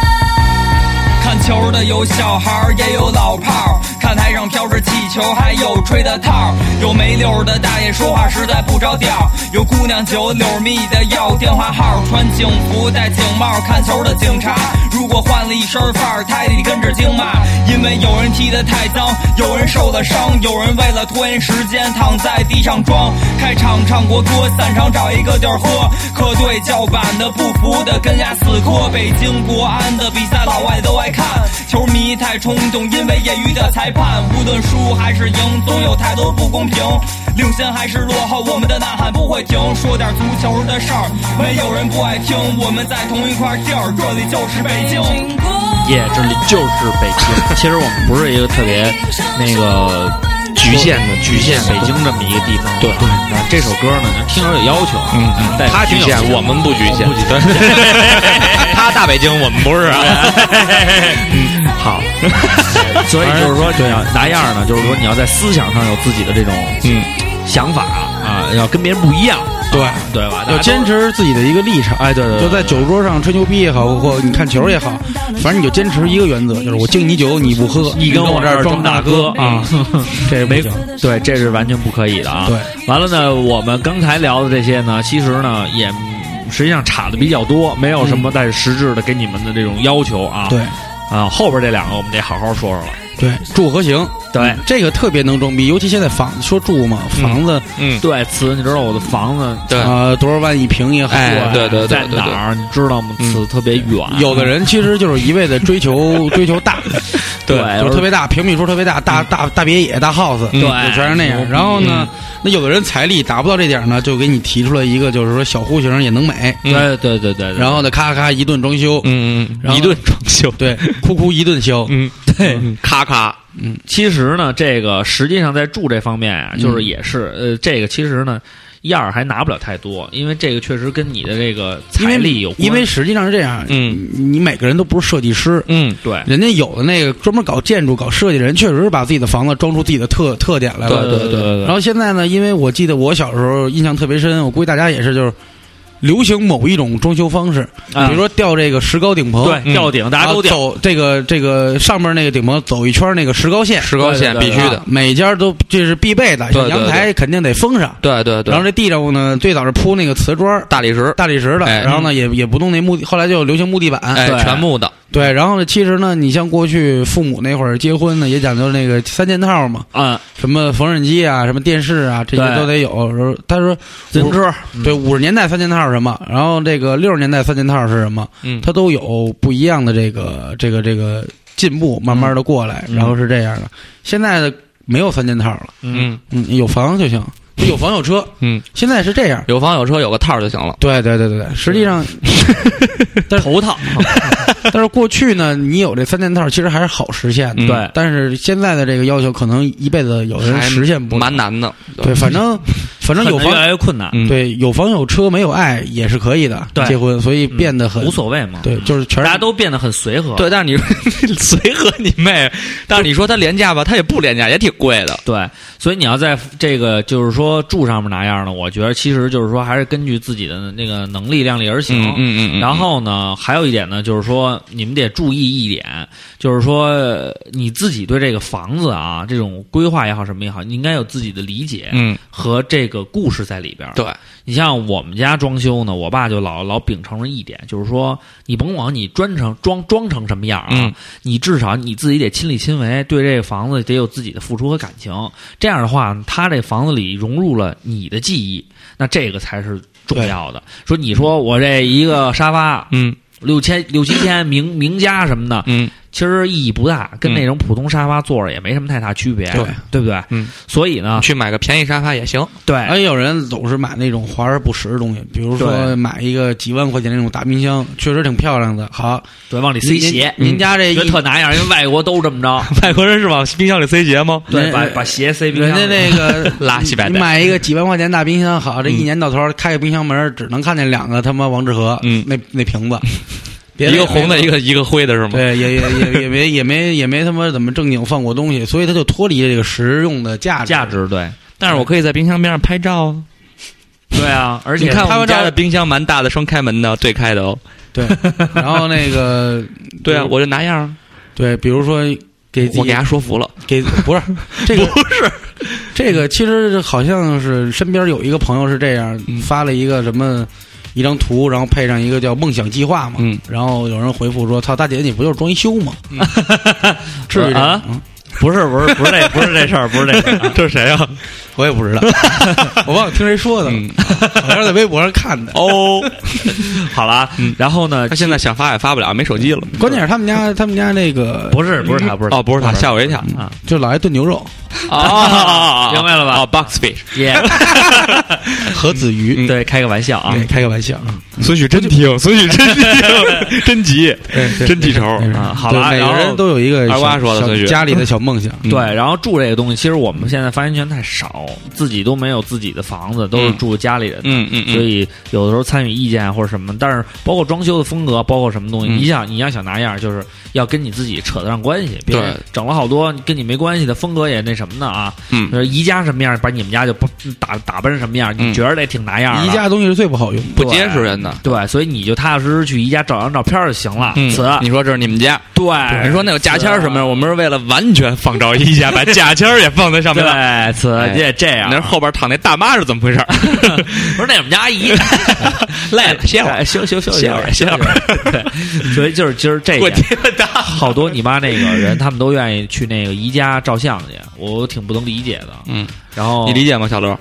Speaker 8: 安。
Speaker 7: 看球的有小孩儿，也有老炮儿。看台上飘着气球，还有吹的套儿。有没溜儿的大爷说话实在不着调，有姑娘九柳蜜的要电话号。穿警服戴警帽看球的警察，如果换了一身范儿，他也得跟着惊骂。因为有人踢得太脏，有人受了伤，有人为了拖延时间躺在地上装。开场唱国歌，散场找一个地儿喝。客队叫板的不服的跟牙死磕。北京国安的比赛老外都爱看，球迷太冲动，因为业余的裁判，无论输还是赢，总有太多不公平。领先还是落后，我们的呐喊不会停。说点足球的事儿，没有人不爱听。我们在同一块地儿，这里就是北京。
Speaker 1: 耶、这里就是北京。
Speaker 9: 其实我们不是一个特别那个
Speaker 2: 局限的局限
Speaker 9: 北京这么一个地方。对，那这首歌呢，咱听友有要求啊，
Speaker 2: 嗯
Speaker 9: 带，有
Speaker 2: 他局
Speaker 9: 听友
Speaker 2: 限，我们不局限。
Speaker 9: [laughs]
Speaker 2: 对他大北京，我们不是啊。
Speaker 9: 嗯好， [laughs] 所以就是说，对啊，拿样儿呢，就是说你要在思想上有自己的这种
Speaker 2: 嗯，
Speaker 9: 想法啊，要跟别人不一样，
Speaker 5: 对，
Speaker 9: 对吧？
Speaker 5: 要坚
Speaker 9: 持，
Speaker 5: 持自己的一个立场。
Speaker 9: 哎，对对，对
Speaker 5: 就在酒桌上吹牛逼也好，或你看球也好，反正你就坚持一个原则，就是我敬你酒你不喝，
Speaker 9: 你跟
Speaker 5: 我
Speaker 9: 我这
Speaker 5: 儿
Speaker 9: 儿装
Speaker 5: 装
Speaker 9: 大
Speaker 5: 哥
Speaker 9: 哥啊，
Speaker 2: 嗯
Speaker 9: [laughs] 这没对，这是完全不可以的啊。
Speaker 5: 对，
Speaker 9: 完了呢，我们刚才聊的这些呢，其实呢也实际上差的比较多，没有什
Speaker 2: 嗯
Speaker 9: 么带实质的给你们的这种要求啊。
Speaker 5: 对
Speaker 9: 啊，后边这两个我们得好好说说了。
Speaker 5: 对，住和行，
Speaker 9: 对
Speaker 5: 这个特别能装逼，尤其现在房说住嘛，房子
Speaker 2: 嗯，
Speaker 9: 对，词你知道我的房子
Speaker 2: 对
Speaker 5: 啊多少万一平也好，
Speaker 2: 哎对对对
Speaker 9: 在
Speaker 2: 对对
Speaker 9: 哪儿，你知道吗？
Speaker 2: 嗯
Speaker 9: 词特别
Speaker 2: [laughs]
Speaker 9: 远，
Speaker 5: 有的人其实就是一味的追求追求大，
Speaker 9: 对
Speaker 5: 就是特别大，平米数特别大，大大大别野、大 house，
Speaker 2: 嗯
Speaker 9: 对
Speaker 5: 就全是那样。然后呢，那有的人财力达不到这点儿呢，就给你提出了一个，就是说小户型也能买，
Speaker 2: 嗯
Speaker 9: 对对对对，对
Speaker 5: 然后呢，咔咔一顿装修，
Speaker 2: 嗯嗯，
Speaker 5: 然后
Speaker 2: 一顿装修，
Speaker 5: 对，哭哭一顿修，
Speaker 2: 嗯，
Speaker 5: 对嗯
Speaker 2: 咔咔，
Speaker 9: 其实呢，这个实际上在住这方面啊，就是
Speaker 5: 嗯
Speaker 9: 也是、呃，这个其实呢，样儿还拿不了太多，因为这个确实跟你的这个
Speaker 5: 因
Speaker 9: 财
Speaker 5: 为
Speaker 9: 力有关。
Speaker 5: 因为实际上是这样，
Speaker 2: 嗯
Speaker 5: 你每个人都不是设计师，
Speaker 2: 嗯，
Speaker 9: 对
Speaker 5: 人家有的那个专门搞建筑、搞设计的人，确实是把自己的房子装出自己的特特点来了。
Speaker 9: 对对对对对
Speaker 5: 然后现在呢，因为我记得我小时候印象特别深，我估计大家也是，就是流行某一种装修方式，
Speaker 1: 啊
Speaker 5: 比如说哦啊吊这个石膏顶棚，
Speaker 1: 对，
Speaker 2: 嗯
Speaker 1: 吊顶大
Speaker 5: 然
Speaker 1: 家
Speaker 5: 后
Speaker 1: 都吊，
Speaker 5: 走这个这个上面那个顶棚走一圈那个石膏线，
Speaker 2: 石膏线必须
Speaker 5: 啊
Speaker 2: 的，
Speaker 5: 每家都这是必备的，
Speaker 2: 对对
Speaker 5: 阳台肯定得封上。
Speaker 2: 对对对
Speaker 5: 然后。这地上呢，最早是铺那个瓷砖儿、
Speaker 2: 大理石，
Speaker 5: 大理石的，
Speaker 2: 哎
Speaker 5: 然后呢也也不弄那木，后来就流行木地板。
Speaker 2: 哎，
Speaker 1: 对
Speaker 2: 全木的，
Speaker 1: 嗯
Speaker 5: 对，然后呢，其实呢，你像过去父母那会儿结婚呢，也讲究那个三件套嘛，
Speaker 1: 嗯，
Speaker 5: 什么缝纫机啊，什么电视啊，这些
Speaker 1: 对
Speaker 5: 都得有。然后他说，
Speaker 1: 自行车，嗯
Speaker 5: 对，五十年代三件套是什么？然后这个六十年代三件套是什么？
Speaker 2: 嗯
Speaker 5: 它都有不一样的这个这个这个进步，慢慢的过来，
Speaker 1: 嗯
Speaker 5: 然后是这样的。现在的没有三件套了，
Speaker 2: 嗯，
Speaker 5: 嗯，有房就行，有房有车，
Speaker 2: 嗯，
Speaker 5: 现在是这样。
Speaker 2: 有房有车有个套儿就行了，
Speaker 5: 对对对对对，实际上，
Speaker 1: 头套，
Speaker 5: 但是过去呢，你有这三件套，其实还是好实现
Speaker 2: 嗯
Speaker 5: 的。
Speaker 1: 对
Speaker 5: 但是现在的这个要求，可能一辈子有的人
Speaker 2: 还
Speaker 5: 实现不了。
Speaker 2: 蛮难的，
Speaker 5: 对，反
Speaker 1: [laughs]
Speaker 5: 正反正有
Speaker 1: 越
Speaker 5: 房
Speaker 1: 来越困难，
Speaker 2: 嗯，
Speaker 5: 对，有房有车没有爱也是可以的。
Speaker 1: 对
Speaker 5: 结婚，所以
Speaker 1: 嗯
Speaker 5: 变得很、
Speaker 1: 无所谓嘛，
Speaker 5: 对，就是全
Speaker 1: 大
Speaker 5: 是
Speaker 1: 家都变得很随和，
Speaker 2: 对，但是你说 [laughs] 随和你妹，但是你说它廉价吧，它也不廉价，也挺贵的。
Speaker 1: 对，所以你要在这个就是说住上面哪样呢？我觉得其实就是说还是根据自己的那个能力量力而行。
Speaker 2: 嗯
Speaker 1: 然后呢，还有一点呢，就是说你们得注意一点，就是说呃你自己对这个房子啊，这种规划也好，什么也好，你应该有自己的理解
Speaker 2: 嗯，
Speaker 1: 和这个故事在里边。
Speaker 2: 对，
Speaker 1: 你像我们家装修呢，我爸就老老秉承着一点，就是说你甭管你装成装装成什么样啊，
Speaker 2: 嗯
Speaker 1: 你至少你自己得亲力亲为，对这个房子得有自己的付出和感情。这样的话，他这房子里融入了你的记忆，那这个才是重要的。说你说我这一个沙发
Speaker 2: 嗯
Speaker 1: 六千六七千名名家什么的，
Speaker 2: 嗯，
Speaker 1: 其实意义不大，跟那种普通沙发坐着也没什么太大区别，
Speaker 5: 对
Speaker 1: 对不对？
Speaker 2: 嗯，
Speaker 1: 所以呢，
Speaker 2: 去买个便宜沙发也行。
Speaker 1: 对，
Speaker 5: 而且哎有人总是买那种华而不实的东西，比如
Speaker 1: 对
Speaker 5: 说买一个几万块钱那种大冰箱，确实挺漂亮的。好，
Speaker 1: 对，往里塞
Speaker 5: 您
Speaker 1: 鞋，
Speaker 5: 您您家这一
Speaker 1: 觉得嗯特拿样，因为外国都这么着。
Speaker 2: 外国人是往冰箱里塞鞋吗？
Speaker 1: 对，
Speaker 5: 人
Speaker 1: 把把鞋塞冰
Speaker 5: 人
Speaker 1: 箱
Speaker 5: 家
Speaker 1: 里。[laughs]
Speaker 5: 那个
Speaker 2: 拉稀白带
Speaker 5: 你买一个几万块钱大冰箱，好，这
Speaker 2: 嗯
Speaker 5: 一年到头开个冰箱门，只能看见两个他妈王致和，
Speaker 2: 嗯
Speaker 5: 那那
Speaker 1: [laughs]
Speaker 5: 瓶子，别
Speaker 2: 一个红的，一个一个灰的是吗？，
Speaker 5: 对，也也也也没也没也没他妈怎么正经放过东西，所以他就脱离这个实用的价值。
Speaker 1: 价值对，
Speaker 2: 但是我可以在冰箱边上拍照啊。
Speaker 1: 对啊，而且
Speaker 2: 你看我
Speaker 1: 他
Speaker 2: 们
Speaker 1: 们
Speaker 2: 家
Speaker 1: 家
Speaker 2: 的冰箱蛮大的，双开门的，对开的哦。
Speaker 5: 对，然后那个
Speaker 2: 对啊，我就拿样儿，
Speaker 5: 对，比如说给自
Speaker 2: 我
Speaker 5: 己
Speaker 2: 给他说服了。
Speaker 5: 给不是这个不是这个，其实好像是身边有一个朋友是这样
Speaker 2: 嗯
Speaker 5: 发了一个什么一张图，然后配上一个叫梦想计划嘛，
Speaker 2: 嗯
Speaker 5: 然后有人回复说：“操，大姐你不就是装修吗？至于这
Speaker 1: 啊？
Speaker 5: 嗯
Speaker 1: [laughs] 不是不是不是这不是这事儿，不是这事儿
Speaker 2: 这是谁啊？
Speaker 5: 我也不知道，我忘了听谁说的了，好像是在微博上看的。
Speaker 2: 哦，
Speaker 1: 好了，然后呢
Speaker 2: 他？现在想发也发不了，没手机了。
Speaker 5: 关键是他们家他们家那个
Speaker 1: 不是不是他不是
Speaker 2: 哦，不是他，吓我一跳。
Speaker 1: 啊
Speaker 5: 就老爱炖牛肉
Speaker 2: 哦
Speaker 1: 明白了吧
Speaker 2: 哦，box fish，
Speaker 1: 耶，
Speaker 5: 和子
Speaker 2: 嗯
Speaker 5: 鱼，
Speaker 1: 对，开个玩笑啊
Speaker 5: 对，开个玩笑，
Speaker 2: 孙旭真
Speaker 1: [laughs]
Speaker 2: 听，孙旭真听，真急，真记仇
Speaker 1: 啊。好
Speaker 5: 嗯对
Speaker 1: 了，
Speaker 5: 每
Speaker 1: 然
Speaker 5: 个
Speaker 1: 后
Speaker 5: 人都有一个
Speaker 2: 二瓜
Speaker 5: 小
Speaker 2: 说的
Speaker 5: 小
Speaker 2: 孙嗯悦
Speaker 5: 家里的小梦想，
Speaker 1: 对，然后住这个东西，其实我们现在发言权太少，自己都没有自己的房子，都是
Speaker 2: 嗯
Speaker 1: 住家里人的。
Speaker 2: 嗯嗯
Speaker 1: 所
Speaker 2: 嗯，
Speaker 1: 以有的时候参与意见或者什么，但是包括装修的风格，包括什么东西，
Speaker 2: 嗯
Speaker 1: 你想你要想拿样儿，就是要跟你自己扯得上关系，别
Speaker 2: 对
Speaker 1: 人整了好多跟你没关系的风格也那什么的啊。
Speaker 2: 嗯
Speaker 1: 就是宜家什么样，把你们家就不打打扮成什么样，
Speaker 2: 嗯
Speaker 1: 你觉得得挺拿样儿的。
Speaker 5: 宜家东西是最不好用的。
Speaker 2: 不结实人的。
Speaker 1: 对，所以你就踏踏实实去宜家找张照片儿就行了。
Speaker 2: 嗯
Speaker 1: 此，
Speaker 2: 你说这是你们家？
Speaker 1: 对，
Speaker 2: 你说那有价签儿什么？的，我们哎是为啊了完全仿照一下， [laughs] 把价签儿也放在上面
Speaker 1: 对，
Speaker 2: 了。
Speaker 1: 此也这样。
Speaker 2: 哎那后边躺那大妈是怎么回事？
Speaker 1: 不是那我们家阿
Speaker 2: [laughs]
Speaker 1: 姨累了，歇会儿，休休休息
Speaker 2: 歇会儿歇会
Speaker 1: 儿。对，所以就是今儿这一
Speaker 2: 我
Speaker 1: 点，
Speaker 2: 天哪！
Speaker 1: 好多你妈那个人，他们都愿意去那个宜家照相
Speaker 2: [laughs]
Speaker 1: 去，我挺不能理解的。
Speaker 2: 嗯，
Speaker 1: 然后
Speaker 2: 你理解吗，小乐？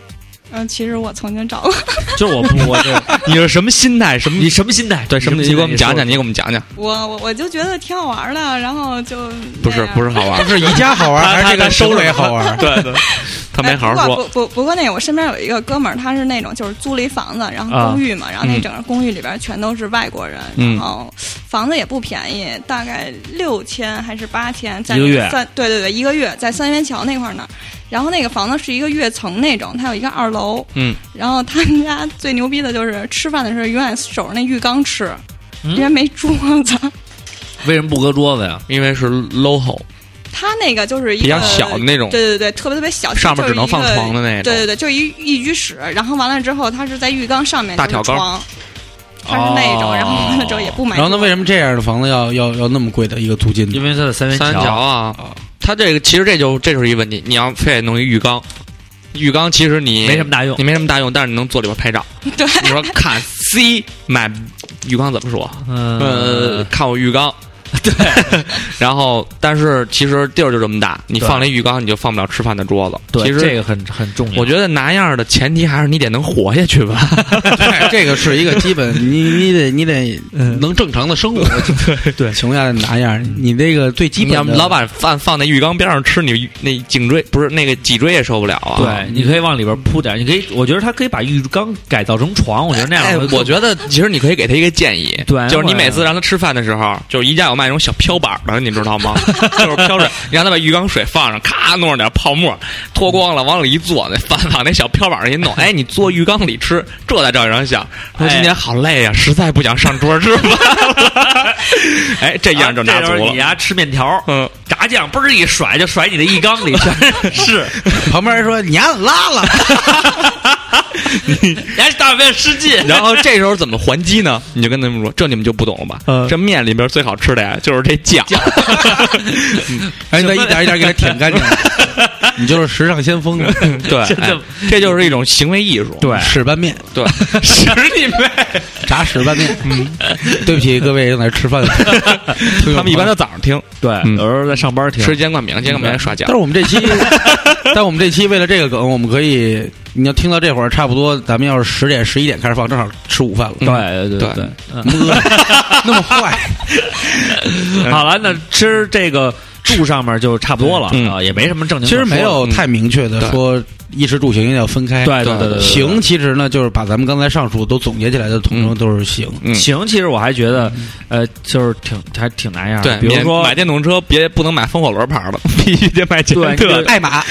Speaker 6: 嗯，其实我曾经找过，
Speaker 1: [laughs] 就是我不我这
Speaker 2: [laughs] 你是什么心态？什么
Speaker 1: 你什么心态？
Speaker 2: 对什么？
Speaker 1: 你
Speaker 2: 你给我们讲讲，
Speaker 1: 你
Speaker 2: 你给我们讲讲。
Speaker 6: [laughs] 我我我就觉得挺好玩的，然后就
Speaker 2: 不是
Speaker 6: 那样
Speaker 2: 不是好玩，
Speaker 5: 是宜家好玩，
Speaker 2: 啊他
Speaker 5: 还是这
Speaker 2: 他
Speaker 5: 个
Speaker 2: 收
Speaker 5: 收
Speaker 2: 了
Speaker 5: 尾
Speaker 2: [laughs]
Speaker 5: 好玩？
Speaker 2: 对对， [laughs] 他没好好
Speaker 6: 哎不
Speaker 2: 说。
Speaker 6: 过不不不过那个，我身边有一个哥们儿，他是那种就是租了一房子，然
Speaker 1: 啊
Speaker 6: 后公寓嘛，然后
Speaker 2: 嗯
Speaker 6: 那整个公寓里边全都是外国人，
Speaker 2: 嗯
Speaker 6: 然后房子也不便宜，大概六千还是八千，在
Speaker 1: 一个月
Speaker 6: 三对对对一个月在三元桥那块儿呢。然后那个房子是一个跃层那种，它有一个二楼，
Speaker 2: 嗯，
Speaker 6: 然后他们家最牛逼的就是吃饭的时候永远守着那浴缸吃，
Speaker 2: 嗯
Speaker 6: 人家没桌子。
Speaker 1: 为什么不搁桌子呀？
Speaker 2: 因为是 low，
Speaker 6: 他那个就是一个
Speaker 2: 比较小的那种，
Speaker 6: 对对对，特别特别小，
Speaker 2: 上面
Speaker 6: 就
Speaker 2: 只
Speaker 6: 是
Speaker 2: 能
Speaker 6: 一
Speaker 2: 放
Speaker 6: 个
Speaker 2: 床的那
Speaker 6: 对
Speaker 2: 种。
Speaker 6: 对对，就一一居室，然后完了之后，它是在浴缸上面
Speaker 2: 大
Speaker 6: 就是
Speaker 2: 挑高
Speaker 6: 床，他是那种，
Speaker 1: 哦
Speaker 6: 然后完了之后也不买。
Speaker 5: 然后那为什么这样的房子要要要那么贵的一个租金呢？
Speaker 1: 因为它的三元
Speaker 2: 三元桥啊，它这个其实这就这就是一问题，你要非得弄一浴缸，浴缸其实你
Speaker 1: 没什么大用
Speaker 2: 你没什么大用，但是你能坐里边拍照。
Speaker 6: [laughs] 对，
Speaker 2: 你说看 C 买浴缸怎么说？呃
Speaker 1: 嗯，，
Speaker 2: 看我
Speaker 1: [laughs]
Speaker 2: 浴缸。对， [laughs] 然后但是其实地儿就这么大，你
Speaker 1: 对
Speaker 2: 放了一浴缸，你就放不了吃饭的桌子。
Speaker 1: 对，
Speaker 2: 其
Speaker 1: 这
Speaker 2: 实
Speaker 1: 个很很重要。
Speaker 2: 我觉得拿样儿的前提还是你得能活下去吧。
Speaker 5: 对 [laughs] 这个是一个基本，你你得你得能正常的生活，对
Speaker 1: 对
Speaker 5: 情况下哪样？你这个最基
Speaker 2: 你要
Speaker 5: 本的
Speaker 2: 老板饭放在浴缸边上吃，你那颈椎不是那个脊椎也受不了啊。
Speaker 1: 对，你可以往里边铺点，你可以，我觉得它可以把浴缸改造成床，我觉得那
Speaker 2: 哎
Speaker 1: 样会更，
Speaker 2: 我觉得其实你可以给他一个建议，
Speaker 1: 对啊
Speaker 2: 就是你
Speaker 1: 我
Speaker 2: 每次让他吃饭的时候，就是宜家有卖那种小飘板的，你知道吗？就是飘水，你让他把浴缸水放上，咔弄上点泡沫，脱光了往里一坐，那饭往那小飘板上一弄，哎，你坐浴缸里吃，这才照样想。说今
Speaker 1: 哎
Speaker 2: 天好累呀、实在不想上桌吃饭了。 [laughs] 哎，这
Speaker 1: 啊这
Speaker 2: 样就拿足
Speaker 1: 你
Speaker 2: 了。
Speaker 1: 呀，吃面条，
Speaker 2: 嗯，
Speaker 1: 炸酱嘣儿一甩就甩你的浴缸里，
Speaker 2: [laughs]
Speaker 1: 全是，
Speaker 5: 旁边人说你丫拉了，
Speaker 1: [laughs] 哎，大便失禁，
Speaker 2: 然后这时候怎么还击呢？你就跟他们说，这你们就不懂了吧？
Speaker 1: 嗯
Speaker 2: 这面里边最好吃的呀，就是这酱。
Speaker 5: [laughs] 哎，那一点一点给他舔干净，
Speaker 2: [laughs]
Speaker 5: 你就是时尚先锋，
Speaker 2: 对，
Speaker 1: 真的
Speaker 2: 哎这就是一种行为艺术。
Speaker 1: 对
Speaker 5: 屎拌面，
Speaker 2: [laughs] 对，使你妹！
Speaker 5: 炸屎拌面。嗯， [laughs] 对不起，各位正在吃饭，
Speaker 2: 他们一般都早上听，
Speaker 1: 对，
Speaker 2: 嗯
Speaker 1: 有时候在上班听，嗯
Speaker 2: 吃煎灌饼，煎灌饼还刷酱
Speaker 5: 但是。我们这
Speaker 2: [laughs]
Speaker 5: 期，但我们这期为了这个梗，我们可以，你要听到这会儿差不多，咱们要是十点十一点开始放，正好吃午饭了。
Speaker 1: 对对
Speaker 2: 对
Speaker 1: 对，嗯
Speaker 5: [laughs] 那么坏，
Speaker 2: 嗯
Speaker 1: 好了，那吃这个住上面就差不多了
Speaker 2: 嗯
Speaker 1: 啊，也没什么正经可
Speaker 5: 其
Speaker 1: 说的，
Speaker 5: 实没有
Speaker 2: 嗯
Speaker 5: 太明确的说衣食住行一定要分开。呃
Speaker 1: 对对
Speaker 2: 哎对
Speaker 1: 对对，对
Speaker 5: 行，其实呢，就是把咱们刚才上述都总结起来的，统称
Speaker 2: 嗯
Speaker 5: 都是行。
Speaker 2: 嗯
Speaker 1: 行，其实我还觉得，
Speaker 5: 嗯
Speaker 1: 呃，就是挺还挺难样的，
Speaker 2: 对，
Speaker 1: 比如
Speaker 2: 免
Speaker 1: 说
Speaker 2: 买电动车别不能买风火轮牌的， [laughs] 必须得买捷
Speaker 1: 对
Speaker 2: 特的。
Speaker 5: 爱玛，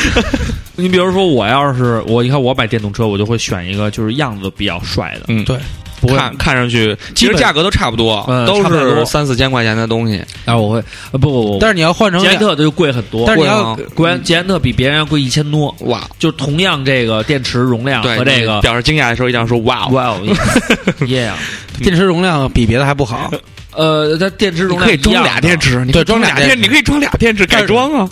Speaker 1: 你比如说，我要是我，你看我买电动车，我就会选一个就是样子比较帅的，
Speaker 2: 嗯，
Speaker 5: 对，
Speaker 1: 不会，
Speaker 2: 看看上去其
Speaker 1: 基
Speaker 2: 实
Speaker 1: 本
Speaker 2: 价格都差不多
Speaker 1: 嗯，
Speaker 2: 都
Speaker 1: 差不
Speaker 2: 是
Speaker 1: 多
Speaker 2: 三四千块钱的东西。
Speaker 1: 然后我会，呃，不不不，
Speaker 5: 但是你要换成
Speaker 1: 捷安
Speaker 5: 两，
Speaker 1: 特的就贵很多，
Speaker 5: 但是你
Speaker 2: 贵
Speaker 5: 要
Speaker 2: 啊
Speaker 1: 果然捷安特比别人要贵一千多，
Speaker 2: 哇，
Speaker 1: 就同样这个电池容量
Speaker 2: 对，
Speaker 1: 和这
Speaker 2: 你
Speaker 1: 个，
Speaker 2: 表示惊讶的时候一定要说哇哦，
Speaker 1: 哇哦 [laughs] ，yeah，
Speaker 5: 电池容量比别的还不好，
Speaker 1: 呃，它电池
Speaker 2: 你
Speaker 1: 容量
Speaker 2: 可以装俩电
Speaker 1: 池，
Speaker 2: 池，你可
Speaker 5: 对
Speaker 2: 以
Speaker 5: 装俩
Speaker 2: 电
Speaker 5: 电池
Speaker 2: 你可以装俩电 [laughs] 池改装啊，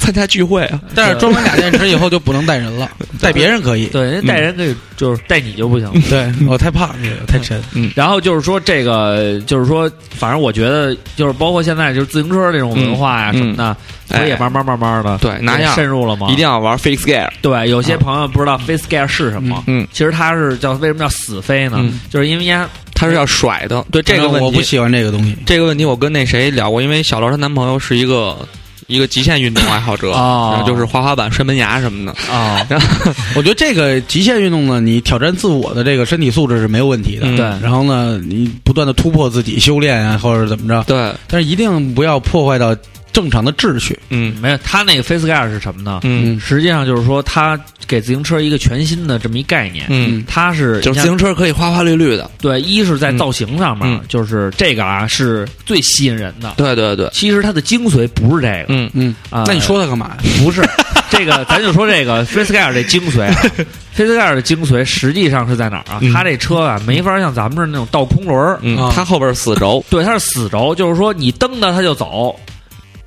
Speaker 2: 参加聚会啊。
Speaker 5: 但是装完俩电池以后就不能带人了，带别人可以。
Speaker 1: 对，人家带人可以就是带你就不
Speaker 2: 嗯
Speaker 1: 行了。
Speaker 5: 对我太胖，这个太沉。
Speaker 1: 然后就是说这个，就是说，反正我觉得就是包括现在就是自行车这种文化呀、
Speaker 2: 嗯
Speaker 1: 什么的，
Speaker 2: 嗯
Speaker 1: 我也
Speaker 2: 哎
Speaker 1: 慢慢慢慢的
Speaker 2: 对拿样
Speaker 1: 渗入了嘛，
Speaker 2: 一定要玩 Fix Gear，
Speaker 1: 对，有些朋友不知道 face gear 是什么，
Speaker 2: 嗯嗯
Speaker 1: 其实它是叫为什么叫死飞呢？
Speaker 2: 嗯
Speaker 1: 就是因为人家
Speaker 2: 它是要甩的。对这个问
Speaker 5: 我
Speaker 2: 题
Speaker 5: 不，喜欢这个东西。
Speaker 2: 这个问题我跟那谁聊过，因为小罗她男朋友是一个一个极限运动爱好者，
Speaker 1: 哦
Speaker 2: 然后就是滑滑板、摔门牙什么的。 [laughs]
Speaker 1: 啊、
Speaker 5: 我觉得这个极限运动呢，你挑战自我的这个身体素质是没有问题的。
Speaker 2: 嗯
Speaker 1: 对
Speaker 5: 然后呢，你不断的突破自己，修炼啊，或者怎么着，
Speaker 2: 对，
Speaker 5: 但是一定不要破坏到正常的秩序。
Speaker 2: 嗯
Speaker 1: 没有，它那个 face gear 是什么呢？
Speaker 2: 嗯
Speaker 1: 实际上就是说，它给自行车一个全新的这么一概念。
Speaker 2: 嗯，
Speaker 1: 它是
Speaker 2: 就是自行车可以花花绿绿的。
Speaker 1: 对，一是在
Speaker 2: 嗯
Speaker 1: 造型上面，
Speaker 2: 嗯
Speaker 1: 就是这个啊是最吸引人的。
Speaker 2: 对对对，
Speaker 1: 其实它的精髓不是这个
Speaker 2: 嗯
Speaker 5: 嗯，
Speaker 1: 啊、
Speaker 5: 那你
Speaker 1: [laughs]
Speaker 5: 说它干嘛呀？
Speaker 1: 不是这个，咱就说这个 face gear 这精髓啊
Speaker 2: [laughs]
Speaker 1: face gear 的精髓实际上是在哪儿啊？
Speaker 2: 嗯
Speaker 1: 它这车啊没法像咱们这儿那种倒空轮儿，
Speaker 2: 嗯
Speaker 5: 啊，
Speaker 2: 它后边是死轴，
Speaker 1: 对，它是死轴，就是说你蹬它它就走，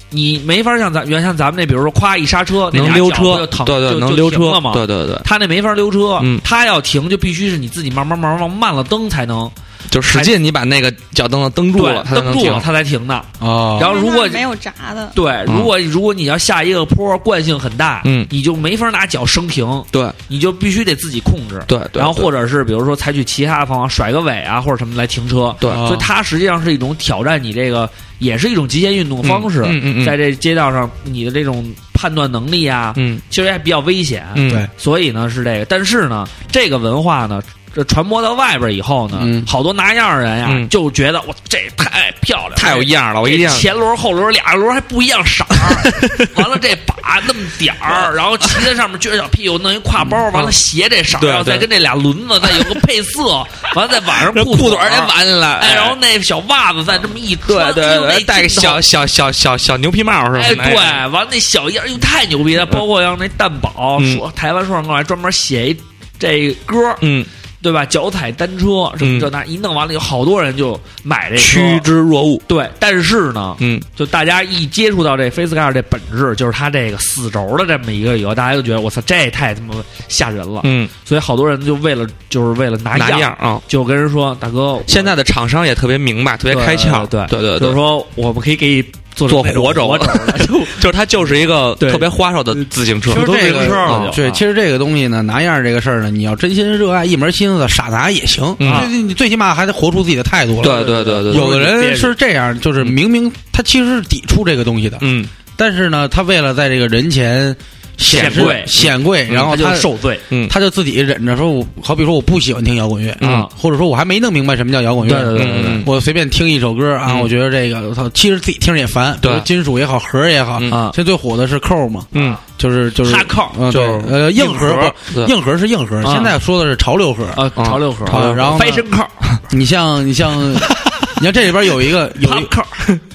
Speaker 1: 你没法像咱原像咱们那，比如说咵一刹车，那
Speaker 2: 能
Speaker 1: 俩
Speaker 2: 溜
Speaker 1: 脚
Speaker 2: 车
Speaker 1: 就，腾
Speaker 2: 对对，
Speaker 1: 就
Speaker 2: 能
Speaker 1: 就
Speaker 2: 溜
Speaker 1: 停
Speaker 2: 车
Speaker 1: 了嘛。
Speaker 2: 对对对，
Speaker 1: 它那没法溜车，
Speaker 2: 嗯
Speaker 1: 它要停就必须是你自己慢慢慢慢慢慢了蹬才能，
Speaker 2: 就使劲你把那个脚蹬子蹬住
Speaker 1: 对
Speaker 2: 了，，它才
Speaker 1: 蹬
Speaker 2: 能
Speaker 1: 住
Speaker 2: 停
Speaker 1: 了。它才停的。
Speaker 5: 哦，
Speaker 1: 然后如
Speaker 6: 因为那
Speaker 1: 果
Speaker 6: 儿没有闸的，
Speaker 1: 对，如果如果你要下一个坡，惯性很大，
Speaker 2: 嗯
Speaker 1: 你就没法拿脚生停，
Speaker 2: 对
Speaker 1: 你就必须得自己控制。
Speaker 2: 对对，
Speaker 1: 然后
Speaker 2: 对
Speaker 1: 或者是比如说采取其他的方法，甩个尾啊或者什么来停车。
Speaker 2: 对
Speaker 5: 啊
Speaker 1: 所以它实际上是一种挑战你这个，也是一种极限运动
Speaker 2: 嗯
Speaker 1: 方式。
Speaker 2: 嗯嗯嗯，
Speaker 1: 在这街道上，你的这种判断能力啊，
Speaker 2: 嗯
Speaker 1: 其实还比较危险。
Speaker 2: 嗯
Speaker 5: 对
Speaker 1: 所以呢是这个，但是呢，这个文化呢，这传播到外边以后呢，
Speaker 5: 嗯
Speaker 1: 好多拿样儿人呀、
Speaker 2: 嗯
Speaker 1: 就觉得哇，这太漂亮了，
Speaker 2: 太有样了，我
Speaker 1: 这
Speaker 2: 一定要
Speaker 1: 前轮后轮俩轮还不一样色儿，完了这把那么点
Speaker 2: [laughs]
Speaker 1: 儿，然后骑在上面撅着小屁股弄一挎包，完了鞋这色儿，
Speaker 2: 嗯对
Speaker 1: 然后再
Speaker 2: 对
Speaker 1: 跟这俩轮子再有个配色，完了再晚上
Speaker 2: 这
Speaker 1: 裤
Speaker 2: 裤腿儿
Speaker 1: 得
Speaker 2: 得挽起来，
Speaker 1: 哎，然后那小袜子再这么一
Speaker 2: 对
Speaker 1: 穿，哎
Speaker 2: 对对，戴个
Speaker 1: 小。
Speaker 2: 小小小小小牛皮帽是吧？
Speaker 1: 哎，对，完了那小样儿，哟，太牛逼了！包括像那蛋宝
Speaker 2: 嗯
Speaker 1: 说，台湾说唱歌还专门写一这歌儿，
Speaker 2: 嗯，
Speaker 1: 对吧？脚踩单车什么这那一弄完了，有好多人就买这车
Speaker 2: 趋之若鹜。
Speaker 1: 对，但是呢，
Speaker 2: 嗯，
Speaker 1: 就大家一接触到这 Face Car 这本质，就是它这个四轴的这么一个以后，大家就觉得我操，这也太他妈吓人了。
Speaker 2: 嗯，
Speaker 1: 所以好多人就为了就是为了拿
Speaker 2: 拿
Speaker 1: 样，
Speaker 2: 样啊！
Speaker 1: 就跟人说大哥，我
Speaker 2: 现在的厂商也特别明白，特别开窍，
Speaker 1: 对
Speaker 2: 对对
Speaker 1: 就是
Speaker 2: 对，
Speaker 1: 说我们可以给你做
Speaker 2: 做
Speaker 1: 成那种
Speaker 2: 活轴
Speaker 1: 活轴
Speaker 5: [laughs]
Speaker 1: 的，
Speaker 2: 就是它就是一个
Speaker 1: 对
Speaker 2: 特别花哨的
Speaker 5: 嗯
Speaker 2: 自行车
Speaker 5: 其，实
Speaker 1: 都
Speaker 5: 这
Speaker 1: 自行车了
Speaker 5: 个
Speaker 1: 就
Speaker 5: 嗯对，
Speaker 1: 啊
Speaker 5: 其实这个东西呢，拿样儿这个事儿呢，你要真心热爱、一门心思的，傻拿也行。
Speaker 2: 嗯
Speaker 5: 最你最起码还得活出自己的态度来。
Speaker 2: 对对对对，对
Speaker 5: 有的人是这样，就是明明他其实是抵触这个东西的，
Speaker 2: 嗯，
Speaker 5: 但是呢，他为了在这个人前显示
Speaker 1: 显贵
Speaker 5: 显
Speaker 2: 嗯
Speaker 5: 贵，然后
Speaker 1: 嗯他
Speaker 5: 他
Speaker 1: 就受罪。
Speaker 5: 他就自己忍着说我，好比说我不喜欢听摇滚乐啊
Speaker 1: 嗯
Speaker 5: 或者说我还没弄明白什么叫摇滚乐，
Speaker 1: 对对对对
Speaker 2: 嗯
Speaker 5: 我随便听一首歌啊，
Speaker 2: 嗯
Speaker 5: 我觉得这个我操，其实自己听着也烦，
Speaker 2: 对
Speaker 5: 比如金属也好，盒儿也好，
Speaker 2: 嗯
Speaker 1: 啊
Speaker 5: 现在最火的是扣嘛，
Speaker 2: 嗯，
Speaker 5: 就是就是
Speaker 1: 哈扣
Speaker 5: 嗯对
Speaker 2: 就是
Speaker 5: 呃硬
Speaker 2: 硬
Speaker 5: 核
Speaker 2: 核
Speaker 5: 不
Speaker 2: 对
Speaker 5: 硬核是硬核，
Speaker 1: 啊
Speaker 5: 现在说的是潮流核。
Speaker 1: 啊，潮流盒，
Speaker 5: 潮流盒然后呢
Speaker 1: 翻身扣，
Speaker 5: 你像你像
Speaker 1: [laughs]
Speaker 5: 你像这里边有一个有一
Speaker 1: 扣，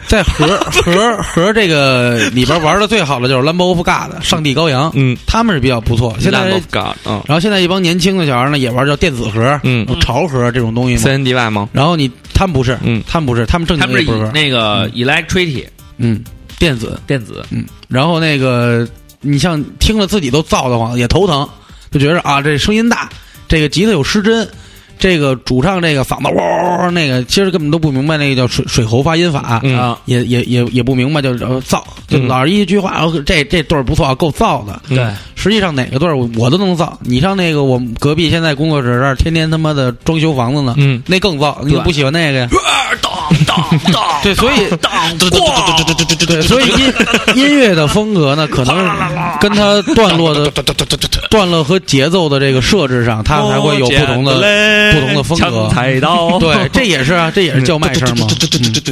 Speaker 5: 在盒盒盒这个里边玩的最好的就是 Lamb of God 上帝羔羊，
Speaker 2: 嗯，
Speaker 5: 他们是比较不错。现在
Speaker 2: Lamb of God，嗯
Speaker 5: 然后现在一帮年轻的小孩呢也玩叫电子盒，
Speaker 2: 嗯
Speaker 5: 潮盒这种东西嘛。
Speaker 2: ，C N D Y 吗？
Speaker 5: 然后你他们不是，
Speaker 2: 嗯
Speaker 5: 他们不是，他们正
Speaker 1: 他
Speaker 5: 经
Speaker 1: 们
Speaker 5: 也
Speaker 1: 是以
Speaker 5: 不是盒，
Speaker 1: 那个 electricity
Speaker 5: 嗯，电子，
Speaker 1: 电子，
Speaker 5: 嗯，然后那个你像听了自己都燥得慌，也头疼，就觉得啊这声音大，这个吉他有失真，这个主唱这个嗓子哇哇哇那个，其实根本都不明白那个叫水水喉发音法，
Speaker 2: 嗯
Speaker 1: 啊
Speaker 5: 也也也也不明白，就是呃燥，就
Speaker 2: 嗯
Speaker 5: 老是一句话，哦这这对儿不错啊，够燥的。
Speaker 2: 嗯
Speaker 1: 对，
Speaker 5: 实际上哪个队儿我我都能造。你上那个我们隔壁现在工作室这儿，天天他妈的装修房子呢，
Speaker 2: 嗯
Speaker 5: 那更造，你怎么不喜欢那个呀？对，所以对，所以音音乐的风格呢，可能跟它段落的段落和节奏的这个设置上，它才会有不同的不同的风格
Speaker 1: 抢。菜刀，
Speaker 5: 对，这也是啊，这也是叫卖声嘛。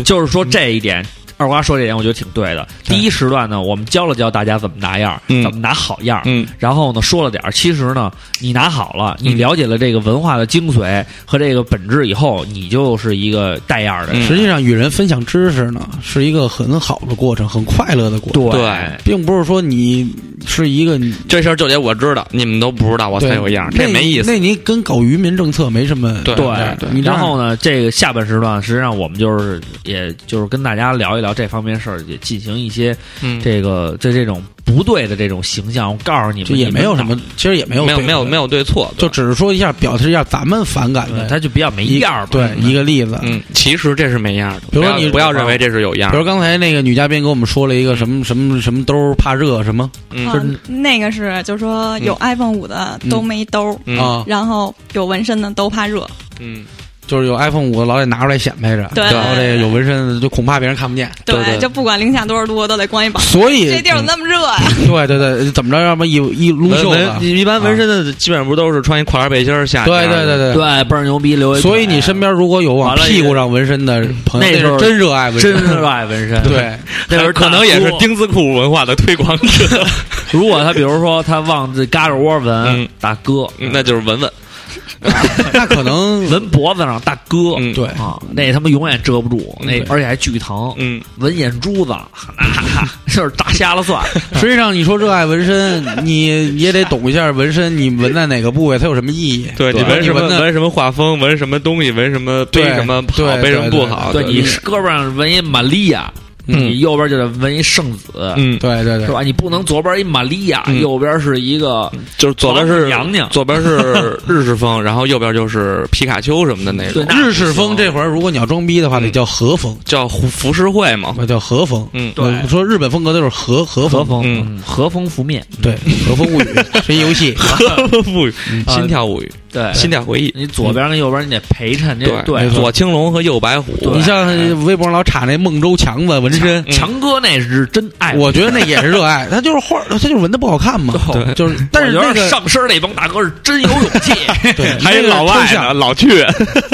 Speaker 1: 就是说这一点，二瓜说这一点，我觉得挺对的。
Speaker 5: 嗯对
Speaker 1: 第一时段呢，我们教了教大家怎么拿样儿，
Speaker 2: 嗯
Speaker 1: 怎么拿好样儿。
Speaker 2: 嗯
Speaker 1: 然后呢，说了点儿，其实呢，你拿好了，你
Speaker 2: 嗯
Speaker 1: 了解了这个文化的精髓和这个本质以后，你就是一个带样儿的人。
Speaker 2: 嗯
Speaker 5: 实际上，与人分享知识呢，是一个很好的过程，很快乐的过程，
Speaker 1: 对
Speaker 2: 对
Speaker 5: 并不是说你是一个你
Speaker 2: 这事儿就得我知道，你们都不知道，我才有样儿，
Speaker 5: 对
Speaker 2: 这没意思。
Speaker 5: 那你那你跟搞渔民政策没什么
Speaker 2: 对
Speaker 1: 对
Speaker 5: 对你这
Speaker 1: 然
Speaker 5: 样
Speaker 1: 后呢，这个下半时段，实际上我们就是，也就是跟大家聊一聊这方面事儿，也进行一些
Speaker 2: 嗯，
Speaker 1: 这个这这种不对的这种形象。我告诉你
Speaker 5: 就
Speaker 1: 们，
Speaker 5: 也没有什么，其实也没有
Speaker 2: 没有
Speaker 5: 对
Speaker 2: 没有没有对错，
Speaker 5: 就
Speaker 2: 对
Speaker 5: 只是说一下表示一下咱们反感
Speaker 1: 你们，
Speaker 5: 的
Speaker 1: 他就比较没
Speaker 5: 一
Speaker 1: 样儿嘛。
Speaker 5: 对一个例子。
Speaker 2: 嗯，其实这是没样儿的。
Speaker 5: 比如说
Speaker 2: 不要
Speaker 5: 你
Speaker 2: 不要认为这是有样
Speaker 5: 比
Speaker 2: 儿
Speaker 5: 如，刚才那个女嘉宾给我们说了一个什么什么什么兜怕热什么
Speaker 2: 嗯
Speaker 6: 嗯，那个是就是说有 iPhone 五的都没兜，
Speaker 2: 嗯
Speaker 5: 啊，
Speaker 6: 然后有纹身的都怕热，
Speaker 2: 嗯，
Speaker 5: 就是有 iPhone 五老得拿出来显摆着，
Speaker 6: 对
Speaker 5: 然后这个有纹身的就恐怕别人看不见，
Speaker 2: 对对
Speaker 6: 就不管零下多少度都得光一膀。
Speaker 5: 所以
Speaker 6: 这地儿怎么那么热呀？
Speaker 5: 对对对，怎么着，要么一一撸
Speaker 2: 纹
Speaker 5: 袖子啊
Speaker 2: 纹，一般纹身的基本上不都是穿一跨栏背心儿下去啊
Speaker 5: 对对对对。
Speaker 1: 对，倍儿牛逼，留一
Speaker 5: 所以你身边如果有往
Speaker 1: 完了嗯
Speaker 5: 屁股上纹身的朋友，
Speaker 1: 那时候
Speaker 5: 是真热爱纹身
Speaker 1: 真，热爱纹身，，
Speaker 5: 对，
Speaker 1: [laughs] 那时候
Speaker 2: 可能也是丁字裤文化的推广
Speaker 5: [laughs]
Speaker 2: 者，
Speaker 1: 如果他比如说他往这嘎肢窝纹
Speaker 2: 嗯，
Speaker 1: 大哥，
Speaker 2: 嗯那就是文文。
Speaker 5: 那可能
Speaker 1: 纹脖子上大哥，
Speaker 2: 嗯
Speaker 5: 对
Speaker 1: 啊，那他妈永远遮不住，
Speaker 2: 嗯
Speaker 1: 那
Speaker 2: 对
Speaker 1: 而且还巨疼，
Speaker 2: 嗯，
Speaker 1: 纹眼珠
Speaker 2: [laughs]
Speaker 1: 子，那就是大瞎了算，
Speaker 5: 实际上，你说热爱纹身，你也得懂一下纹身，你纹在哪个部位，它有什么意义？
Speaker 2: 对你
Speaker 5: 对
Speaker 2: 纹什么
Speaker 5: 你纹的
Speaker 2: 纹什么画风，纹什么东西，纹什么背
Speaker 5: 对
Speaker 2: 什么好
Speaker 5: 对，
Speaker 2: 背什么
Speaker 5: 对
Speaker 2: 不
Speaker 5: 对
Speaker 2: 好。
Speaker 1: 对你
Speaker 2: 啊对
Speaker 1: 胳膊上纹一玛利亚，
Speaker 2: 嗯
Speaker 1: 你右边就得纹一圣子，
Speaker 2: 嗯，
Speaker 5: [laughs] 对对
Speaker 1: 是
Speaker 5: 对，
Speaker 1: 吧？你不能左边一玛利亚，
Speaker 2: 嗯
Speaker 1: 右边是一个
Speaker 2: 就是左边是
Speaker 1: 娘娘
Speaker 2: 左边是日式风，然后右边就是皮卡丘什么的那
Speaker 1: 对
Speaker 2: 种，
Speaker 1: 那
Speaker 5: 日式风
Speaker 1: 不行
Speaker 5: 这会儿，如果你要装逼的话，
Speaker 2: 嗯
Speaker 5: 得叫和风，
Speaker 2: 叫胡浮世绘嘛。
Speaker 5: 那叫和风。
Speaker 2: 嗯，
Speaker 1: 对
Speaker 5: 我说日本风格都是和和
Speaker 1: 和
Speaker 5: 风，
Speaker 1: 风，
Speaker 2: 嗯
Speaker 1: 嗯和风拂面，
Speaker 5: 对，和风物语
Speaker 2: [laughs]
Speaker 5: 是一游戏。
Speaker 2: 呵 [laughs] 呵物语，
Speaker 1: 啊
Speaker 2: 心跳物语，
Speaker 1: 对，
Speaker 2: 心跳回忆。
Speaker 1: 你左边跟右边你得陪衬，这
Speaker 2: 对
Speaker 1: 哎对，啊
Speaker 2: 左青龙和右白虎。
Speaker 1: 对
Speaker 5: 你像微博上老插那孟州强子纹
Speaker 2: 嗯
Speaker 5: 身，
Speaker 1: 强哥那是真爱，
Speaker 5: [laughs] 我觉得那也是热爱，他就是画，他就是纹的不好看嘛，
Speaker 2: 对
Speaker 5: 就是，但是
Speaker 1: 我觉
Speaker 5: 那
Speaker 1: 得
Speaker 5: 个
Speaker 1: 上身那帮大哥是真有勇 [laughs] 气，
Speaker 5: 对，
Speaker 2: 还有
Speaker 5: 那个
Speaker 2: 老外
Speaker 5: 抽
Speaker 2: 呢，
Speaker 5: 象，
Speaker 2: 老去。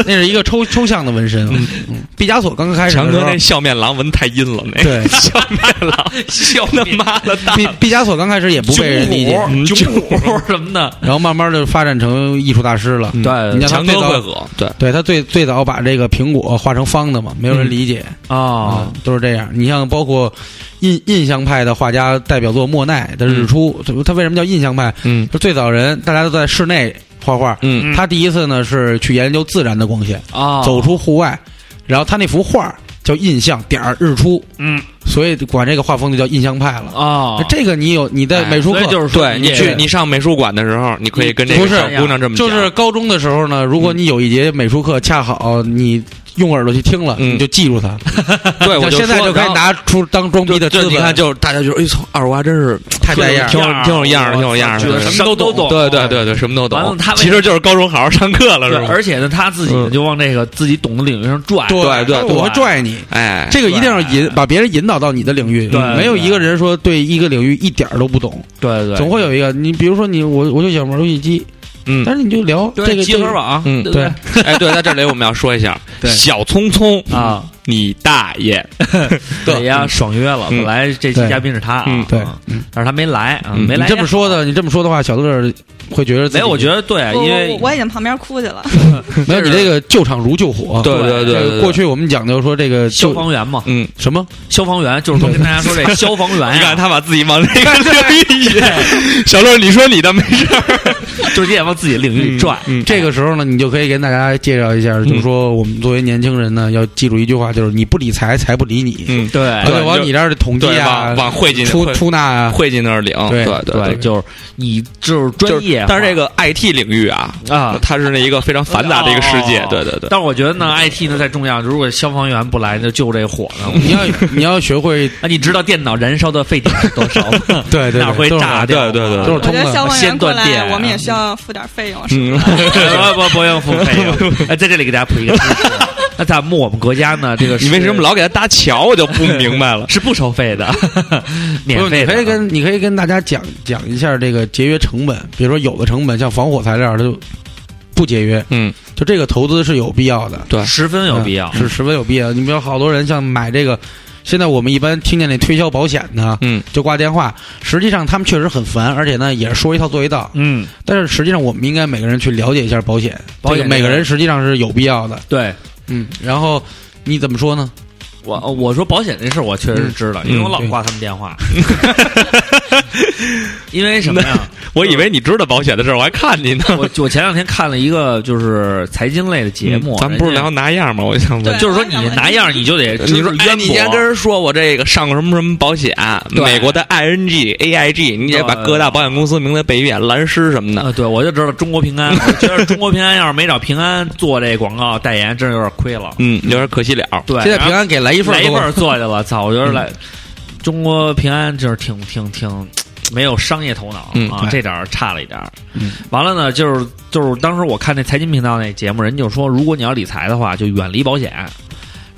Speaker 5: 那是一个抽抽象的纹身。嗯毕加索刚开
Speaker 2: [laughs]
Speaker 5: 始
Speaker 2: 强
Speaker 5: 的时
Speaker 2: 哥
Speaker 5: 候
Speaker 2: 那，笑面狼纹太阴了，那
Speaker 5: [laughs] 对
Speaker 2: 笑面狼，笑他妈的大
Speaker 5: 毕毕加索刚开始也不被人理解，
Speaker 2: 嗯
Speaker 1: 囧 [laughs] 虎什么的，
Speaker 5: 然后慢慢就发展成艺术大师了。
Speaker 1: 对
Speaker 5: 你
Speaker 2: 嗯
Speaker 5: 像他
Speaker 2: 强
Speaker 5: 最
Speaker 2: 哥会
Speaker 5: 早，
Speaker 2: 合，对，
Speaker 5: 对他最最早把这个苹果画成方的嘛，没有人理解
Speaker 1: 啊，
Speaker 5: 嗯都是这样。你像包括印印象派的画家代表作莫奈的日出，他他为什么叫印象派？
Speaker 2: 嗯
Speaker 5: 就最早人大家都在室内画画，
Speaker 2: 嗯
Speaker 5: 他第一次呢是去研究自然的光线，
Speaker 1: 啊，
Speaker 5: 走出户外，然后他那幅画叫《印象点儿日出》，
Speaker 1: 嗯
Speaker 5: 所以管这个画风就叫印象派了。
Speaker 1: 啊，
Speaker 5: 这个你有你在
Speaker 1: 哎
Speaker 5: 美术
Speaker 1: 所以
Speaker 5: 课
Speaker 1: 就是说
Speaker 2: 对你
Speaker 1: 也
Speaker 2: 去你上美术馆的时候，你可以跟这
Speaker 5: 不
Speaker 2: 个
Speaker 5: 是
Speaker 2: 小姑娘这么
Speaker 5: 就
Speaker 2: 讲
Speaker 5: 是高中的时候呢，如果你有一节美术课，恰好你用耳朵去听了，
Speaker 2: 嗯
Speaker 5: 你就记住它。
Speaker 2: 对，我
Speaker 5: 像现在
Speaker 2: 说
Speaker 5: 哎就可以
Speaker 2: 然后
Speaker 5: 拿出当装逼的
Speaker 2: 就
Speaker 5: 资
Speaker 2: 就
Speaker 5: 本，
Speaker 2: 你看，就是大家就说，哎操，二瓜真是
Speaker 5: 太带样
Speaker 2: 挺
Speaker 5: 儿。
Speaker 2: 有挺有样儿的，挺有样儿
Speaker 1: 觉
Speaker 2: 的
Speaker 1: 得，什么都懂
Speaker 2: 对对对对，什么都
Speaker 1: 完了
Speaker 2: 懂
Speaker 1: 他。为
Speaker 2: 其实就是高中好好上课了，是
Speaker 1: 对，
Speaker 2: 吧？
Speaker 1: 而且呢，他自己呢就往这个自己懂的领域上拽，
Speaker 2: 对对
Speaker 5: 哎我会拽你。
Speaker 2: 哎，
Speaker 5: 这个一定要引把别人引导到你的领域，
Speaker 1: 对
Speaker 5: 没有
Speaker 1: 对
Speaker 5: 一个人说对一个领域一点儿都不懂，
Speaker 1: 对对，
Speaker 5: 总会有一个。你比如说你我我就想玩游戏机，
Speaker 2: 嗯
Speaker 5: 但是你就聊
Speaker 1: 对
Speaker 5: 这个
Speaker 1: 集合，网，
Speaker 2: 嗯
Speaker 1: 对不对
Speaker 2: 哎，对，在这里我们要说一下，
Speaker 5: 对
Speaker 2: 小聪聪，
Speaker 1: 啊，
Speaker 2: 你大爷！
Speaker 1: 对呀，爽约了。
Speaker 2: 嗯
Speaker 1: 本来这期
Speaker 5: 对
Speaker 1: 嘉宾是他
Speaker 2: 嗯
Speaker 1: 啊，
Speaker 5: 对
Speaker 1: 啊但是他没来啊，
Speaker 2: 嗯
Speaker 1: 没
Speaker 5: 这个
Speaker 1: 来。
Speaker 5: 你这么说，的，你这么说的话，小乐儿会觉得自己
Speaker 1: 没有，我觉得对，
Speaker 2: 哎
Speaker 6: 我
Speaker 1: 因
Speaker 6: 我
Speaker 1: 为
Speaker 6: 我我已经旁边哭去了，
Speaker 5: 没有你这个救场如救火。
Speaker 2: 对对对
Speaker 5: 这
Speaker 2: 对
Speaker 5: 个
Speaker 2: 对，
Speaker 5: 过去我们讲究说这个
Speaker 1: 消
Speaker 5: 救
Speaker 1: 防员嘛，
Speaker 2: 嗯，
Speaker 5: 什么
Speaker 1: 消防员就是说跟大家说这消防员
Speaker 2: [laughs] 你看
Speaker 1: 哎呀，
Speaker 2: 他把自己往那个领域，小乐，你说你的没事儿，
Speaker 1: 就是也往自己领域里拽。
Speaker 2: 嗯
Speaker 5: 这个时候呢，你就可以跟大家介绍一下，就是说我们作为年轻人呢，要记住一句话，就是你不理财，财不理你。
Speaker 2: 嗯，
Speaker 1: 对
Speaker 5: 而且往
Speaker 2: 就
Speaker 5: 你这儿的统计
Speaker 2: 对，
Speaker 5: 啊
Speaker 2: 往，往会计那
Speaker 5: 出
Speaker 2: 会
Speaker 5: 出纳 [laughs] 啊，
Speaker 2: 会计那儿领，
Speaker 5: 对
Speaker 2: 对对。
Speaker 1: 就是你就是
Speaker 2: 就
Speaker 1: 专
Speaker 2: 是
Speaker 1: 业化，
Speaker 2: 但是这个 IT 领域啊，
Speaker 1: 啊。
Speaker 2: 它是那一个非常繁杂的一个世界
Speaker 1: 哦，
Speaker 2: 对对对。
Speaker 1: 但是我觉得呢，IT 呢再重要，如果消防员不来，那救这火呢？
Speaker 5: 你要你要
Speaker 1: [laughs]
Speaker 5: 学会，
Speaker 1: 啊，你知道电脑燃烧的沸点是多少吗？
Speaker 5: 对对
Speaker 1: 哪
Speaker 5: 对，
Speaker 1: 会
Speaker 5: 都是
Speaker 1: 炸掉？
Speaker 2: 对对对
Speaker 5: 都是
Speaker 6: 我觉
Speaker 5: 通
Speaker 6: 得
Speaker 5: 的。
Speaker 6: 消防
Speaker 1: 先
Speaker 6: 员过
Speaker 1: 断电
Speaker 6: 来，
Speaker 1: 啊
Speaker 6: 我们也需要付点费用，是吧
Speaker 2: 嗯，
Speaker 1: 不不不用付费用。哎，在这里给大家普一个知识，啊那咱们我们国家呢，这个
Speaker 2: 你为什么
Speaker 1: 老。
Speaker 2: 老给他搭桥，我就不明白了
Speaker 1: 是不收费的，免
Speaker 5: 不是，
Speaker 1: 费
Speaker 5: 你
Speaker 1: 的？
Speaker 5: 可以跟你可以跟大家讲讲一下这个节约成本，比如说有的成本像防火材料它就不节约，
Speaker 2: 嗯，
Speaker 5: 就这个投资是有必要的，嗯
Speaker 2: 对
Speaker 1: 十分有必要。
Speaker 5: 是十分有必要。你比如好多人像买这个，现在我们一般听见那推销保险呢，
Speaker 2: 嗯，
Speaker 5: 就挂电话，实际上他们确实很烦，而且呢也是说一套做一套，
Speaker 1: [laughs] 嗯，
Speaker 5: 但是实际上我们应该每个人去了解一下保险，
Speaker 1: 保险
Speaker 5: 这个每
Speaker 1: 这个
Speaker 5: 个人实际上是有必要的，
Speaker 1: 对
Speaker 5: 嗯，然后你怎么说呢？
Speaker 1: 我我说保险这事儿，我确实是知道，因为我老
Speaker 5: 嗯对
Speaker 1: 挂他们电话。 [laughs] 因为什么呀？
Speaker 2: 我以为你知道保险的事儿，我还看你呢。 [laughs]
Speaker 1: 我我前两天看了一个就是财经类的节目，
Speaker 2: 嗯咱们不是聊拿样吗？我想问
Speaker 6: 对，
Speaker 1: 就是说你拿样儿你就得
Speaker 2: 你说
Speaker 1: 知识
Speaker 2: 哎，
Speaker 1: 渊
Speaker 2: 你先
Speaker 1: 博
Speaker 2: 跟人说我这个上过什么什么保险，
Speaker 1: 对
Speaker 2: 美国的 ING、AIG，你得把各大保险公司名字背一遍，蓝狮什么的。
Speaker 1: 啊，对，我就知道中国平安，我觉得中国平安要是没找平安做这广告代言，真是有点亏了。
Speaker 2: 嗯，有点可惜了。
Speaker 1: 对，
Speaker 5: 现在平安给来一
Speaker 1: 一
Speaker 5: 份儿
Speaker 1: 来一
Speaker 5: 多
Speaker 1: 份儿做去了，操！我觉
Speaker 2: 嗯
Speaker 1: 得来中国平安就是挺挺挺没有商业头脑
Speaker 2: 嗯
Speaker 1: 啊
Speaker 5: 对，
Speaker 1: 这点儿差了一点儿
Speaker 5: 嗯。
Speaker 1: 完了呢，就是就是当时我看那财经频道那节目，人就说，如果你要理财的话，就远离保险。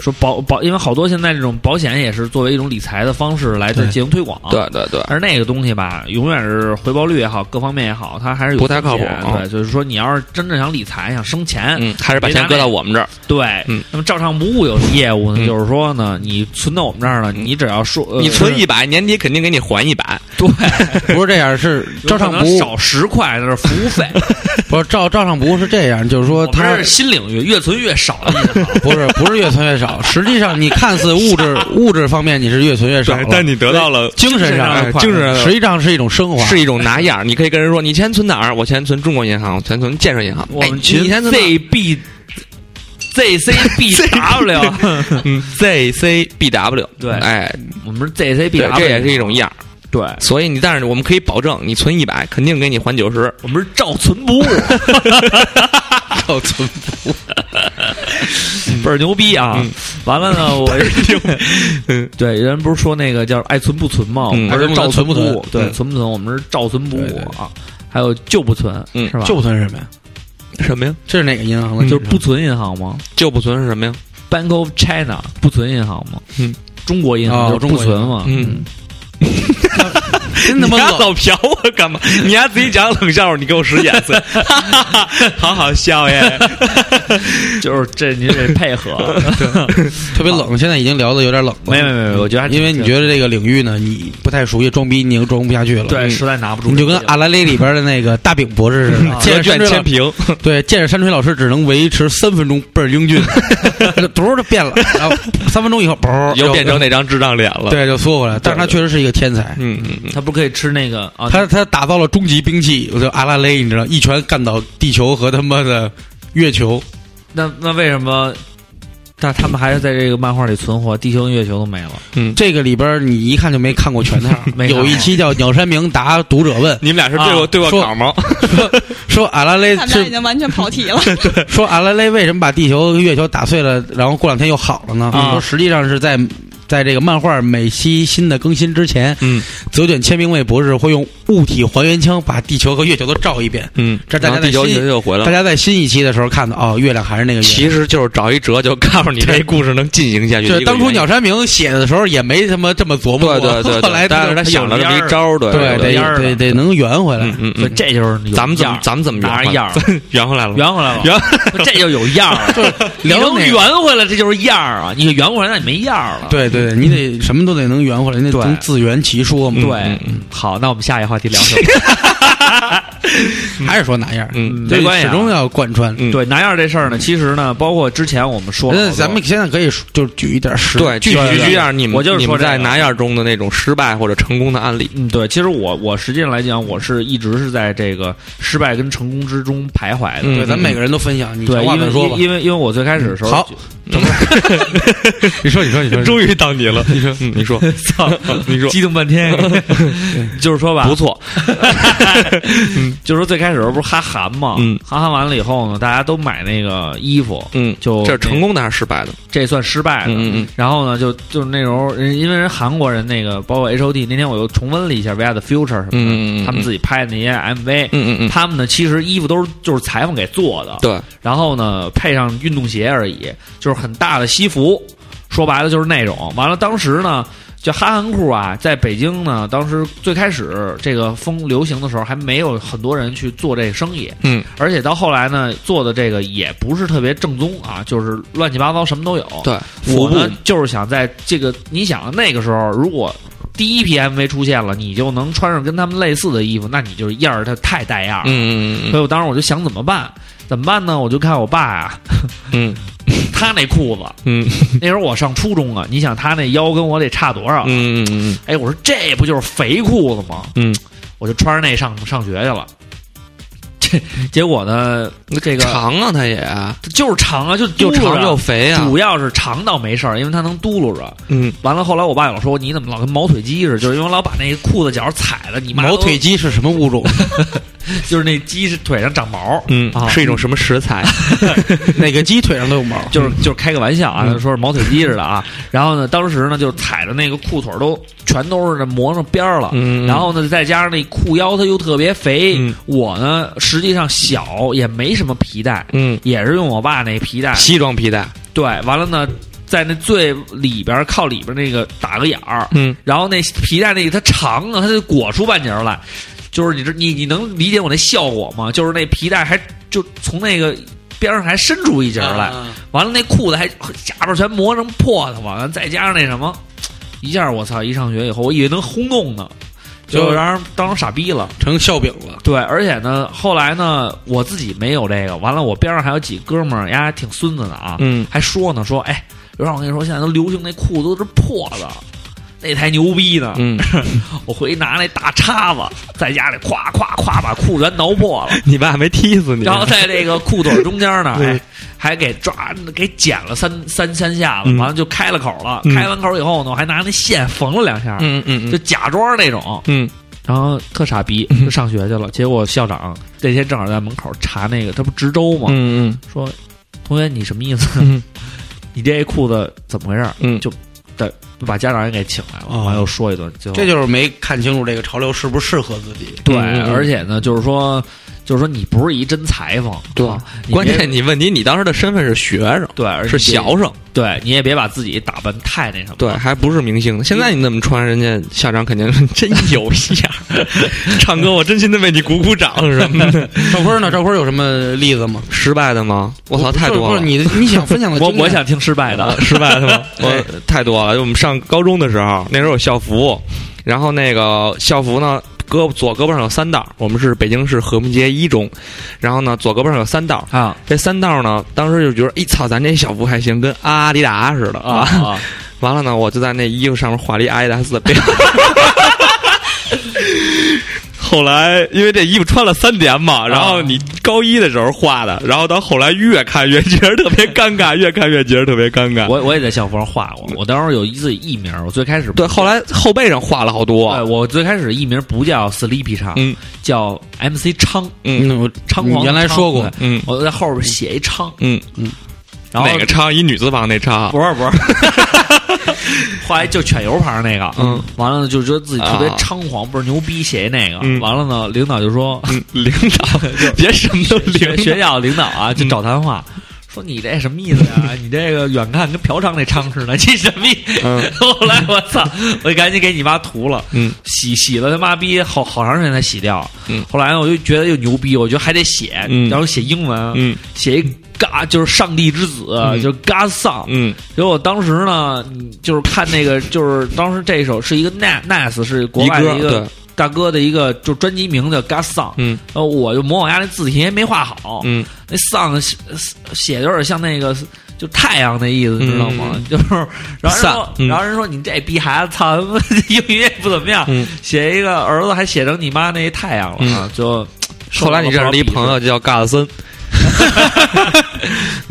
Speaker 1: 说保保，因为好多现在这种保险也是作为一种理财的方式来
Speaker 5: 对
Speaker 1: 进行推广。
Speaker 2: 对对对，
Speaker 1: 而那个东西吧，永远是回报率也好，各方面也好，它还是有
Speaker 2: 不太靠谱
Speaker 1: 风险
Speaker 2: 啊
Speaker 1: 对，就是说你要是真正想理财、想生钱，
Speaker 2: 嗯，还是把钱搁到我们这儿。
Speaker 1: 对，
Speaker 2: 嗯
Speaker 1: 那么照常不误有的业务呢，
Speaker 2: 嗯
Speaker 1: 就是说呢，你存到我们这儿呢，
Speaker 2: 嗯
Speaker 1: 你只要说、呃
Speaker 2: 你
Speaker 1: [laughs]
Speaker 2: 存一百，年底肯定给你还一百。
Speaker 5: 不是这样，是
Speaker 1: 有
Speaker 5: 照
Speaker 1: 可
Speaker 5: 上
Speaker 1: 能
Speaker 5: 不误，
Speaker 1: 少十块，那是服务 [laughs] 费。
Speaker 5: 不是照照上不误是这样，就是
Speaker 1: 我
Speaker 5: 说
Speaker 1: 们
Speaker 5: 他
Speaker 1: 这是新领域，越存越少的意思啊
Speaker 5: 不是不是越存越少，实际上你看似物质物质方面你是越存越少了，
Speaker 2: 你得到了
Speaker 5: 精神上
Speaker 2: 哎
Speaker 5: 的快乐
Speaker 2: 精神上的
Speaker 5: 实际上是一种升华。
Speaker 2: 是一种拿样儿，你可以跟人说，你钱存哪儿？我钱存中国银行，我钱存建设银行。
Speaker 1: [laughs] 我
Speaker 2: 哎
Speaker 1: 们
Speaker 2: 你
Speaker 1: 群
Speaker 2: 你钱存哪儿
Speaker 1: ZB [laughs] ZCBW， [laughs]
Speaker 2: 嗯 ZCBW，
Speaker 1: 对
Speaker 2: 哎，
Speaker 1: 我们是
Speaker 2: 对
Speaker 1: ZCBW，
Speaker 2: 这也是一种样儿。
Speaker 1: 对，
Speaker 2: 所以你，但是我们可以保证，你存一百，肯定给你还九十。
Speaker 1: 我们是照存不误，
Speaker 5: 种存，
Speaker 1: 倍儿牛逼啊！
Speaker 2: 嗯
Speaker 1: 完了呢，我
Speaker 2: 嗯
Speaker 1: 对人不是说那个叫爱存不存吗？
Speaker 2: 嗯
Speaker 1: 我们是照不
Speaker 5: 爱存
Speaker 1: 误
Speaker 5: 不，存
Speaker 1: 对，
Speaker 5: 嗯
Speaker 1: 存不存？我们是照存不
Speaker 5: 对
Speaker 1: 误
Speaker 5: 对
Speaker 1: 啊，还有就不存，
Speaker 2: 嗯
Speaker 1: 是吧？
Speaker 5: 就不存什么呀？
Speaker 2: 什么呀？
Speaker 5: 这是哪个银行的？
Speaker 1: 就是不存银行吗
Speaker 2: 就不存是什么呀？
Speaker 1: ？Bank of China 不存银行吗？
Speaker 2: 嗯，
Speaker 1: 中国银
Speaker 5: 哦
Speaker 1: 行就是不
Speaker 5: 中国银
Speaker 1: 存
Speaker 5: 行
Speaker 1: 嘛？
Speaker 2: [laughs] 嗯，
Speaker 5: 真他
Speaker 2: 你
Speaker 5: 妈
Speaker 2: 丫
Speaker 5: 冷
Speaker 2: 老瞟我干嘛？你丫自己讲冷笑话，你给我使眼
Speaker 1: [laughs]
Speaker 2: 色，好好笑耶！
Speaker 1: 就是这你得配
Speaker 2: [laughs]
Speaker 1: 合，
Speaker 5: 特别冷，现在已经聊的有点冷了。嗯
Speaker 1: 没没没没，我觉得还挺
Speaker 5: 因为你觉得这个领域呢，你不太熟悉，装逼你又装不下去了。
Speaker 1: 对，
Speaker 5: 嗯
Speaker 1: 实在拿不住，
Speaker 5: 你就跟阿拉蕾里边的那个大饼博士 [laughs] 似的，
Speaker 1: 啊
Speaker 2: 千
Speaker 5: 见着
Speaker 2: 卷
Speaker 5: 山吹
Speaker 2: 千
Speaker 5: 老
Speaker 2: 平，
Speaker 5: 对，见着山吹老师只能维持三分钟，倍儿英 [laughs] 俊，嘟儿就变 [laughs] 了，然后三分钟以后，嘣儿
Speaker 2: 又变成那张智障脸了。，
Speaker 5: 对，就缩回来。但是他确实是一个天才，嗯
Speaker 2: 嗯嗯嗯，
Speaker 1: 他不是可以吃那个啊？
Speaker 5: 他他打造了终极兵器，我就阿拉蕾，你知道，一拳干倒地球和他妈的月球。
Speaker 1: 那那为什么？但他们还是在这个漫画里存活，地球跟月球都没了。
Speaker 5: 这个里边儿你一看 [laughs] 就没看过全套
Speaker 1: 没，看过
Speaker 5: 有一期叫鸟山明答读者问，
Speaker 2: 你们俩是对过、
Speaker 1: 啊
Speaker 2: 对过
Speaker 5: 说
Speaker 2: 岗吗？ [laughs]
Speaker 5: 说阿拉蕾
Speaker 6: 他们俩已
Speaker 5: 是
Speaker 6: 经完全跑题了。
Speaker 5: 说阿拉蕾为什么把地球、月球打碎了，然后过两天又好了呢？
Speaker 2: 啊
Speaker 5: 说实际上是在在这个漫画每期新的更新之前，
Speaker 2: 嗯
Speaker 5: 泽卷千明卫博士会用物体还原枪把地球和月球都照一遍。
Speaker 2: 嗯，
Speaker 5: 这大
Speaker 2: 然
Speaker 5: 家
Speaker 2: 后
Speaker 5: 在
Speaker 2: 地球
Speaker 5: 新
Speaker 2: 就就回来
Speaker 5: 大
Speaker 2: 了。
Speaker 5: 家在新一期的时候看到，哦，月亮还是那个月
Speaker 2: 嗯
Speaker 5: 亮。
Speaker 2: 其实就是找一辙，就告诉你这故事能进行下去。
Speaker 5: 就
Speaker 2: 一
Speaker 5: 是
Speaker 2: 个
Speaker 5: 当初
Speaker 2: 原因
Speaker 5: 鸟山明写的时候也没他妈这么琢磨过，
Speaker 2: 对对 [laughs] 对，
Speaker 5: [laughs] 后来
Speaker 2: 但是他
Speaker 5: 就
Speaker 2: 想了这么一招儿，对
Speaker 5: 对
Speaker 2: 对
Speaker 5: 得
Speaker 1: 烟儿
Speaker 5: 得
Speaker 1: 了
Speaker 5: 得能圆回来。
Speaker 2: 嗯嗯
Speaker 1: 所以
Speaker 2: 嗯，
Speaker 1: 这就是有
Speaker 2: 咱们怎
Speaker 1: 样
Speaker 2: 么
Speaker 1: 儿，
Speaker 2: 咱们怎么
Speaker 1: 拿着
Speaker 2: 圆
Speaker 1: 样
Speaker 2: 回
Speaker 1: 儿
Speaker 2: 来 [laughs] 圆回来了？
Speaker 1: 圆回来了，
Speaker 2: 圆
Speaker 1: [laughs] 这就有样
Speaker 5: [laughs]
Speaker 1: 儿了。你
Speaker 5: 聊
Speaker 1: 能
Speaker 5: 那个
Speaker 1: 圆回来，这就是样儿啊！你给圆回来，那你没样儿了。
Speaker 5: 对对对，你
Speaker 2: 嗯
Speaker 5: 得什么都得能圆回来，那
Speaker 1: 对
Speaker 5: 能自圆其说嘛。
Speaker 1: 对，好，那我们下一个话题聊什
Speaker 2: [laughs]
Speaker 1: 么？
Speaker 5: 还是说哪样儿？
Speaker 2: 嗯
Speaker 5: 这
Speaker 1: 没关系
Speaker 5: 始
Speaker 1: 啊
Speaker 5: 终要贯穿。
Speaker 2: 嗯
Speaker 1: 对拿样儿这事儿呢，其实呢，包括之前我们说了好
Speaker 5: 那
Speaker 1: 多，
Speaker 5: 咱们现在可以说就是举一点实，嗯
Speaker 2: 对，
Speaker 5: 具
Speaker 2: 具
Speaker 5: 体
Speaker 2: 体
Speaker 5: 的
Speaker 2: 这样，你们
Speaker 1: 我就是
Speaker 2: 你
Speaker 1: 说
Speaker 2: 们
Speaker 1: 这个
Speaker 2: 在拿样中的那种失败或者成功的案例，
Speaker 1: 嗯，对，其实我我实际上来讲，我是一直是在这个失败跟成功之中徘徊的。
Speaker 2: 嗯
Speaker 5: 对，咱们每个人都分享。你
Speaker 1: 对，
Speaker 5: 话
Speaker 1: 因为
Speaker 5: 再说吧。
Speaker 1: 因为因为我最开始的时候，
Speaker 5: 好，你说，你说，你
Speaker 2: [laughs]
Speaker 5: 说，
Speaker 2: 于到你了。你说，嗯你说，嗯
Speaker 1: 操， [laughs]
Speaker 2: 你说，
Speaker 1: 激动半天，就是说吧，
Speaker 2: [laughs] 不错，
Speaker 1: 就是说最开始的时候不是哈韩嘛，
Speaker 2: 嗯
Speaker 1: 哈韩完了以后呢，大家都买那个衣服，
Speaker 2: 嗯，
Speaker 1: 就
Speaker 2: 这是成功的还是失败的？
Speaker 1: 这算失败的。
Speaker 2: 嗯嗯嗯
Speaker 1: 然后呢，就就是那时候人，因为人韩国人那个，包括 H O T，那天我又重温了一下《We Are the Future》什么的，
Speaker 2: 嗯嗯嗯嗯
Speaker 1: 他们自己拍的那些 M V，、
Speaker 2: 嗯嗯嗯，
Speaker 1: 他们呢其实衣服都是就是裁缝给做的，
Speaker 2: 对，
Speaker 1: 然后呢配上运动鞋而已，就是很大的西服，说白了就是那种。完了，当时呢。就哈韩裤啊，在北京呢，当时最开始这个风流行的时候，还没有很多人去做这个生意，
Speaker 2: 嗯，
Speaker 1: 而且到后来呢，做的这个也不是特别正宗啊，就是乱七八糟，什么都有。
Speaker 2: 对，
Speaker 1: 我
Speaker 2: 服
Speaker 1: 呢
Speaker 2: 部
Speaker 1: 就是想在这个，你想那个时候，如果第一批 MV 出现了，你就能穿上跟他们类似的衣服，那你就是样儿，它太带样儿了。
Speaker 2: 嗯嗯
Speaker 1: 所以我当时我就想怎么办？怎么办呢？我就看我爸
Speaker 2: [laughs]
Speaker 1: 呀、
Speaker 2: 嗯
Speaker 1: 他那裤
Speaker 2: [laughs]
Speaker 1: 子，
Speaker 2: 嗯嗯
Speaker 1: 那时候我上初中啊，你想他那腰跟我得差多少？
Speaker 2: 嗯嗯
Speaker 1: 哎，我说这不就是肥裤子吗？
Speaker 2: 嗯，
Speaker 1: 我就穿着那上上学去了。 [laughs] 这结果呢，这个
Speaker 2: 嗯，长啊，它也
Speaker 1: 就是长啊，就
Speaker 2: 又
Speaker 1: 嘟噜
Speaker 2: 长
Speaker 1: 着
Speaker 2: 又肥啊
Speaker 1: 主，要是长倒没事儿，因为它能嘟噜着。
Speaker 2: 嗯，
Speaker 1: 完了，后来我爸老说你怎么老跟毛腿鸡似的，就是因为我老把那个裤子脚踩了，你妈
Speaker 5: 毛
Speaker 1: 都
Speaker 5: 腿鸡是什么物种？
Speaker 1: [laughs] 就是那鸡是腿上长毛，
Speaker 2: 嗯
Speaker 1: 啊，
Speaker 2: 是一种什么食材？
Speaker 5: 哪个鸡腿上
Speaker 1: [laughs]
Speaker 5: 都有毛？
Speaker 1: 就是
Speaker 2: 嗯
Speaker 1: 就是开个玩笑啊，说是毛腿鸡似的
Speaker 2: [laughs]
Speaker 1: 啊。然后呢，当时呢就踩的那个裤腿儿都全都是磨上边儿了，
Speaker 2: 嗯，嗯
Speaker 1: 然后呢再加上那裤腰它又特别肥，
Speaker 2: 嗯
Speaker 1: 我呢实际上小也没什么皮带， [laughs]
Speaker 2: 嗯，
Speaker 1: 也是用我爸那皮
Speaker 2: [laughs]
Speaker 1: 带
Speaker 2: 西装皮带，
Speaker 1: 对，完了呢，在那最里边儿靠里边儿那个打个眼儿，
Speaker 2: 嗯，
Speaker 1: 然后那皮带那个它长啊，它就裹出半截儿来，就是你这你你能理解我那效果吗？就是那皮带还就从那个边上还伸出一截
Speaker 2: 啊
Speaker 1: 儿来，完了那裤子还下边儿全磨成破的嘛，再加上那什么，一下我操！一上学以后，我以为能轰动呢，就
Speaker 5: 就
Speaker 1: 让人当成傻逼了。
Speaker 5: 成笑柄了。
Speaker 1: 对，而且呢，后来呢，我自己没有这个，完了我边上还有几哥们儿，呀，挺孙子的啊，
Speaker 2: 嗯
Speaker 1: 还说呢，说哎，刘畅，我跟你说，现在都流行那裤子都是破的，那才牛逼呢。
Speaker 2: 嗯，
Speaker 1: 我回去拿那大叉子，在家里咵咵咵把裤子全挠破了，
Speaker 2: 你爸还没踢死你，
Speaker 1: 然后在这个裤腿中间 [laughs] 呢，哎，还给抓给剪了三三三下子，
Speaker 2: 嗯
Speaker 1: 完了就开了口了。
Speaker 2: 嗯
Speaker 1: 开完口以后呢，我还拿那线缝了两下，
Speaker 2: [laughs] 嗯嗯
Speaker 1: 就
Speaker 2: 嗯
Speaker 1: 假装那种。嗯
Speaker 2: 嗯，
Speaker 1: 然后特傻逼，就上学去了。结果校长那天正好在门口查那个，他不值周吗？
Speaker 2: 嗯嗯
Speaker 1: 说：“同学，你什么意思？
Speaker 2: 嗯
Speaker 1: [laughs] 你这裤子怎么回事儿
Speaker 2: 嗯，
Speaker 1: 就把家长也给请来了，
Speaker 5: 哦
Speaker 1: 完又说一顿，最后
Speaker 5: 这就是没看清楚这个潮流适不适合自己。
Speaker 1: 对，
Speaker 2: 嗯嗯
Speaker 1: 而且呢，就是说，就是说你不是一真裁缝，
Speaker 2: 对
Speaker 1: 啊你别
Speaker 2: 关键你问题，你当时的身份是学生，
Speaker 1: 对，而且
Speaker 2: 是学生，
Speaker 1: 对，你也别把自己打扮太那什么，
Speaker 2: 对，，还不是明星。现在你那么穿，人家校长肯定说 [laughs] 真有样儿。唱歌，我真心的为你鼓鼓掌什么的。
Speaker 5: 嗯赵坤呢？赵坤有什么例子吗？
Speaker 2: 失败的吗？我
Speaker 1: 啊
Speaker 2: 操，太
Speaker 5: 不
Speaker 2: 多
Speaker 5: 是
Speaker 2: 了。呃
Speaker 5: 你你想分
Speaker 2: 哦
Speaker 5: 享的
Speaker 1: 我
Speaker 5: 经验
Speaker 1: 我想听失败的，
Speaker 2: 失败的 [laughs] 吗？
Speaker 5: 哎
Speaker 2: 我太多了。就我们上高中的时候，那时候有校服，然后那个校服呢，胳膊左胳膊上有三道。我们是北京市和睦街一中，然后呢，左胳膊上有三道。
Speaker 1: 啊
Speaker 2: 这三道呢，当时就觉得，哎操，咱这校服还行，跟阿迪达似的
Speaker 1: 啊。啊，
Speaker 2: 完了呢，我就在那衣服上面画了一阿迪达斯的标， [laughs] 后来因为这衣服穿了三年嘛，然后你高一的时候画的，然后到后来越看越觉得特别尴尬，越看越觉得特别尴尬。
Speaker 1: 我我也在校服上画过，我当时有一自己艺名，我最开始
Speaker 2: 对，后来后背上画了好多。
Speaker 1: 哎，我最开始艺名不叫 Sleepy 唱，
Speaker 2: 嗯
Speaker 1: 叫 MC 昌，
Speaker 2: 嗯
Speaker 5: 我
Speaker 1: 猖狂
Speaker 5: 原来说过，
Speaker 2: 嗯
Speaker 1: 我在后边写一昌，
Speaker 2: 嗯，
Speaker 1: 然后
Speaker 2: 哪个昌？一女字旁那昌。
Speaker 1: 不是不
Speaker 2: [laughs]
Speaker 1: 是，后来就犬油牌那个，
Speaker 2: 嗯，
Speaker 1: 完了呢就觉得自己特别
Speaker 2: 啊
Speaker 1: 猖狂，倍儿牛逼，写一那个，
Speaker 2: 嗯
Speaker 1: 完了呢，领导就说，
Speaker 2: 嗯，领导，别什么都领
Speaker 1: 学
Speaker 2: 导嗯
Speaker 1: 学校领导啊就找谈话。说你这什么意思呀？你这个远看跟嫖娼那娼似的，你什么意思？
Speaker 2: 嗯
Speaker 1: [laughs] 后来我操，我就赶紧给你妈涂了，
Speaker 2: [laughs] 嗯，
Speaker 1: 洗洗了他妈逼好好长时间才洗掉。
Speaker 2: 嗯
Speaker 1: 后来呢我就觉得又牛逼，我觉得还得写，
Speaker 2: 嗯
Speaker 1: 然后写英文，
Speaker 2: 嗯
Speaker 1: 写一嘎就是上帝之子，
Speaker 2: 嗯
Speaker 1: 就是 God Son。
Speaker 2: 嗯
Speaker 1: 结果当时呢，嗯就是看那个，就是当时这首是一个 Na- Nas 是国外的
Speaker 2: 一
Speaker 1: 一
Speaker 2: 哥
Speaker 1: 个大哥的一个，就专辑名叫 God Son。
Speaker 2: 嗯
Speaker 1: 呃，我就模仿家那字体，因为没画好，
Speaker 2: 嗯
Speaker 1: 那 Son 写写的有点像那个。就太阳的意思，
Speaker 2: 嗯
Speaker 1: 知道吗？就是，然后人说
Speaker 2: Son，，嗯
Speaker 1: 然后人说你这逼孩子，操，英语也不怎么样，
Speaker 2: 嗯。
Speaker 1: 写一个儿子还写成你妈那太阳了啊！就
Speaker 2: 后来你认识了一朋，友叫嘎子 [laughs] 森，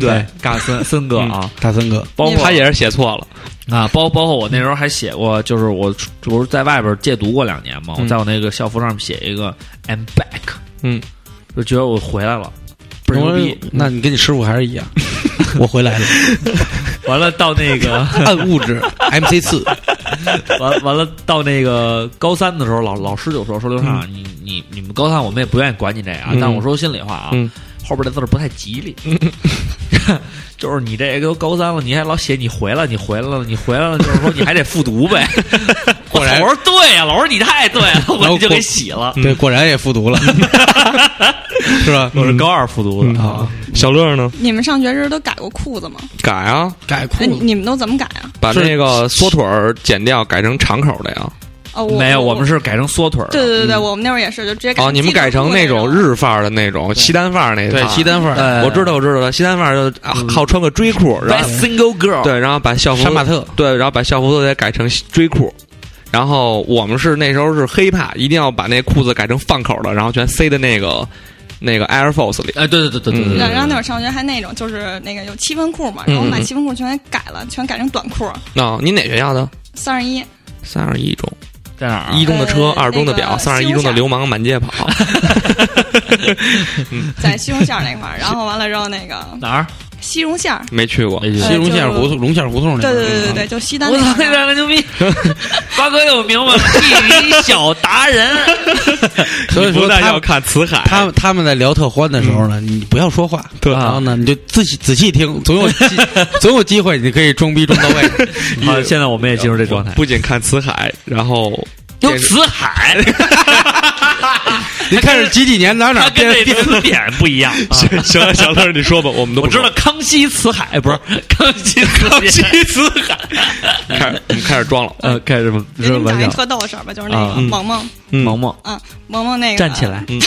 Speaker 2: [laughs]
Speaker 1: 对，嘎森森哥啊，
Speaker 5: 大森哥，
Speaker 1: 包括
Speaker 2: 他嗯也是写错了。
Speaker 1: 啊，包包括我那时候还写过，就是我这不是在外边戒毒过两年嘛，
Speaker 2: 嗯
Speaker 1: 我在我那个校服上面写一个 I'm back，
Speaker 2: 嗯，
Speaker 1: 就觉得我回来了，倍儿牛
Speaker 5: 我
Speaker 1: 逼。
Speaker 5: 那你跟你师傅还是
Speaker 1: [laughs]
Speaker 5: 一样，我回来了，
Speaker 1: 完了到那个
Speaker 5: 暗物质 MC 四，
Speaker 1: [laughs] 完完了到那个高三的时候，老老师就说说刘畅，你你你们高三我们也不愿意管你这个啊，
Speaker 2: 嗯
Speaker 1: 但我说心里话啊，
Speaker 2: 嗯
Speaker 1: 后边这字儿不太吉利。 [laughs] 就是你这个都高三了，你还老写你回来，你回来了，你回来了，就是说你还得复读呗。
Speaker 5: 果然
Speaker 1: 我说对呀、老师你太对了，
Speaker 5: 然后
Speaker 1: 我就
Speaker 5: 果
Speaker 1: 给洗了。
Speaker 5: 对，果然也复
Speaker 1: [laughs]
Speaker 5: 读了， [laughs] 是吧？
Speaker 1: 我是高二复读的啊，
Speaker 2: 小乐呢？
Speaker 6: 你们上学时都改过裤子吗？
Speaker 2: 改啊，
Speaker 5: 改裤
Speaker 6: 哎，你
Speaker 5: 子，
Speaker 6: 你们都怎么改啊？
Speaker 2: 把
Speaker 5: 是
Speaker 2: 那个缩腿儿剪掉，改成长口的呀。
Speaker 6: 哦，
Speaker 1: 嗯
Speaker 6: 我
Speaker 1: 没有，我
Speaker 6: 我
Speaker 1: 们是嗯改成缩腿儿了。
Speaker 6: 对对对对，我们那会儿也是，就直接改
Speaker 2: 哦，你们改成那种日范儿的那种西单范儿那
Speaker 5: 对
Speaker 2: 套嗯
Speaker 5: 西。单范儿，嗯
Speaker 1: 哎
Speaker 2: 我知道，我知道了，西单范儿就啊好穿个追裤，然
Speaker 1: ，Best
Speaker 2: 后
Speaker 1: single girl，
Speaker 2: 对，然后把校服
Speaker 5: 杀马特，
Speaker 2: 对，然后把校服都得改成追裤。然后我们是那时候是黑怕，一定要把那裤子改成放口的，然后全塞在那个那个 Air Force 里。
Speaker 1: 哎，对对对对对对
Speaker 2: 嗯
Speaker 1: 对。
Speaker 6: 然后
Speaker 1: 对
Speaker 6: 然后那会儿上学还那种，就是那个有七分裤嘛，
Speaker 1: 嗯
Speaker 6: 然后我把七分裤全给改了，全改成短裤，
Speaker 2: 啊、你哪学校的？
Speaker 6: 三
Speaker 1: [laughs]
Speaker 6: 十一。
Speaker 2: 三二一中，
Speaker 1: 在哪儿啊？
Speaker 2: 一中的车，
Speaker 6: 呃
Speaker 2: 二中的
Speaker 6: 那
Speaker 2: 表，
Speaker 6: 个
Speaker 2: 三二一中
Speaker 6: 西
Speaker 2: 的
Speaker 6: 红柿
Speaker 2: 流氓满街跑。
Speaker 6: 在西荣线儿那块儿，然后完了之后那
Speaker 1: [laughs]
Speaker 6: 个
Speaker 1: 哪儿？
Speaker 6: 西荣线儿，
Speaker 2: 没去
Speaker 5: [laughs]
Speaker 2: 过，
Speaker 1: 哎
Speaker 5: 西
Speaker 1: 呦
Speaker 5: 荣县胡同，龙县胡同那
Speaker 6: 对
Speaker 5: 边儿，
Speaker 6: 对对对对，就西单
Speaker 1: 我
Speaker 6: 那
Speaker 1: 操，
Speaker 6: 块
Speaker 1: 那
Speaker 6: 儿。
Speaker 1: 两个牛 [laughs] 逼！瓜哥又明白了，地理小达人。
Speaker 5: 所以
Speaker 2: 你不
Speaker 5: 说
Speaker 2: 但
Speaker 5: 他
Speaker 2: 要看辞海，
Speaker 5: 他们他们在聊特欢的时候呢，你不要说话，
Speaker 2: 对
Speaker 5: 然后呢，你就仔细仔细听，总有机总有机会，你可以装逼装到位。
Speaker 1: 好，现在我们也进入这状态。
Speaker 2: 不仅看辞海，然后
Speaker 1: 有辞
Speaker 2: [laughs]
Speaker 1: 海，
Speaker 5: 你看是几几年哪哪
Speaker 1: 他
Speaker 5: 儿
Speaker 1: 跟这
Speaker 5: 电电
Speaker 1: 词典不
Speaker 2: [laughs]
Speaker 1: 一样。啊
Speaker 2: 行 [laughs] 行了，小乐你说吧，我们都
Speaker 1: 我
Speaker 2: 不
Speaker 1: 知道康熙辞海不是康熙辞典
Speaker 2: 西辞海，开始我们开始装了，
Speaker 1: [laughs] 呃，开什么？
Speaker 6: 给你们讲一特逗的事儿吧，就是那
Speaker 1: 啊
Speaker 6: 个
Speaker 2: 嗯
Speaker 6: 萌萌
Speaker 2: 嗯
Speaker 1: 萌萌
Speaker 6: 啊，萌萌那个
Speaker 1: 站起来 [laughs]
Speaker 2: 嗯。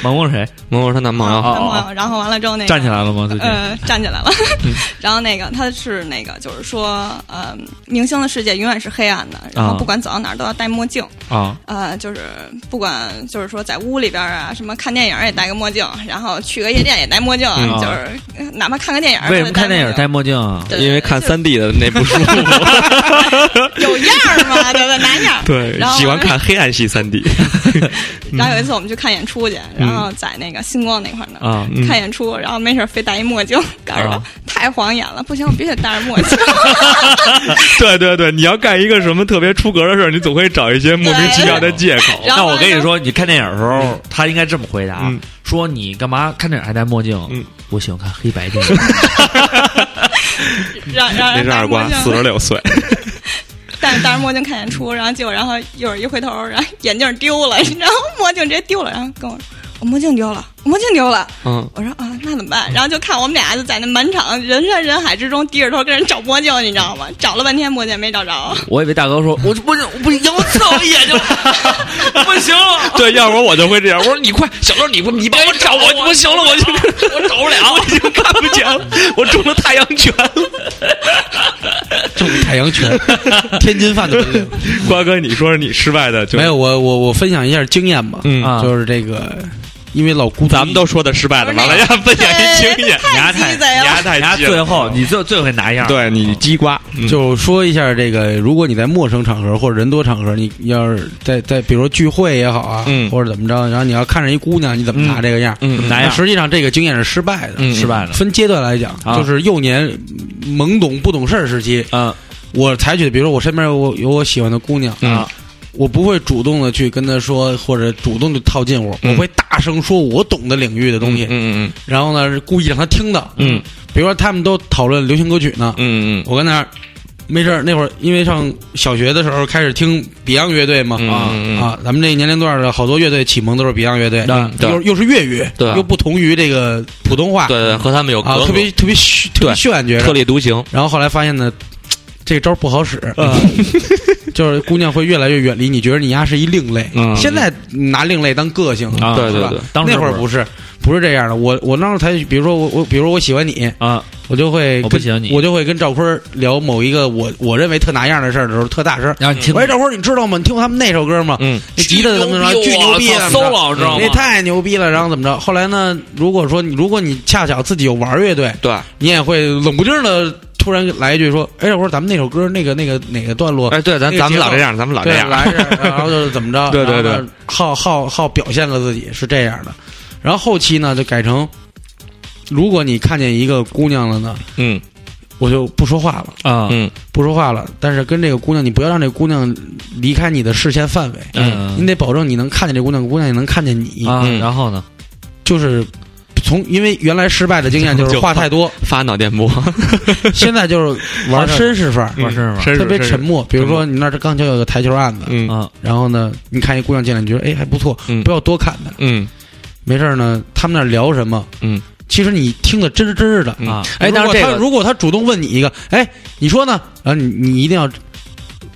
Speaker 1: 萌萌谁？
Speaker 2: 萌萌她男朋友
Speaker 1: 啊
Speaker 6: 男朋友，然后完了之后那个
Speaker 1: 站起来了吗？最近
Speaker 6: 呃，站起来了。
Speaker 2: 嗯
Speaker 6: [laughs] 然后那个他是那个，就是说，呃，明星的世界永远是黑暗的，然后
Speaker 1: 啊
Speaker 6: 不管走到哪儿都要戴墨镜，
Speaker 1: 啊，
Speaker 6: 呃，就是不管就是说在屋里边啊，什么看电影也戴个墨镜，然后去个夜店也戴墨镜，
Speaker 2: 啊
Speaker 1: 嗯
Speaker 6: 就是呃哪怕看个电影，
Speaker 1: 为什么看电影戴
Speaker 6: 戴
Speaker 1: 墨镜啊？
Speaker 6: 对
Speaker 2: 因为看
Speaker 6: [laughs]
Speaker 2: 三 D 的那不 [laughs] 舒服，
Speaker 6: 有样儿嘛，对吧？哪样儿？
Speaker 2: [laughs] 对
Speaker 6: 然后
Speaker 2: 喜欢看嗯黑暗系三 [laughs] D
Speaker 6: [laughs] 然后有一次我们去看演出去，然后在那个星光那块儿呢。
Speaker 1: 啊，
Speaker 2: 嗯
Speaker 6: 看演出，然后没事儿非戴一墨镜，告诉我
Speaker 1: 啊
Speaker 6: 太晃眼了，不行，我必须得戴着墨镜。
Speaker 2: [laughs] 对对对，你要干一个什么特别出格的事儿，你总会找一些莫名其妙的借口。
Speaker 6: [laughs] 然
Speaker 1: 哦那
Speaker 6: 后
Speaker 1: 我
Speaker 6: 完了
Speaker 1: 跟
Speaker 6: 之
Speaker 1: 你
Speaker 6: 后
Speaker 1: 说，你看电影的时候，他应该这么回答啊
Speaker 2: 嗯：
Speaker 1: 说你干嘛看电影还戴墨镜
Speaker 2: 嗯？
Speaker 1: 我喜欢看黑白电
Speaker 2: [laughs]
Speaker 1: 影。
Speaker 6: [laughs] 让让
Speaker 2: 那
Speaker 6: 人
Speaker 2: 是
Speaker 6: 戴
Speaker 2: 二
Speaker 6: 着墨
Speaker 2: 瓜，
Speaker 6: 镜
Speaker 2: 四十六岁，
Speaker 6: 戴戴着墨镜看演出，然后结果然后一会儿一回头，然后眼镜丢了， [laughs] 然后墨镜直接丢了，然后跟我说我墨镜丢了，我墨镜丢了。
Speaker 2: 嗯，
Speaker 6: 我说啊，那怎么办？然后就看我们俩就在那满场人山人海之中低着头跟人找墨镜，你知道吗？找了半天墨镜没找着，
Speaker 1: 我以为大哥
Speaker 2: 嗯
Speaker 1: 说，我不我不行，我操我眼睛
Speaker 2: [laughs]
Speaker 1: 了，不行了。
Speaker 2: [laughs] 对，要不然我就会这样。我说你快，小乐你快，你帮我找我，我行了，我
Speaker 6: [laughs]
Speaker 2: 就我找不了，我已经看不见了，我中了太阳拳了。
Speaker 5: 正午太阳拳，天津饭的本
Speaker 2: [laughs]
Speaker 5: 领。
Speaker 2: [laughs] 瓜哥，你说说你失败的，就
Speaker 5: 没有，我我我分享一下经验吧，
Speaker 2: 嗯
Speaker 9: 啊
Speaker 5: 就是这个，因为老孤，
Speaker 2: 咱们都说的失败的，完了要分享一经验，
Speaker 6: 嗯 [laughs] 太鸡贼了
Speaker 2: 你丫太
Speaker 9: 然后
Speaker 2: 鸡了嗯
Speaker 9: 最后你最最会拿样儿，
Speaker 2: 对你鸡瓜，嗯
Speaker 5: 就说一下这个，如果你在陌生场合或者人多场合，你要是在在比如说聚会也好啊，
Speaker 2: 嗯
Speaker 5: 或者怎么着，然后你要看着一姑娘，你怎么拿这个样？
Speaker 2: 嗯
Speaker 9: 拿
Speaker 5: 那
Speaker 9: 样儿
Speaker 5: 实际上这个经验是失败的，
Speaker 2: 嗯
Speaker 9: 失败了，
Speaker 5: 分阶段来讲，
Speaker 9: 啊
Speaker 5: 就是幼年懵懂不懂事儿时期，
Speaker 9: 嗯
Speaker 5: 我采取的，比如说我身边有我有我喜欢的姑娘，
Speaker 2: 嗯
Speaker 5: 我不会主动的去跟她说，或者主动的套近乎，
Speaker 2: 嗯
Speaker 5: 我会大声说我懂的领域的东西，
Speaker 2: 嗯嗯
Speaker 5: 然后呢故意让她听到。
Speaker 2: 嗯，
Speaker 5: 比如说他们都讨论流行歌曲呢，
Speaker 2: 嗯嗯
Speaker 5: 我跟那儿没事儿，那会儿因为上小学的时候开始听 Beyond 乐队嘛，
Speaker 2: 嗯
Speaker 5: 啊
Speaker 2: 嗯嗯
Speaker 5: 啊，咱们这年龄段的好多乐队启蒙都是 Beyond 乐队，
Speaker 2: 嗯对
Speaker 5: 又又是粤语，
Speaker 2: 对
Speaker 5: 又不同于这个普通话，
Speaker 2: 对对，和他们有
Speaker 5: 啊，
Speaker 2: 格
Speaker 5: 特别特别炫特别
Speaker 2: 对
Speaker 5: 炫觉着
Speaker 2: 特立独行，
Speaker 5: 然后后来发现呢，这个招儿不好使， [laughs] 就是姑娘会越来越远离你，觉得你丫是一另类。
Speaker 2: 嗯
Speaker 5: [laughs] 现在拿另类当个性，
Speaker 9: 啊
Speaker 2: 对
Speaker 5: 是
Speaker 2: 对
Speaker 5: 吧
Speaker 2: 对，
Speaker 9: 当时
Speaker 5: 那会儿
Speaker 9: 不
Speaker 5: 不是，不是这样的。我我那时候才，比如说我我，比如说我喜欢你，
Speaker 9: 啊，
Speaker 5: 我就会
Speaker 9: 我
Speaker 5: 跟
Speaker 9: 不喜欢你
Speaker 5: 我就会跟赵坤儿聊某一个我我认为特拿样的事儿的时候，特大声。
Speaker 9: 然后你听
Speaker 5: 喂，赵坤儿，你知道吗？你听过他们那首歌吗？
Speaker 2: 嗯，
Speaker 5: 那吉他怎么怎么着，巨牛逼啊！怎么着
Speaker 9: solo 知道
Speaker 5: 那
Speaker 9: 吗？
Speaker 5: 太牛逼了，然后怎么着？后来呢？如果说你如果你恰巧自己有玩乐队，
Speaker 2: 对，
Speaker 5: 你也会冷不丁的突然来一句说：“哎，我说咱们那首歌那个那个哪个段落？”
Speaker 2: 哎对，咱咱们老这样，咱们老这
Speaker 5: 对，
Speaker 2: 样，
Speaker 5: 来这儿，然后就是怎么着？
Speaker 2: 对对对
Speaker 5: 然后呢，好好好表现了自己是这样的。然后后期呢，就改成，如果你看见一个姑娘了呢，
Speaker 2: 嗯
Speaker 5: 我就不说话了，
Speaker 9: 啊
Speaker 2: 嗯
Speaker 5: 不说话了。但是跟这个姑娘，你不要让这个姑娘离开你的视线范围，
Speaker 1: 嗯
Speaker 5: 你得保证你能看见这姑娘，姑娘也能看见你。
Speaker 9: 啊，
Speaker 2: 嗯
Speaker 9: 然后呢？
Speaker 5: 就是从因为原来失败的经验 [laughs] 就是
Speaker 2: 就
Speaker 5: 话太多，
Speaker 2: 发脑电波，
Speaker 5: 现在就是玩绅士 [laughs] 范儿。
Speaker 9: 玩身上
Speaker 5: 特别沉默。比如说，你那儿刚巧有个台球案子，
Speaker 2: 嗯
Speaker 9: 啊，
Speaker 5: 然后呢，你看一姑娘进来，你觉得哎还不错，
Speaker 2: 嗯
Speaker 5: 不要多看她，
Speaker 2: 嗯
Speaker 5: 没事儿呢，他们那儿聊什么，
Speaker 2: 嗯，
Speaker 5: 其实你听得真真的。
Speaker 2: 嗯
Speaker 9: 啊，
Speaker 2: 哎，但是这
Speaker 5: 如果她
Speaker 2: 个
Speaker 5: 如果他主动问你一个，哎，你说呢？然后你你一定要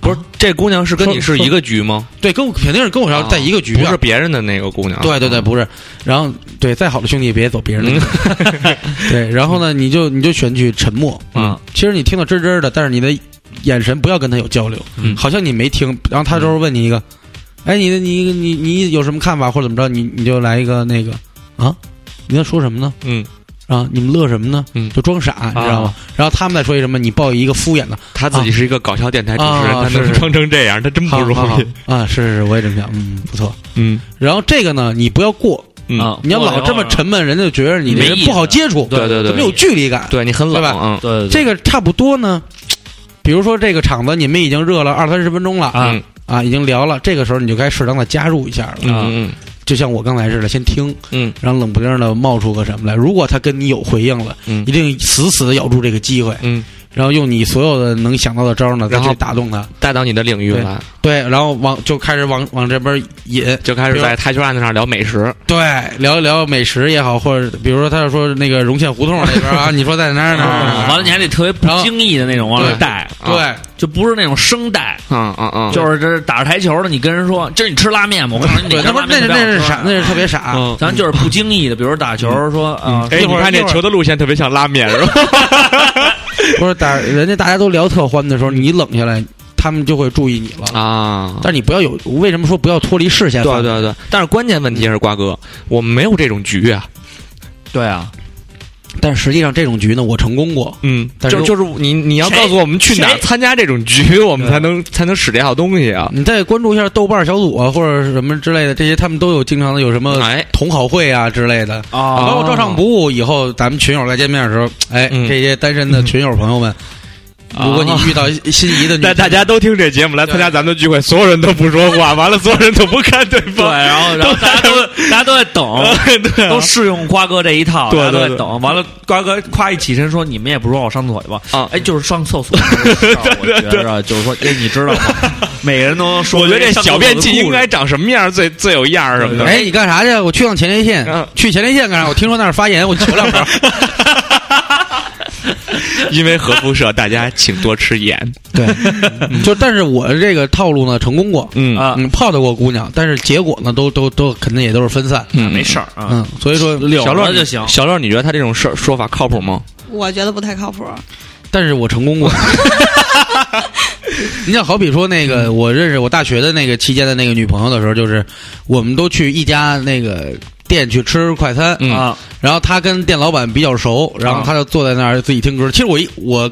Speaker 2: 不是这姑娘是跟你是一个局吗？
Speaker 5: 对，跟我肯定是跟我要
Speaker 2: 啊
Speaker 5: 在一个局
Speaker 2: 不
Speaker 5: 啊
Speaker 2: 是。别人的那个姑娘，
Speaker 5: 对对对，不是，然后对，再好的兄弟也别走别人的
Speaker 2: 嗯
Speaker 5: [laughs] 路。对，然后呢，你就你就选取沉默
Speaker 2: 啊。
Speaker 5: 其实你听得真真的，但是你的眼神不要跟他有交流，
Speaker 2: 嗯
Speaker 5: 好像你没听。然后他就是问你一个，哎，你的你你你有什么看法或者怎么着？你你就来一个那个啊，你在说什么呢？
Speaker 2: 嗯，
Speaker 5: 啊，你们乐什么呢？
Speaker 2: 嗯
Speaker 5: 就装傻，你知
Speaker 1: 啊
Speaker 5: 道吗？然后他们再说一什么，你抱一个敷衍的，
Speaker 2: 他自己是一个搞笑电台主持人，
Speaker 5: 啊
Speaker 2: 他
Speaker 5: 是
Speaker 2: 能
Speaker 5: 是
Speaker 2: 装成这样，他真不
Speaker 5: 好好
Speaker 2: 容
Speaker 5: 好
Speaker 2: 易。
Speaker 5: 啊！是是是，我也这么想，嗯，不错。
Speaker 2: 嗯
Speaker 5: 然后这个呢，你不要过，
Speaker 2: 嗯
Speaker 9: 啊，
Speaker 5: 你要老这么沉闷，人家就觉得你这
Speaker 9: 没
Speaker 5: 人
Speaker 9: 意思
Speaker 5: 不好接触，
Speaker 1: 啊
Speaker 2: 对对对
Speaker 5: 怎么有距离感？
Speaker 2: 对你很冷，
Speaker 5: 对吧
Speaker 2: 嗯
Speaker 9: 对，对对
Speaker 5: 这个差不多呢。比如说这个场子你们已经热了二三十分钟了
Speaker 9: 啊
Speaker 2: 嗯
Speaker 5: 啊，已经聊了，这个时候你就该适当的加入一下了，
Speaker 2: 嗯嗯
Speaker 5: 就像我刚才似的，先听，
Speaker 2: 嗯
Speaker 5: 然后冷不丁的冒出个什么来。如果他跟你有回应了，
Speaker 2: 嗯
Speaker 5: 一定死死的咬住这个机会，
Speaker 2: 嗯，
Speaker 5: 然后用你所有的能想到的招呢，再
Speaker 2: 然后
Speaker 5: 去打动他。
Speaker 2: 带到你的领域
Speaker 5: 对
Speaker 2: 来，
Speaker 5: 对，然后往就开始往往这边引，
Speaker 2: 就开始在台球案子上聊美食，
Speaker 5: 对，聊一聊美食也好，或者比如说他说那个荣县胡同那边啊，你说在哪儿哪儿哪
Speaker 9: 啊
Speaker 1: 嗯
Speaker 5: 儿
Speaker 9: 完了你还得特别不经意的那种往里
Speaker 5: 对
Speaker 9: 带，
Speaker 5: 对，
Speaker 9: 就不是那种生带，
Speaker 2: 嗯嗯嗯，
Speaker 9: 就是这是打着台球的，你跟人说，今儿你吃拉面吗？我告诉你，
Speaker 5: [laughs] 对，
Speaker 9: 哪
Speaker 5: 那
Speaker 9: 家
Speaker 5: 不
Speaker 9: 拉
Speaker 5: 是那
Speaker 9: 面
Speaker 5: 是
Speaker 9: 特
Speaker 5: 那
Speaker 9: 别好吃
Speaker 5: 是傻，那是特别傻。
Speaker 2: 嗯
Speaker 9: 咱就是不经意的，比如说打球说啊，
Speaker 2: 哎，
Speaker 5: 一
Speaker 2: 你
Speaker 5: 会儿
Speaker 2: 看
Speaker 5: 一
Speaker 2: 这
Speaker 5: 会儿
Speaker 2: 球的路线特别像拉面是吧？
Speaker 5: 不是打人家大家都聊特欢的时候，你冷下来，他们就会注意你
Speaker 2: [laughs]
Speaker 5: 了。
Speaker 2: 啊
Speaker 5: 但你不要有，为什么说不要脱离视线？
Speaker 2: 对，啊对对，但是关键问题是瓜哥，我们没有这种局啊，
Speaker 9: 对啊，
Speaker 5: 但实际上这种局呢，我成功过。
Speaker 2: 嗯，
Speaker 5: 但是
Speaker 2: 就就是你你要
Speaker 9: 谁
Speaker 2: 告诉我们去哪儿
Speaker 9: 谁
Speaker 2: 参加这种局，我们才能才能使这套东西啊。
Speaker 5: 你再关注一下豆瓣小组啊，或者是什么之类的，这些他们都有经常的有什么
Speaker 2: 哎，
Speaker 5: 同好会啊之类的。
Speaker 9: 啊
Speaker 5: 包括照唱不误，以后咱们群友再见面的时候，哎，
Speaker 2: 嗯
Speaker 5: 这些单身的群友朋友们，
Speaker 2: 啊
Speaker 5: 如果你遇到心仪
Speaker 2: [laughs]
Speaker 5: 的女，
Speaker 2: 但大家都听这节目来参加咱们的聚会，所有人都不说话，完了所有人都不看对
Speaker 9: 对，
Speaker 2: 方，
Speaker 9: 然后然后大家都大家都在等，
Speaker 2: [laughs] 对啊
Speaker 9: 都适用瓜哥这一套，
Speaker 2: 对
Speaker 9: 大家都在
Speaker 2: 对对
Speaker 9: 等。完了，瓜哥夸一起身说：“你们也不说我上厕所去吧？”
Speaker 2: 啊
Speaker 9: 哎，就是上厕所这个事儿，我觉着就是说，哎，你知道吗？每个人都说，
Speaker 2: 我觉得这小便器应该长什么样儿最最有样儿什么的。
Speaker 5: 哎，你干啥去？我去趟前列腺
Speaker 2: 嗯，
Speaker 5: 去前列腺干啥？我听说那儿发炎，我求两
Speaker 2: [laughs]
Speaker 5: 勺。
Speaker 2: 因为核辐射，大家请多吃盐。
Speaker 5: 对，嗯就但是我这个套路呢，成功过，
Speaker 2: 嗯
Speaker 9: 啊，
Speaker 5: 嗯，泡到过姑娘，但是结果呢，都都都肯定也都是分散，
Speaker 2: [laughs] 嗯
Speaker 9: 没事儿啊。
Speaker 5: 嗯，所以说
Speaker 9: 小
Speaker 2: 小
Speaker 9: 乐
Speaker 2: 乐
Speaker 9: 就行
Speaker 2: 小乐，你觉得他这种事说法靠谱吗？
Speaker 6: 我觉得不太靠谱。
Speaker 5: 但是我成功过。 [laughs] 你像好比说那个，我认识我大学的那个期间的那个女朋友的时候，就是我们都去一家那个店去吃快餐，
Speaker 2: 嗯
Speaker 1: 啊，
Speaker 5: 然后她跟店老板比较熟，然后她就坐在那儿自己听歌。其实我一我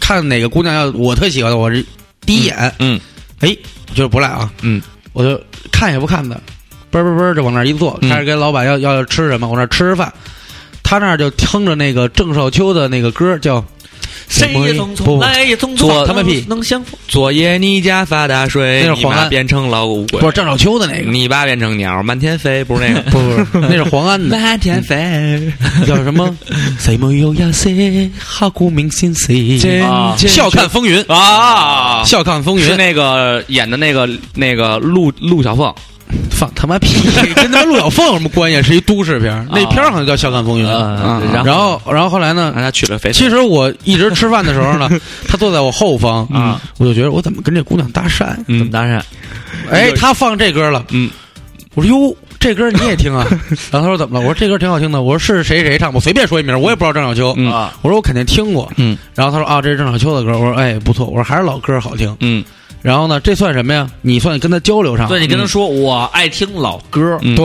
Speaker 5: 看哪个姑娘要我特喜欢的，我是第一眼，
Speaker 2: 嗯
Speaker 5: 哎，我觉得不赖啊，
Speaker 2: 嗯，
Speaker 5: 我就看也不看的，嘣嘣嘣就往那儿一坐，
Speaker 2: 嗯
Speaker 5: 开始跟老板要要吃什么，往那儿吃饭。他那儿就听着那个郑少秋的那个歌，叫
Speaker 1: 谁也匆
Speaker 5: 不不
Speaker 1: 匆，来也匆匆，
Speaker 2: 做
Speaker 5: 他妈屁
Speaker 1: 能相逢。
Speaker 2: 昨夜你家发大水，
Speaker 5: 那是
Speaker 2: 你
Speaker 5: 黄
Speaker 2: 妈
Speaker 5: 安
Speaker 2: 变成老乌龟，
Speaker 5: 不是郑少秋的那个，
Speaker 2: 你爸变成鸟，满天飞，不是那个
Speaker 5: [laughs] 不是不是，那是黄安的，
Speaker 2: 满天飞，
Speaker 5: 叫什么？ [laughs] 谁没有呀？谁刻骨铭心？谁
Speaker 1: 啊
Speaker 5: 笑看风云
Speaker 2: [laughs] 啊！
Speaker 5: 笑看风
Speaker 2: 是
Speaker 5: 云，
Speaker 2: 那个演的那个那个陆陆小凤，
Speaker 5: 放他妈屁， [laughs] 跟他妈陆小凤有什么关系？是一都市片儿，那片儿好像叫《笑看风云》
Speaker 1: 啊
Speaker 5: 嗯
Speaker 2: 然后
Speaker 5: 然后哎然后后来
Speaker 2: 让
Speaker 5: 呢？
Speaker 2: 啊他娶了肥
Speaker 5: 其实我一直吃饭的时候 [laughs] 呢，她坐在我后方，嗯
Speaker 1: 啊，
Speaker 5: 我就觉得我怎么跟这姑娘搭讪？
Speaker 9: 嗯
Speaker 1: 怎么搭讪？
Speaker 5: 哎，她放这歌了，
Speaker 2: 嗯，
Speaker 5: 我说哟，这歌你也听啊？ [laughs] 然后她说怎么了？我说这歌挺好听的，我说是谁谁唱？我随便说一名，我也不知道郑少秋，
Speaker 2: 嗯
Speaker 1: 啊，
Speaker 5: 我说我肯定听过，
Speaker 2: 嗯，
Speaker 5: 然后他说啊，这是郑少秋的歌，我说哎不错，我说还是老歌好听，
Speaker 2: 嗯
Speaker 5: 然后呢，这算什么呀？你算跟他交流上，
Speaker 1: 对你跟他说，我爱听老歌，
Speaker 2: 嗯
Speaker 5: 对，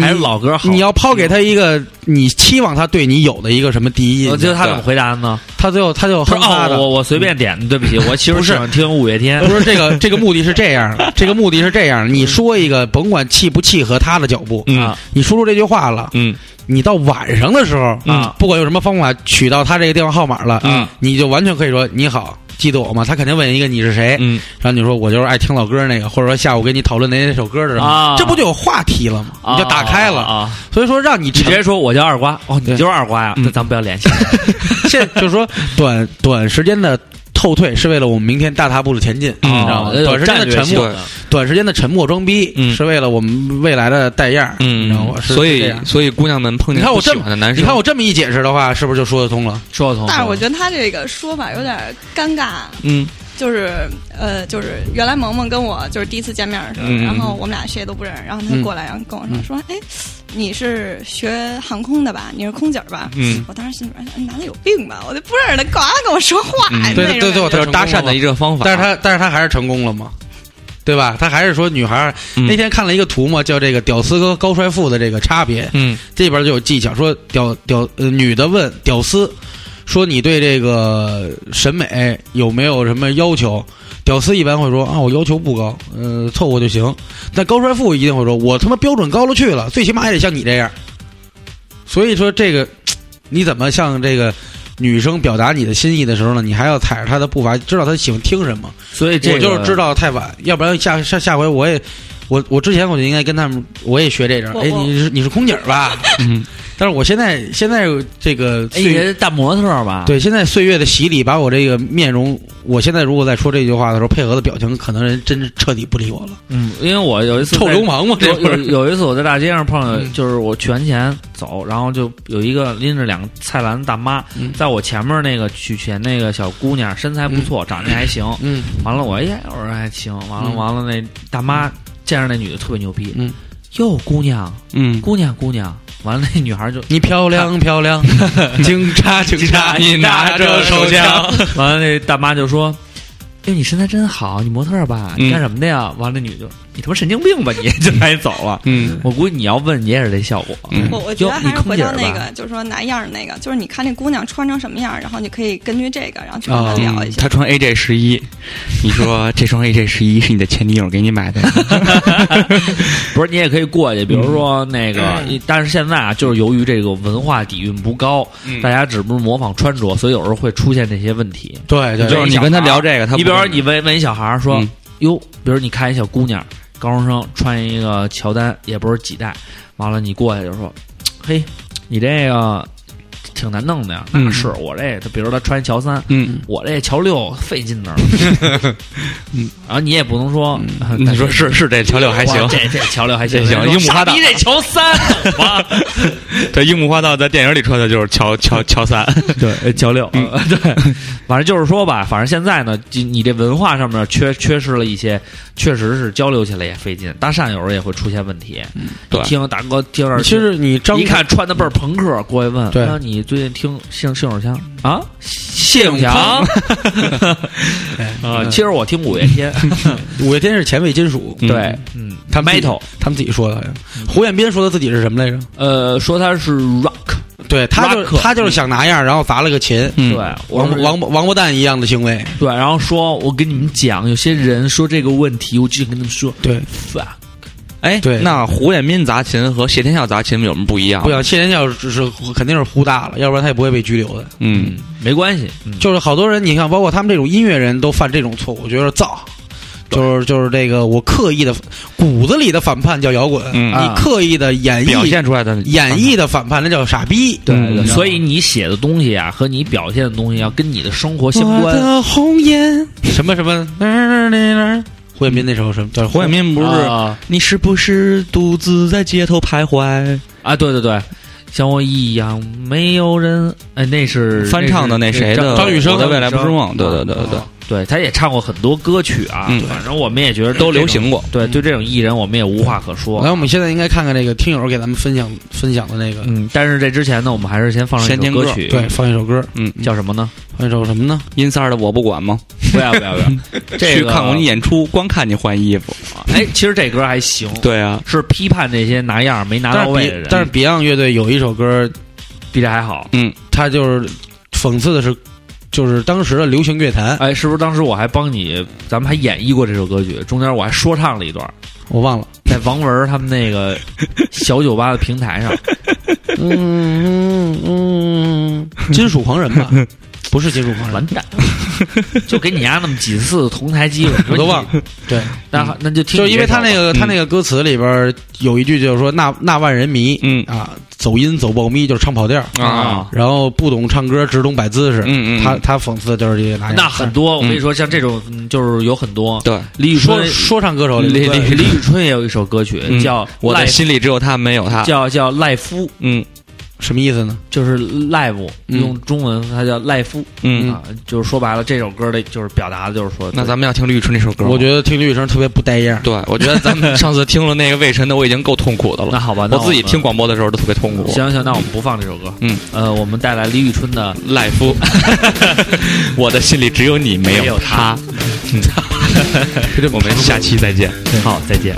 Speaker 1: 还是老歌好。
Speaker 5: 嗯你要抛给他一个你期望他对你有的一个什么第一
Speaker 1: 我
Speaker 5: 印
Speaker 1: 觉得
Speaker 5: 象，
Speaker 1: 他怎么回答呢？
Speaker 5: 他最后他就
Speaker 1: 他
Speaker 5: 哼
Speaker 1: 说：“
Speaker 5: 哈
Speaker 1: 哦，
Speaker 5: 的嗯
Speaker 1: 我。我随便点，对不起，我其实
Speaker 5: 不是
Speaker 1: 喜欢听五月天。
Speaker 5: 不是这个，这个目的是这样的，这个目的是这样的。你
Speaker 1: 嗯
Speaker 5: 说一个，甭管契不契合他的脚步，
Speaker 2: 嗯
Speaker 1: 啊
Speaker 5: 你说出这句话了，
Speaker 2: 嗯
Speaker 5: 你到晚上的时候，
Speaker 1: 啊
Speaker 5: 不管用什么方法取到他这个电话号码了，
Speaker 2: 嗯
Speaker 5: 你就完全可以说你好，记得我吗？他肯定问一个你是谁，
Speaker 2: 嗯，
Speaker 5: 然后你说我就是爱听老歌那个，或者说下午跟你讨论哪哪首歌的什么，
Speaker 1: 啊
Speaker 5: 这不就有话题了吗？
Speaker 1: 啊
Speaker 5: 你就打开了。
Speaker 1: 啊！
Speaker 5: 所以说让你
Speaker 1: 你直
Speaker 5: 沉
Speaker 1: 接说我叫二瓜，哦，你 [laughs]
Speaker 5: 对
Speaker 1: 就是二瓜呀，
Speaker 2: 嗯
Speaker 1: 那咱们不要联系。
Speaker 5: 现就是说短短时间的后退是为了我们明天大踏步的前进，你知道吗？
Speaker 1: 哦有
Speaker 5: 短时间的
Speaker 1: 战略
Speaker 5: 沉
Speaker 1: 性
Speaker 5: 默，
Speaker 1: 的
Speaker 5: 短时间的沉默装逼、
Speaker 2: 嗯
Speaker 5: 是为了我们未来的带样，你知道吗？
Speaker 2: 嗯，
Speaker 5: 是
Speaker 2: 所
Speaker 5: 这
Speaker 2: 以
Speaker 5: 样
Speaker 2: 所以姑娘们碰
Speaker 5: 你
Speaker 2: 见
Speaker 5: 看我
Speaker 2: 不
Speaker 5: 这
Speaker 2: 喜
Speaker 5: 么
Speaker 2: 欢的男
Speaker 5: 你
Speaker 2: 生，
Speaker 5: 看我这么一解释的话，是不是就说得通了？
Speaker 1: 说得通。
Speaker 6: 但是我觉得他这个说法有点尴尬，
Speaker 2: 嗯
Speaker 6: 就是呃，就是原来萌萌跟我就是第一次见面的时候，
Speaker 2: 嗯嗯嗯
Speaker 6: 然后我们俩谁都不认识，然后他过来，然后跟我说、
Speaker 5: 嗯
Speaker 6: 说，哎，你是学航空的吧？你是空姐儿吧？
Speaker 2: 嗯，
Speaker 6: 我当时心里边想，哎男的有病吧？我就不认识他，干嘛跟我说话呀？
Speaker 2: 嗯
Speaker 5: 对
Speaker 6: 那种
Speaker 5: 对对
Speaker 6: 感觉
Speaker 5: 对
Speaker 2: 就是搭讪的一个方法，
Speaker 5: 但是他但是他还是成功了嘛，对吧？他还是说女孩儿、
Speaker 2: 嗯
Speaker 5: 那天看了一个图嘛，叫这个“屌丝”和“高帅富”的这个差别，
Speaker 2: 嗯
Speaker 5: 这里边就有技巧，说屌屌呃女的问屌丝，说你对这个审美有没有什么要求？屌丝一般会说啊，我要求不高，呃，凑合就行。但高帅富一定会说，我他妈标准高了去了，最起码也得像你这样。所以说这个你怎么向这个女生表达你的心意的时候呢？你还要踩着她的步伐，知道她喜欢听什么。
Speaker 1: 所以这
Speaker 5: 我就
Speaker 1: 个
Speaker 5: 是知道太晚，要不然下下下回我也，我我之前我就应该跟他们，我也学这招。
Speaker 6: 我
Speaker 5: 哎，
Speaker 6: 我
Speaker 5: 你是你是空姐儿吧？
Speaker 2: 嗯，
Speaker 5: 但是我现在现在这个
Speaker 1: 哎，你
Speaker 5: 岁月、
Speaker 1: 是大模特吧？，
Speaker 5: 对现在岁月的洗礼，把我这个面容，我现在如果再说这句话的时候，配合的表情，可能人真是彻底不理我了。
Speaker 1: 嗯，因为我有一次
Speaker 5: 臭
Speaker 1: 在
Speaker 5: 流氓嘛， [laughs] 这
Speaker 1: 有
Speaker 5: 不
Speaker 1: 有
Speaker 5: 是
Speaker 1: 有一次我在大街上碰到
Speaker 5: 嗯，
Speaker 1: 就是我去完前走，然后就有一个拎着两个菜篮子大妈
Speaker 5: 嗯，
Speaker 1: 在我前面那个取钱那个小姑娘，身材不错，长得还行。
Speaker 5: 嗯
Speaker 1: 完了我哎呀，我说还行。完了
Speaker 5: 嗯
Speaker 1: 完了，那大妈见着那女的特别牛逼
Speaker 5: 嗯，
Speaker 1: 哟姑娘
Speaker 2: [laughs]
Speaker 5: 嗯，
Speaker 1: 姑娘姑娘。完了那女
Speaker 5: [laughs]
Speaker 1: 孩就
Speaker 5: 你漂亮漂亮，警察警察，
Speaker 2: 你拿着手枪，
Speaker 1: 完了那大妈就说。哎，你身材真好，你模特儿吧？
Speaker 5: 嗯
Speaker 1: 你干什么的呀？完了，那女的就你他妈神经病吧你！ [laughs] 就赶紧走了。
Speaker 2: [laughs] 嗯
Speaker 1: 我估计你要问，你也是这效果。
Speaker 2: 嗯
Speaker 6: 我我觉得
Speaker 1: 哟
Speaker 6: 还是回到
Speaker 1: 你空姐
Speaker 6: 那
Speaker 1: 儿吧
Speaker 6: 个，就是说拿样儿的那个，就是你看这姑娘穿成什么样儿，然后你可以根据这个，然后去跟
Speaker 2: 哦
Speaker 6: 她聊一下。
Speaker 2: 嗯他穿 AJ 十一，你说这双 AJ 十一是你的前女友给你买的？
Speaker 1: 不是，你也可以过去，比如说
Speaker 2: 嗯
Speaker 1: 那个，但是现在啊，就是由于这个文化底蕴不高，
Speaker 2: 嗯
Speaker 1: 大家只不过模仿穿着，所以有时候会出现这些问题。
Speaker 5: 对对，
Speaker 2: 就是你跟他聊这个，他
Speaker 1: 你
Speaker 2: 不
Speaker 1: 比如说，
Speaker 2: 会
Speaker 1: 你问问一小孩儿说
Speaker 2: 嗯：“
Speaker 1: 哟，比如你看一小姑娘，高中生穿一个乔丹，也不是几代，完了你过去就说：嘿，你这个挺难弄的呀。那
Speaker 2: 嗯
Speaker 1: 是我这，比如他穿乔三，
Speaker 2: 嗯，
Speaker 1: 我这乔六费劲
Speaker 2: [laughs]
Speaker 1: 呢。然后你也不能说，
Speaker 2: 嗯
Speaker 1: [laughs]
Speaker 2: 你说是是这乔六还
Speaker 1: 哇
Speaker 2: 行，
Speaker 1: 这这乔六还行，
Speaker 2: 这行
Speaker 1: 人家说
Speaker 2: 樱木花
Speaker 1: 傻
Speaker 2: 道
Speaker 1: 逼这乔三懂
Speaker 5: [laughs]
Speaker 1: 吗？
Speaker 2: 对，樱木花道在电影里穿的就是乔乔乔三，
Speaker 1: 对，
Speaker 5: 哎
Speaker 1: 呃乔六，
Speaker 5: 啊
Speaker 1: 呃对，反正就是说吧，反正现在呢，就你这文化上面缺缺失了一些，确实是交流起来也费劲，搭讪有时候也会出现问题。
Speaker 2: 对
Speaker 1: 一听大哥听着，
Speaker 5: 嗯其实你张
Speaker 1: 一看穿的倍儿朋克，过去问，哎
Speaker 5: 对
Speaker 1: 啊，你最近听性性手枪啊？谢永强
Speaker 5: [laughs]
Speaker 1: 啊，
Speaker 5: 嗯
Speaker 1: 其实我听五月
Speaker 5: [laughs]
Speaker 1: 天，
Speaker 5: 五月天是前卫金属，
Speaker 1: 对，嗯，
Speaker 5: 他们自己
Speaker 1: metal
Speaker 5: 他们自己说的好像。胡彦斌说他自己是什么来着？
Speaker 1: 呃，说他是 rock，
Speaker 5: 对，他就
Speaker 1: Rock
Speaker 5: 他就是想拿样，然后砸了个琴，
Speaker 1: 嗯对，我
Speaker 5: 嗯王
Speaker 1: 们
Speaker 5: 王王八蛋一样的行为。
Speaker 1: 对，然后说我跟你们讲，有些人说这个问题，我就想跟他们说
Speaker 5: 对，
Speaker 1: ，fuck，
Speaker 2: 哎，
Speaker 5: 对
Speaker 2: 那胡彦斌砸琴和谢天笑砸琴有什么不一样？
Speaker 5: 不想谢天笑是是肯定是呼大了，要不然他也不会被拘留的。
Speaker 2: 嗯，
Speaker 1: 没关系，嗯
Speaker 5: 就是好多人，你看，包括他们这种音乐人都犯这种错误，我觉得造，就是就是这个我刻意的骨子里的反叛叫摇滚，
Speaker 2: 嗯
Speaker 5: 你刻意的演
Speaker 2: 表
Speaker 5: 绎
Speaker 2: 现出来的
Speaker 5: 啊演绎的反叛那叫傻逼。
Speaker 1: 对
Speaker 2: 嗯
Speaker 1: 对，所以你写的东西啊，和你表现的东西要跟你的生活相
Speaker 5: 我 [laughs]
Speaker 1: 关。
Speaker 5: 的红颜什么什么，胡彦斌那时候什么叫
Speaker 2: 胡彦斌不是
Speaker 1: 啊
Speaker 2: 你是不是独自在街头徘徊？
Speaker 1: 啊，对对对，像我一样没有人，哎，那是
Speaker 2: 翻唱的那谁的
Speaker 5: 张雨生
Speaker 2: 我的未来不是梦对对对对
Speaker 5: 呃
Speaker 2: 对
Speaker 1: 对，对，他也唱过很多歌曲啊
Speaker 2: 嗯，
Speaker 1: 反正我们也觉得
Speaker 2: 都
Speaker 1: 这
Speaker 2: 流
Speaker 1: 种
Speaker 2: 行过。
Speaker 1: 对，对这种艺人我们也无话可说
Speaker 5: 来，。我们现在应该看看这个听友给咱们分享分享的那个，
Speaker 1: 嗯，但是这之前呢，我们还是先放上
Speaker 2: 先
Speaker 1: 一首
Speaker 2: 听歌
Speaker 1: 歌曲，
Speaker 5: 对，，放一首歌，
Speaker 2: 嗯，
Speaker 1: 叫什么呢？
Speaker 5: 放一首什么呢？
Speaker 2: 阴三儿的我不管吗？
Speaker 1: 不要不要不
Speaker 2: [laughs]
Speaker 1: 要，这
Speaker 2: 嗯去
Speaker 1: 个
Speaker 2: 看过你演出，光看你换衣服。
Speaker 1: [laughs] 哎，其实这歌还行，
Speaker 2: 对啊，
Speaker 1: 是批判那些拿样儿没拿
Speaker 5: 但
Speaker 1: 到
Speaker 5: 是
Speaker 1: 位的
Speaker 5: Be-
Speaker 1: 人，
Speaker 5: 但是 Beyond 乐队有一首歌，
Speaker 1: 比这还好。
Speaker 5: 它就是讽刺的是，就是当时的流行乐
Speaker 1: [laughs]
Speaker 5: 坛，
Speaker 1: 哎，是不是当时我还帮你，咱们还演绎过这首歌曲？中间我还说唱了一段，[laughs]
Speaker 5: 我忘了。
Speaker 1: 在王文儿他们那个小酒吧的平台上，
Speaker 5: 嗯嗯嗯，金属狂人吧，不是金属狂
Speaker 1: 完
Speaker 5: 人，
Speaker 1: 蛋，就给你家那么几次同台机会，
Speaker 5: 我都忘
Speaker 1: 了。
Speaker 5: 了。对，
Speaker 1: 那那就听
Speaker 5: 就
Speaker 1: 你这首吧，
Speaker 5: 是因为他那
Speaker 1: 嗯
Speaker 5: 个他那个歌词里边有一句就是说那那万人迷
Speaker 2: 嗯
Speaker 5: 啊，走音走爆咪就是唱跑调，
Speaker 1: 啊，
Speaker 5: 然后不懂唱歌只懂摆姿势。
Speaker 2: 嗯嗯，
Speaker 5: 他他讽刺的就是这些拿样。
Speaker 1: 那很多，我跟你说，像这种嗯就是有很多。
Speaker 2: 对
Speaker 1: 李宇
Speaker 5: 说
Speaker 1: 春，
Speaker 5: 说唱歌手里
Speaker 1: 李
Speaker 5: 边，
Speaker 1: 李宇春也有一首歌
Speaker 2: 嗯
Speaker 1: 曲叫《
Speaker 2: 我
Speaker 1: 赖
Speaker 2: 的心啊里只有他没有他。
Speaker 1: 叫叫赖夫》，
Speaker 2: 嗯
Speaker 5: 什么意思呢？
Speaker 1: 就是 live，
Speaker 2: 嗯
Speaker 1: 用中文它叫赖夫
Speaker 2: 嗯，
Speaker 1: 啊，就是说白了，这首歌的就是表达的就是说，
Speaker 2: 那咱们要听李宇春那首歌吗。
Speaker 5: 我觉得听李宇春特别不带样。
Speaker 2: 对，我觉得
Speaker 1: [laughs]
Speaker 2: 咱们上次听了那个魏晨的，我已经够痛苦的
Speaker 1: 那
Speaker 2: 了。
Speaker 1: 好吧，那
Speaker 2: 我自己
Speaker 1: 们
Speaker 2: 听。广播的时候都特别痛苦。
Speaker 1: 行行，那我们不放这首歌，
Speaker 2: 嗯，
Speaker 1: 呃，我们带来李宇春的
Speaker 2: 赖
Speaker 1: [laughs]
Speaker 2: 夫，我的心里只有你，没
Speaker 1: 没有 [laughs]
Speaker 2: 有
Speaker 1: 他
Speaker 2: 他。嗯我们下期再见。
Speaker 1: 《好再见》。